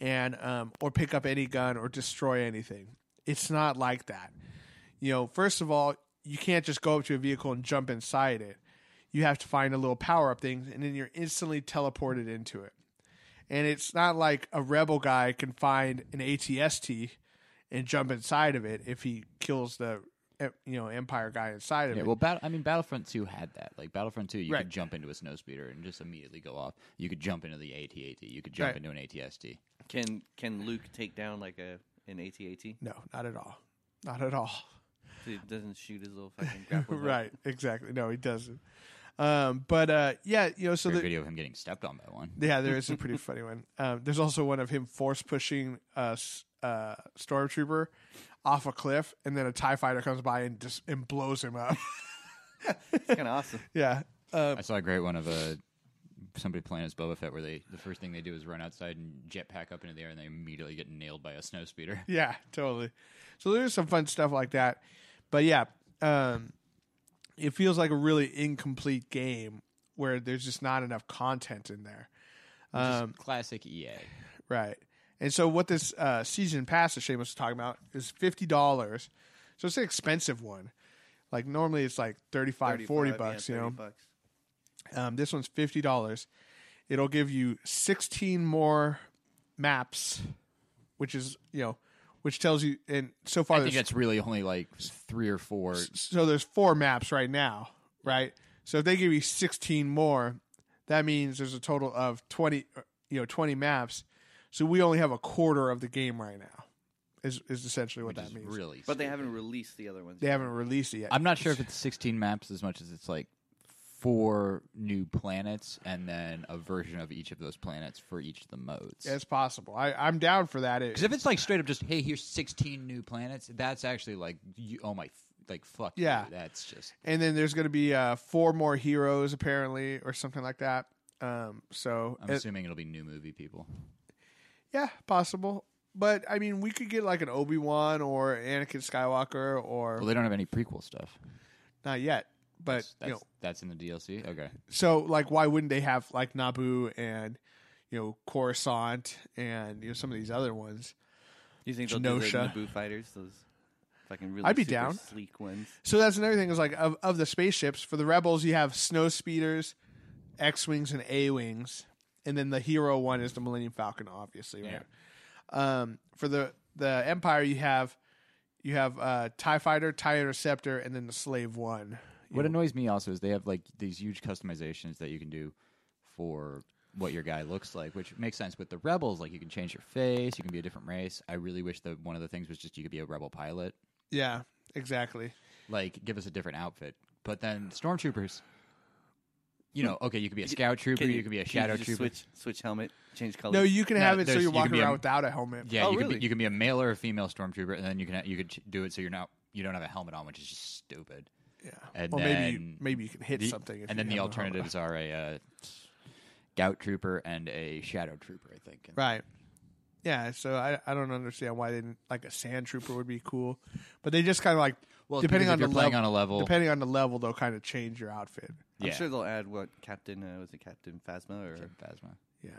Speaker 1: And um, or pick up any gun or destroy anything. It's not like that. You know, first of all, you can't just go up to a vehicle and jump inside it. You have to find a little power up thing, and then you're instantly teleported into it. And it's not like a rebel guy can find an ATST and jump inside of it if he kills the eh, you know Empire guy inside of
Speaker 3: yeah,
Speaker 1: it.
Speaker 3: well, battle, I mean, Battlefront Two had that. Like Battlefront Two, you
Speaker 1: Right.
Speaker 3: could jump into a snowspeeder and just immediately go off. You could jump into the AT-AT. You could jump
Speaker 1: Right.
Speaker 3: into an ATST.
Speaker 2: can can Luke take down like a an AT-AT?
Speaker 1: no, not at all. Not at all.
Speaker 2: So he doesn't shoot his little
Speaker 1: <laughs>
Speaker 2: fucking grapple. hook.
Speaker 1: Right, exactly. No, he doesn't. Um, but uh, yeah, you know, so
Speaker 3: Great
Speaker 1: the,
Speaker 3: video of him getting stepped on by one.
Speaker 1: yeah, there is a pretty funny one. Um, there's also one of him force pushing a s- uh, stormtrooper off a cliff, and then a Tie fighter comes by and just and blows him up. <laughs>
Speaker 2: It's kind of awesome.
Speaker 1: yeah, um,
Speaker 3: I saw a great one of a somebody playing as Boba Fett, where they the first thing they do is run outside and jetpack up into the air, and they immediately get nailed by a snowspeeder.
Speaker 1: yeah, totally. So there's some fun stuff like that, but yeah, um, it feels like a really incomplete game where there's just not enough content in there. Um,
Speaker 3: Just <laughs> classic E EA.
Speaker 1: Right. And so what this uh, season pass that Seamus was talking about is fifty dollars. So it's an expensive one. Like normally it's like 35, 40
Speaker 2: 35, yeah,
Speaker 1: bucks, you
Speaker 2: 30
Speaker 1: know.
Speaker 2: bucks.
Speaker 1: Um, this one's fifty dollars. It'll give you sixteen more maps, which is you know, which tells you and so far
Speaker 3: I think
Speaker 1: there's
Speaker 3: that's really only like three or four.
Speaker 1: so there's four maps right now, right? So if they give you 16 more, that means there's a total of 20, uh, you know, 20 maps. So we only have a quarter of the game right now. Is is essentially what that
Speaker 3: Which is
Speaker 1: means.
Speaker 3: really,
Speaker 2: But they haven't released the other ones.
Speaker 1: they
Speaker 2: yet.
Speaker 1: haven't released it yet.
Speaker 3: I'm not sure if it's 16 maps as much as it's like four new planets and then a version of each of those planets for each of the modes.
Speaker 1: It's possible. I, I'm down for that. It-
Speaker 3: Because if it's like straight up just hey, here's 16 new planets, that's actually like you, oh my, f- like fuck. you,
Speaker 1: Yeah.
Speaker 3: that's just
Speaker 1: and then there's going to be uh, four more heroes apparently, or something like that. Um, so
Speaker 3: I'm
Speaker 1: it-
Speaker 3: assuming it'll be new movie people.
Speaker 1: yeah, possible. But I mean, we could get like an Obi Wan or Anakin Skywalker, or
Speaker 3: Well, they don't have any prequel stuff.
Speaker 1: not yet. But
Speaker 3: That's,
Speaker 1: you know,
Speaker 3: that's in the DLC. Okay,
Speaker 1: so like, why wouldn't they have like Naboo and you know Coruscant and you know some of these other ones?
Speaker 2: You think they'll do the
Speaker 1: Genosha.
Speaker 2: Naboo fighters? Those fucking really
Speaker 1: I'd be
Speaker 2: super
Speaker 1: down.
Speaker 2: sleek ones.
Speaker 1: So that's another thing is like of, of the spaceships for the rebels you have snow speeders, X wings and A wings, and then the hero one is the Millennium Falcon, obviously. Right. Um, for the the Empire you have you have uh, Tie Fighter, Tie Interceptor, and then the Slave One. You
Speaker 3: What
Speaker 1: know,
Speaker 3: annoys me also is they have like these huge customizations that you can do for what your guy looks like, which makes sense with the rebels. Like you can change your face, you can be a different race. I really wish that one of the things was just you could be a rebel pilot.
Speaker 1: yeah, exactly.
Speaker 3: Like give us a different outfit. But then stormtroopers, you know, okay, you could be a scout trooper, you, could be a
Speaker 2: can
Speaker 3: shadow
Speaker 2: just
Speaker 3: trooper.
Speaker 2: Switch, switch helmet, change colors.
Speaker 1: No, you can
Speaker 3: No,
Speaker 1: have it so
Speaker 3: there's-
Speaker 1: you're
Speaker 3: you can
Speaker 1: walking
Speaker 3: be a-
Speaker 1: around without a helmet.
Speaker 3: Yeah,
Speaker 2: Oh,
Speaker 3: you, could
Speaker 2: really?
Speaker 3: be, you can be a male or a female stormtrooper, and then you can you could ch- do it so you're not you don't have a helmet on, which is just stupid.
Speaker 1: Yeah.
Speaker 3: And
Speaker 1: or maybe you,
Speaker 3: then
Speaker 1: maybe you can hit
Speaker 3: The-
Speaker 1: something. If
Speaker 3: and
Speaker 1: you
Speaker 3: then the
Speaker 1: have a helmet.
Speaker 3: alternatives are a uh, gout trooper and a shadow trooper, I think. And
Speaker 1: Right. Yeah, so I, I don't understand why they didn't like a sand trooper would be cool, but they just kind of like
Speaker 3: Well, it's
Speaker 1: depending
Speaker 3: because
Speaker 1: on
Speaker 3: if
Speaker 1: the
Speaker 3: you're playing
Speaker 1: level,
Speaker 3: on a level-
Speaker 1: depending on the level they'll kind of change your outfit.
Speaker 2: I'm
Speaker 3: yeah.
Speaker 2: sure they'll add what Captain uh, was it Captain Phasma or
Speaker 3: Phasma.
Speaker 1: Yeah,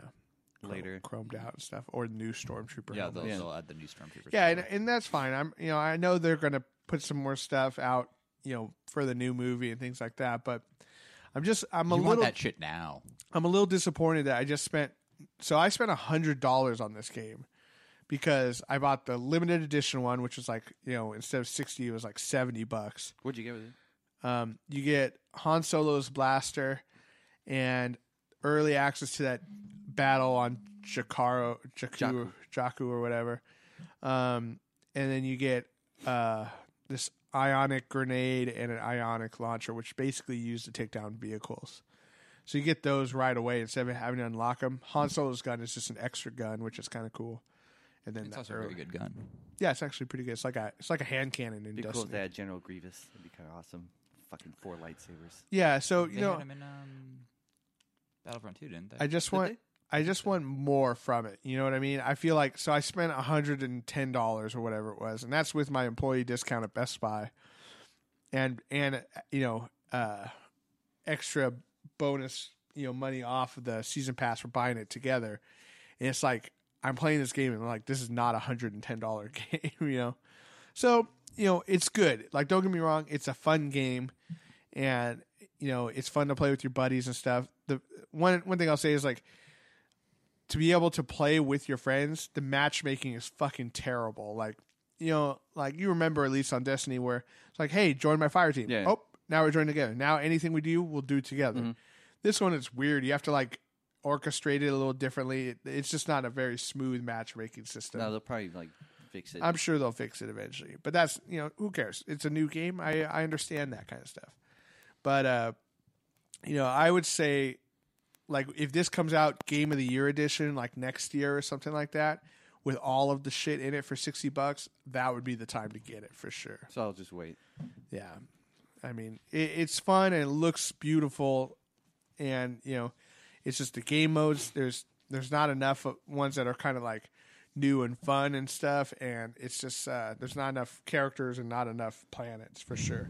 Speaker 2: later.
Speaker 1: chromed out and stuff, or new stormtrooper.
Speaker 3: Yeah,
Speaker 1: helmet.
Speaker 3: they'll,
Speaker 2: Yeah.
Speaker 3: they'll add the new stormtrooper.
Speaker 1: yeah, and, and that's fine. I'm you know I know they're gonna put some more stuff out you know for the new movie and things like that, but I'm just I'm
Speaker 3: you
Speaker 1: a
Speaker 3: want
Speaker 1: little
Speaker 3: that shit now.
Speaker 1: I'm a little disappointed that I just spent so I spent a hundred dollars on this game because I bought the limited edition one, which was like you know instead of sixty, it was like seventy bucks.
Speaker 2: What'd you get with it?
Speaker 1: Um, you get Han Solo's blaster and early access to that battle on Jakaro, Jakku,
Speaker 2: Jakku.
Speaker 1: Jakku or whatever. Um, and then you get uh, this ionic grenade and an ionic launcher, which basically you use to take down vehicles. So you get those right away instead of having to unlock them. Han Solo's gun is just an extra gun, which is kind of cool. And then
Speaker 3: It's
Speaker 1: that
Speaker 3: also a
Speaker 1: early-
Speaker 3: very good gun.
Speaker 1: yeah, it's actually pretty good. It's like a it's like a hand cannon in
Speaker 2: Be cool if
Speaker 1: Destiny.
Speaker 2: they had General Grievous. That'd be kind of awesome. Fucking four lightsabers.
Speaker 1: Yeah, so you
Speaker 3: they
Speaker 1: know
Speaker 3: had him in um, Battlefront 2, didn't they?
Speaker 1: I just want I just want more from it. You know what I mean? I feel like so I spent hundred and ten dollars or whatever it was, and that's with my employee discount at Best Buy, and and you know uh, extra bonus you know money off of the season pass for buying it together. And it's like I'm playing this game and I'm like this is not a hundred and ten dollar <laughs> game, you know. So you know it's good. Like don't get me wrong, it's a fun game, and you know it's fun to play with your buddies and stuff. The one one thing I'll say is like to be able to play with your friends, the matchmaking is fucking terrible. Like, you know, like you remember at least on Destiny where it's like, hey, join my fire team.
Speaker 2: Yeah.
Speaker 1: Oh, now we're joined together. Now anything we do, we'll do together. This one is weird. You have to like orchestrate it a little differently. It, it's just not a very smooth matchmaking system.
Speaker 2: No, they'll probably like fix it.
Speaker 1: I'm sure they'll fix it eventually. But that's you know who cares? It's a new game. I I understand that kind of stuff. But uh, you know, I would say like if this comes out Game of the Year edition like next year or something like that with all of the shit in it for sixty bucks, that would be the time to get it for sure.
Speaker 2: so I'll just wait.
Speaker 1: Yeah, I mean it, it's fun and it looks beautiful, and you know, it's just the game modes. There's there's not enough of- ones that are kind of like new and fun and stuff, and it's just uh, there's not enough characters and not enough planets for sure.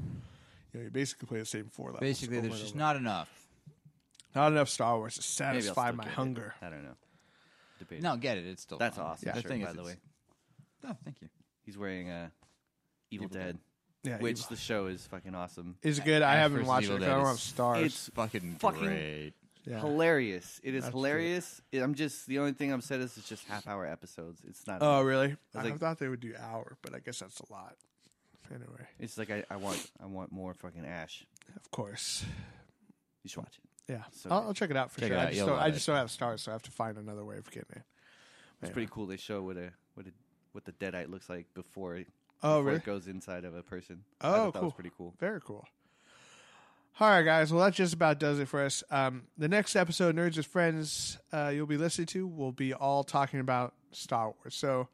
Speaker 1: You know, you basically play the same four levels.
Speaker 3: Basically,
Speaker 1: over
Speaker 3: there's
Speaker 1: and
Speaker 3: just
Speaker 1: over.
Speaker 3: not enough.
Speaker 1: not enough Star Wars to
Speaker 2: Maybe I'll
Speaker 1: satisfy
Speaker 2: still
Speaker 1: my
Speaker 2: get it.
Speaker 1: hunger.
Speaker 2: I don't know. Debate.
Speaker 3: No, get it. It's still
Speaker 2: That's
Speaker 3: fun.
Speaker 2: awesome
Speaker 1: Yeah.
Speaker 3: The
Speaker 2: shirt,
Speaker 3: thing
Speaker 2: by
Speaker 3: is,
Speaker 2: the
Speaker 3: it's- No, thank you.
Speaker 2: He's wearing uh, Evil,
Speaker 3: Evil
Speaker 2: Dead,
Speaker 3: Dead.
Speaker 1: Yeah,
Speaker 2: which
Speaker 1: you-
Speaker 2: the show is fucking awesome.
Speaker 1: is good. I
Speaker 3: Ash
Speaker 1: haven't
Speaker 3: versus
Speaker 1: watched it
Speaker 3: Evil
Speaker 1: 'cause
Speaker 3: Dead
Speaker 1: I don't
Speaker 3: is-
Speaker 1: have stars.
Speaker 2: It's
Speaker 3: Fucking,
Speaker 2: fucking-
Speaker 3: great.
Speaker 1: yeah.
Speaker 2: Hilarious! It is
Speaker 1: That's cute.
Speaker 2: hilarious. It- I'm just the only thing I'm sad is it's just half hour episodes. It's not.
Speaker 1: Oh, really? I,
Speaker 2: was like-
Speaker 1: thought they would do hour, but I guess that's a lot. Anyway,
Speaker 2: it's like I, I want I want more fucking Ash.
Speaker 1: of course.
Speaker 2: You should watch it.
Speaker 1: Yeah,
Speaker 2: So
Speaker 1: I'll,
Speaker 2: good.
Speaker 1: I'll check it out for
Speaker 3: Check it
Speaker 1: sure.
Speaker 3: out.
Speaker 1: I just
Speaker 3: You'll
Speaker 1: don't,
Speaker 3: love
Speaker 1: I
Speaker 3: it.
Speaker 1: just don't have stars, so I have to find another way of getting it.
Speaker 2: It's
Speaker 1: Yeah.
Speaker 2: pretty cool. They show what a what a what the deadite looks like before,
Speaker 1: Oh,
Speaker 2: before
Speaker 1: really?
Speaker 2: it goes inside of a person. I
Speaker 1: Oh,
Speaker 2: thought That
Speaker 1: cool.
Speaker 2: was pretty cool.
Speaker 1: Very cool. All right, guys. Well, that just about does it for us. Um, the next episode, Nerds with Friends, uh, you'll be listening to, will be all talking about Star Wars. So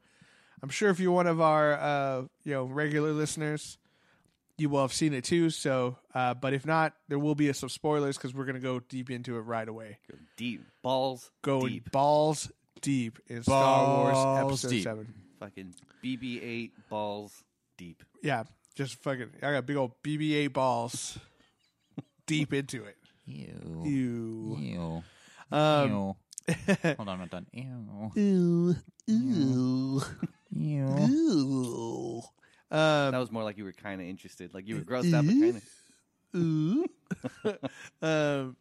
Speaker 1: I'm sure if you're one of our uh, you know regular listeners, you will have seen it too. So, uh, but if not, there will be some spoilers because we're going to go deep into it right away.
Speaker 2: Go deep balls.
Speaker 1: Going
Speaker 2: deep.
Speaker 1: balls deep in Star Wars
Speaker 3: Balls
Speaker 1: Episode
Speaker 3: deep.
Speaker 1: Seven.
Speaker 2: Fucking BB-8 balls deep.
Speaker 1: Yeah, just fucking. I got big old BBA balls deep into it.
Speaker 3: Ew.
Speaker 1: You.
Speaker 3: Ew.
Speaker 1: Um,
Speaker 3: Ew. <laughs> Hold on, I'm not done. <laughs> Ew.
Speaker 1: Ooh, ooh,
Speaker 3: Ew.
Speaker 1: ooh. Um,
Speaker 2: That was more like you were kind of interested. Like you were grossed out, but kind of.
Speaker 1: ooh. <laughs> um,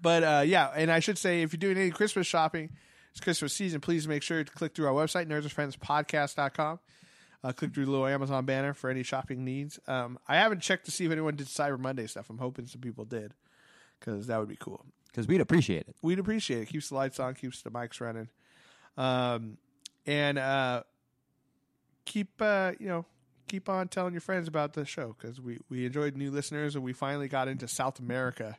Speaker 1: but uh, yeah, and I should say, if you're doing any Christmas shopping, it's Christmas season. Please make sure to click through our website, nerdswithfriendspodcast.com. Uh, click through the little Amazon banner for any shopping needs. Um, I haven't checked to see if anyone did Cyber Monday stuff. I'm hoping some people did because that would be cool.
Speaker 3: Because we'd appreciate it.
Speaker 1: we'd appreciate it. Keeps the lights on, keeps the mics running, um, and uh, keep uh, you know keep on telling your friends about the show because we we enjoyed new listeners and we finally got into South America.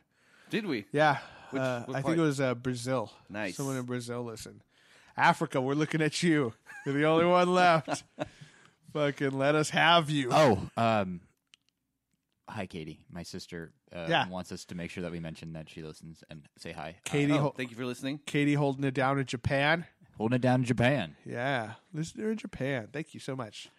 Speaker 2: Did we?
Speaker 1: Yeah,
Speaker 2: Which-
Speaker 1: uh,
Speaker 2: what
Speaker 1: I
Speaker 2: part?
Speaker 1: think it was uh, Brazil.
Speaker 2: Nice.
Speaker 1: someone in Brazil listened. Africa, we're looking at you. You're the only one
Speaker 2: <laughs>
Speaker 1: left. Fucking let us have you.
Speaker 3: <laughs> Oh, um, hi, Katie. My sister uh,
Speaker 1: Yeah.
Speaker 3: wants us to make sure that we mention that she listens and say hi. Uh,
Speaker 1: Katie,
Speaker 2: Oh,
Speaker 1: hol-
Speaker 2: thank you for listening.
Speaker 1: Katie holding it down in Japan.
Speaker 3: holding it down in Japan.
Speaker 1: Yeah, listener in Japan. Thank you so much.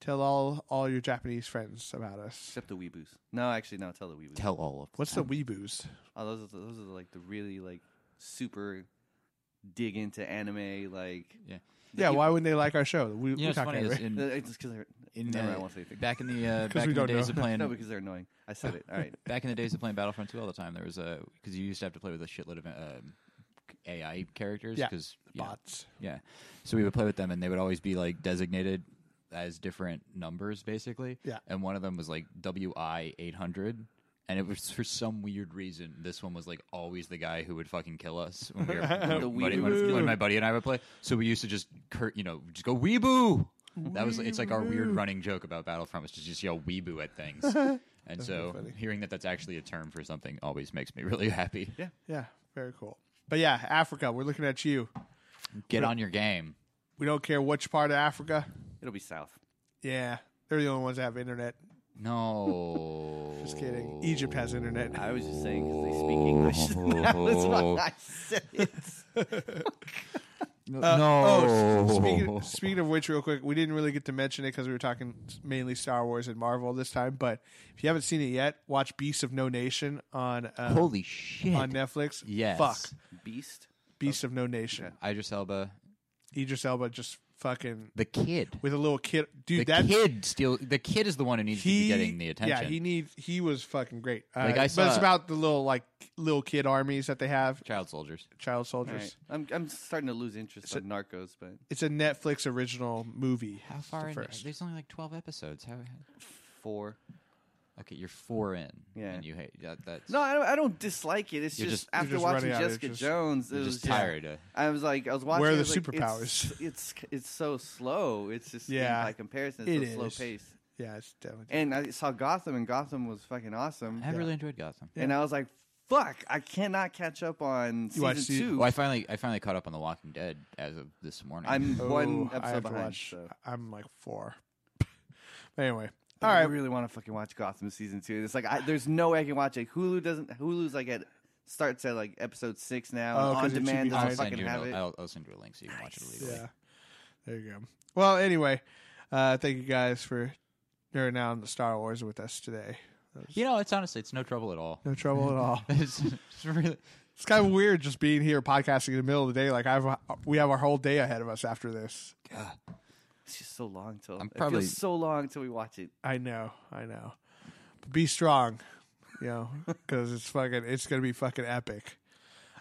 Speaker 1: Tell all all your Japanese friends about us.
Speaker 2: Except the weeboos. No, actually, no. Tell the weeboos.
Speaker 3: Tell all of
Speaker 1: What's the weeboos?
Speaker 2: Oh, those are the, those are the, like the really like super dig into anime like.
Speaker 3: Yeah.
Speaker 2: the
Speaker 1: yeah,
Speaker 2: peop-
Speaker 1: why wouldn't they like our show? We,
Speaker 3: You know,
Speaker 1: we
Speaker 3: what's
Speaker 1: talk
Speaker 3: funny is
Speaker 1: anime.
Speaker 2: Uh,
Speaker 3: in,
Speaker 2: It's because they're
Speaker 3: in
Speaker 2: never mind,
Speaker 3: uh,
Speaker 2: I won't say anything.
Speaker 3: back in the uh,
Speaker 1: 'Cause
Speaker 3: back
Speaker 1: we
Speaker 3: in the
Speaker 1: don't
Speaker 3: days
Speaker 1: know.
Speaker 3: of
Speaker 2: <laughs>
Speaker 3: playing
Speaker 2: no, because they're annoying. I said it. All
Speaker 1: <laughs>
Speaker 2: right.
Speaker 3: back in the days of playing Battlefront 2 all the time, there was a because you used to have to play with a shitload of um, AI characters.
Speaker 1: Yeah.
Speaker 3: Cause,
Speaker 1: Bots.
Speaker 3: Yeah. So we would play with them, and they would always be like designated as different numbers, basically.
Speaker 1: Yeah.
Speaker 3: And one of them was like WI 800. And it was for some weird reason. This one was like always the guy who would fucking kill us when,
Speaker 1: <laughs>
Speaker 3: we were, when,
Speaker 2: The
Speaker 3: my buddy, when,
Speaker 2: weeboo.
Speaker 3: when my buddy and I would play. So we used to just, cur- you know, just go weeboo. That was it's like our weird running joke about Battlefront was to just yell weeboo
Speaker 1: <laughs>
Speaker 3: at things. And so hearing that that's actually a term for something always makes me <laughs> really happy.
Speaker 2: Yeah.
Speaker 1: Yeah, very cool. But yeah, Africa, we're looking at you.
Speaker 3: Get on your game.
Speaker 1: We don't care which part of Africa.
Speaker 2: It'll be south.
Speaker 1: Yeah, they're the only ones that have internet.
Speaker 3: No.
Speaker 1: <laughs> Just kidding. Egypt has internet. Uh,
Speaker 3: Oh.
Speaker 2: I was just saying because they speak English. <laughs> that was why
Speaker 1: <laughs>
Speaker 2: I said it.
Speaker 1: Uh,
Speaker 3: no.
Speaker 1: Oh, s- speaking, speaking of which, real quick, we didn't really get to mention it because we were talking mainly Star Wars and Marvel this time. But if you haven't seen it yet, watch Beasts of No Nation on um,
Speaker 3: <laughs> Holy shit.
Speaker 1: on Netflix.
Speaker 3: Yes.
Speaker 1: Fuck.
Speaker 2: Beast.
Speaker 1: Beast of No Nation.
Speaker 3: Idris Elba,
Speaker 1: Idris Elba just fucking
Speaker 3: the kid.
Speaker 1: with a little kid.
Speaker 3: The
Speaker 1: Dude, that
Speaker 3: kid steal. The kid is the one who needs
Speaker 1: he
Speaker 3: to be getting the attention.
Speaker 1: Yeah, he needs. He was fucking great. Uh,
Speaker 3: Like, I
Speaker 1: but it's
Speaker 3: saw-
Speaker 1: about the little like little kid armies that they have,
Speaker 3: Child soldiers.
Speaker 1: child
Speaker 2: All
Speaker 1: soldiers.
Speaker 2: right. I'm I'm starting to lose interest on Narcos, but
Speaker 1: It's a Netflix original movie.
Speaker 3: How far
Speaker 1: the
Speaker 3: in?
Speaker 1: first.
Speaker 3: There's only like 12 episodes. How?
Speaker 2: four.
Speaker 3: Okay, you're four in.
Speaker 2: Yeah.
Speaker 3: And you hate that. That's,
Speaker 2: No, I don't, I don't dislike it. It's
Speaker 3: You're
Speaker 2: just,
Speaker 3: just-
Speaker 1: you're
Speaker 2: after
Speaker 1: just
Speaker 2: watching
Speaker 1: running out of
Speaker 2: Jessica
Speaker 1: interest.
Speaker 2: Jones, it
Speaker 3: you're
Speaker 2: was
Speaker 3: just tired. of
Speaker 2: I was like, I was watching.
Speaker 1: Where are
Speaker 2: it, I
Speaker 1: the
Speaker 2: was like,
Speaker 1: superpowers?
Speaker 2: It's, it's it's so slow. It's just
Speaker 1: Yeah.
Speaker 2: yeah. by comparison, it's
Speaker 1: It
Speaker 2: so slow
Speaker 1: is.
Speaker 2: pace.
Speaker 1: Yeah, it's definitely.
Speaker 2: And I saw Gotham, and Gotham was fucking awesome.
Speaker 3: I really enjoyed Gotham.
Speaker 2: And I was like, fuck, I cannot catch up on
Speaker 1: watched
Speaker 2: season
Speaker 1: season-
Speaker 2: two.
Speaker 3: Well, I finally, I finally caught up on The Walking Dead as of this morning.
Speaker 1: <laughs>
Speaker 3: <laughs>
Speaker 2: I'm
Speaker 1: Oh,
Speaker 2: one
Speaker 1: I
Speaker 2: episode
Speaker 1: have to
Speaker 2: behind.
Speaker 1: watch-
Speaker 2: so.
Speaker 1: I'm like four. <laughs> But anyway, all
Speaker 2: I
Speaker 1: right.
Speaker 2: really want to fucking watch Gotham season two. It's like I, there's no way I can watch it. Hulu doesn't. Hulu's like at starts at like episode six now.
Speaker 1: Oh,
Speaker 2: and on
Speaker 1: 'cause it should
Speaker 2: demand
Speaker 1: be
Speaker 3: I'll
Speaker 1: behind.
Speaker 2: doesn't
Speaker 3: send
Speaker 2: fucking
Speaker 3: you.
Speaker 2: have
Speaker 3: An,
Speaker 2: it.
Speaker 3: I'll, I'll send you a link so you can watch it legally.
Speaker 1: Yeah. There you go. Well, anyway, uh, thank you guys for nerding out on the Star Wars with us today.
Speaker 3: You know, it's honestly, it's no trouble at all.
Speaker 1: No trouble at all.
Speaker 3: <laughs> it's, it's really,
Speaker 1: <laughs> It's kind of weird just being here podcasting in the middle of the day. Like I've we have our whole day ahead of us after this.
Speaker 2: It's just so long till
Speaker 3: I'm
Speaker 2: it feels
Speaker 3: probably-
Speaker 2: so long till we watch it.
Speaker 1: I know, I know. But be strong, you know, <laughs> because it's fucking it's gonna be fucking epic.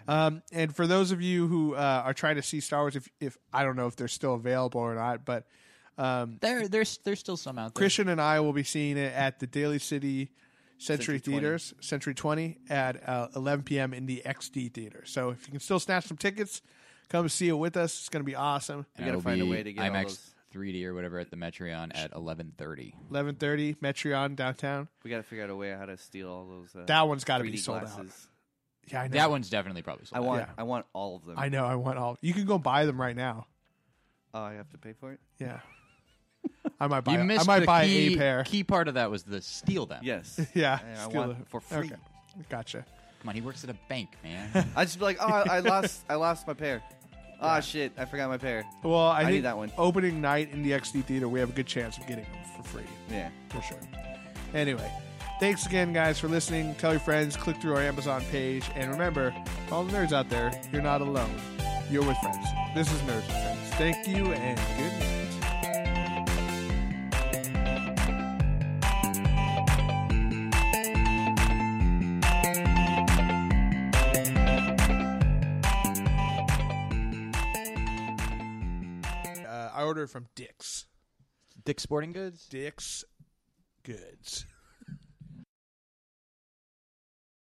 Speaker 1: Um, and for those of you who uh, are trying to see Star Wars, if if I don't know if they're still available or not, but um,
Speaker 3: there, there's, there's still some out there.
Speaker 1: Christian and I will be seeing it at the Daily City Century,
Speaker 2: Century 20.
Speaker 1: Theaters, Century 20, at uh, 11 p.m. in the XD Theater. So if you can still snatch some tickets, come see it with us. It's going to be awesome.
Speaker 2: We gotta find a way to get all
Speaker 3: IMAX,
Speaker 2: those-
Speaker 3: 3D or whatever at the Metreon at 11:30.
Speaker 1: Eleven thirty, Metreon downtown.
Speaker 2: We got to figure out a way how to steal all those. Uh,
Speaker 1: That one's got to
Speaker 2: 3D
Speaker 1: be sold out.
Speaker 2: glasses.
Speaker 1: Yeah, I know.
Speaker 3: That one's definitely probably
Speaker 2: I
Speaker 3: sold. out.
Speaker 2: want.
Speaker 1: Yeah.
Speaker 2: I want all of them.
Speaker 1: I know. I want all. You can go buy them right now.
Speaker 2: Oh, I have to pay for it.
Speaker 1: Yeah. I
Speaker 2: <laughs>
Speaker 1: might buy.
Speaker 3: You
Speaker 1: I
Speaker 3: missed
Speaker 1: might
Speaker 3: the
Speaker 1: buy
Speaker 3: key,
Speaker 1: a pair.
Speaker 3: Key part of that was the steal them.
Speaker 2: Yes.
Speaker 1: <laughs> Yeah.
Speaker 2: And I
Speaker 1: steal
Speaker 2: want
Speaker 1: the-
Speaker 2: for free.
Speaker 1: Okay. Gotcha.
Speaker 3: Come on, he works at a bank,
Speaker 2: <laughs>
Speaker 3: man.
Speaker 2: I just be like, oh, I, I lost. I lost my pair. Ah, shit! I forgot my pair.
Speaker 1: Well, I,
Speaker 2: I need
Speaker 1: think
Speaker 2: that one.
Speaker 1: Opening night in the XD theater, we have a good chance of getting them for free.
Speaker 2: Yeah.
Speaker 1: for sure. Anyway, thanks again, guys, for listening. Tell your friends, click through our Amazon page, and remember, all the nerds out there, you're not alone. You're with friends. This is Nerds with Friends. Thank you, and good night. Uh, I ordered from Dick's. Uh,
Speaker 3: Dick Sporting Goods.
Speaker 1: Dick's Goods.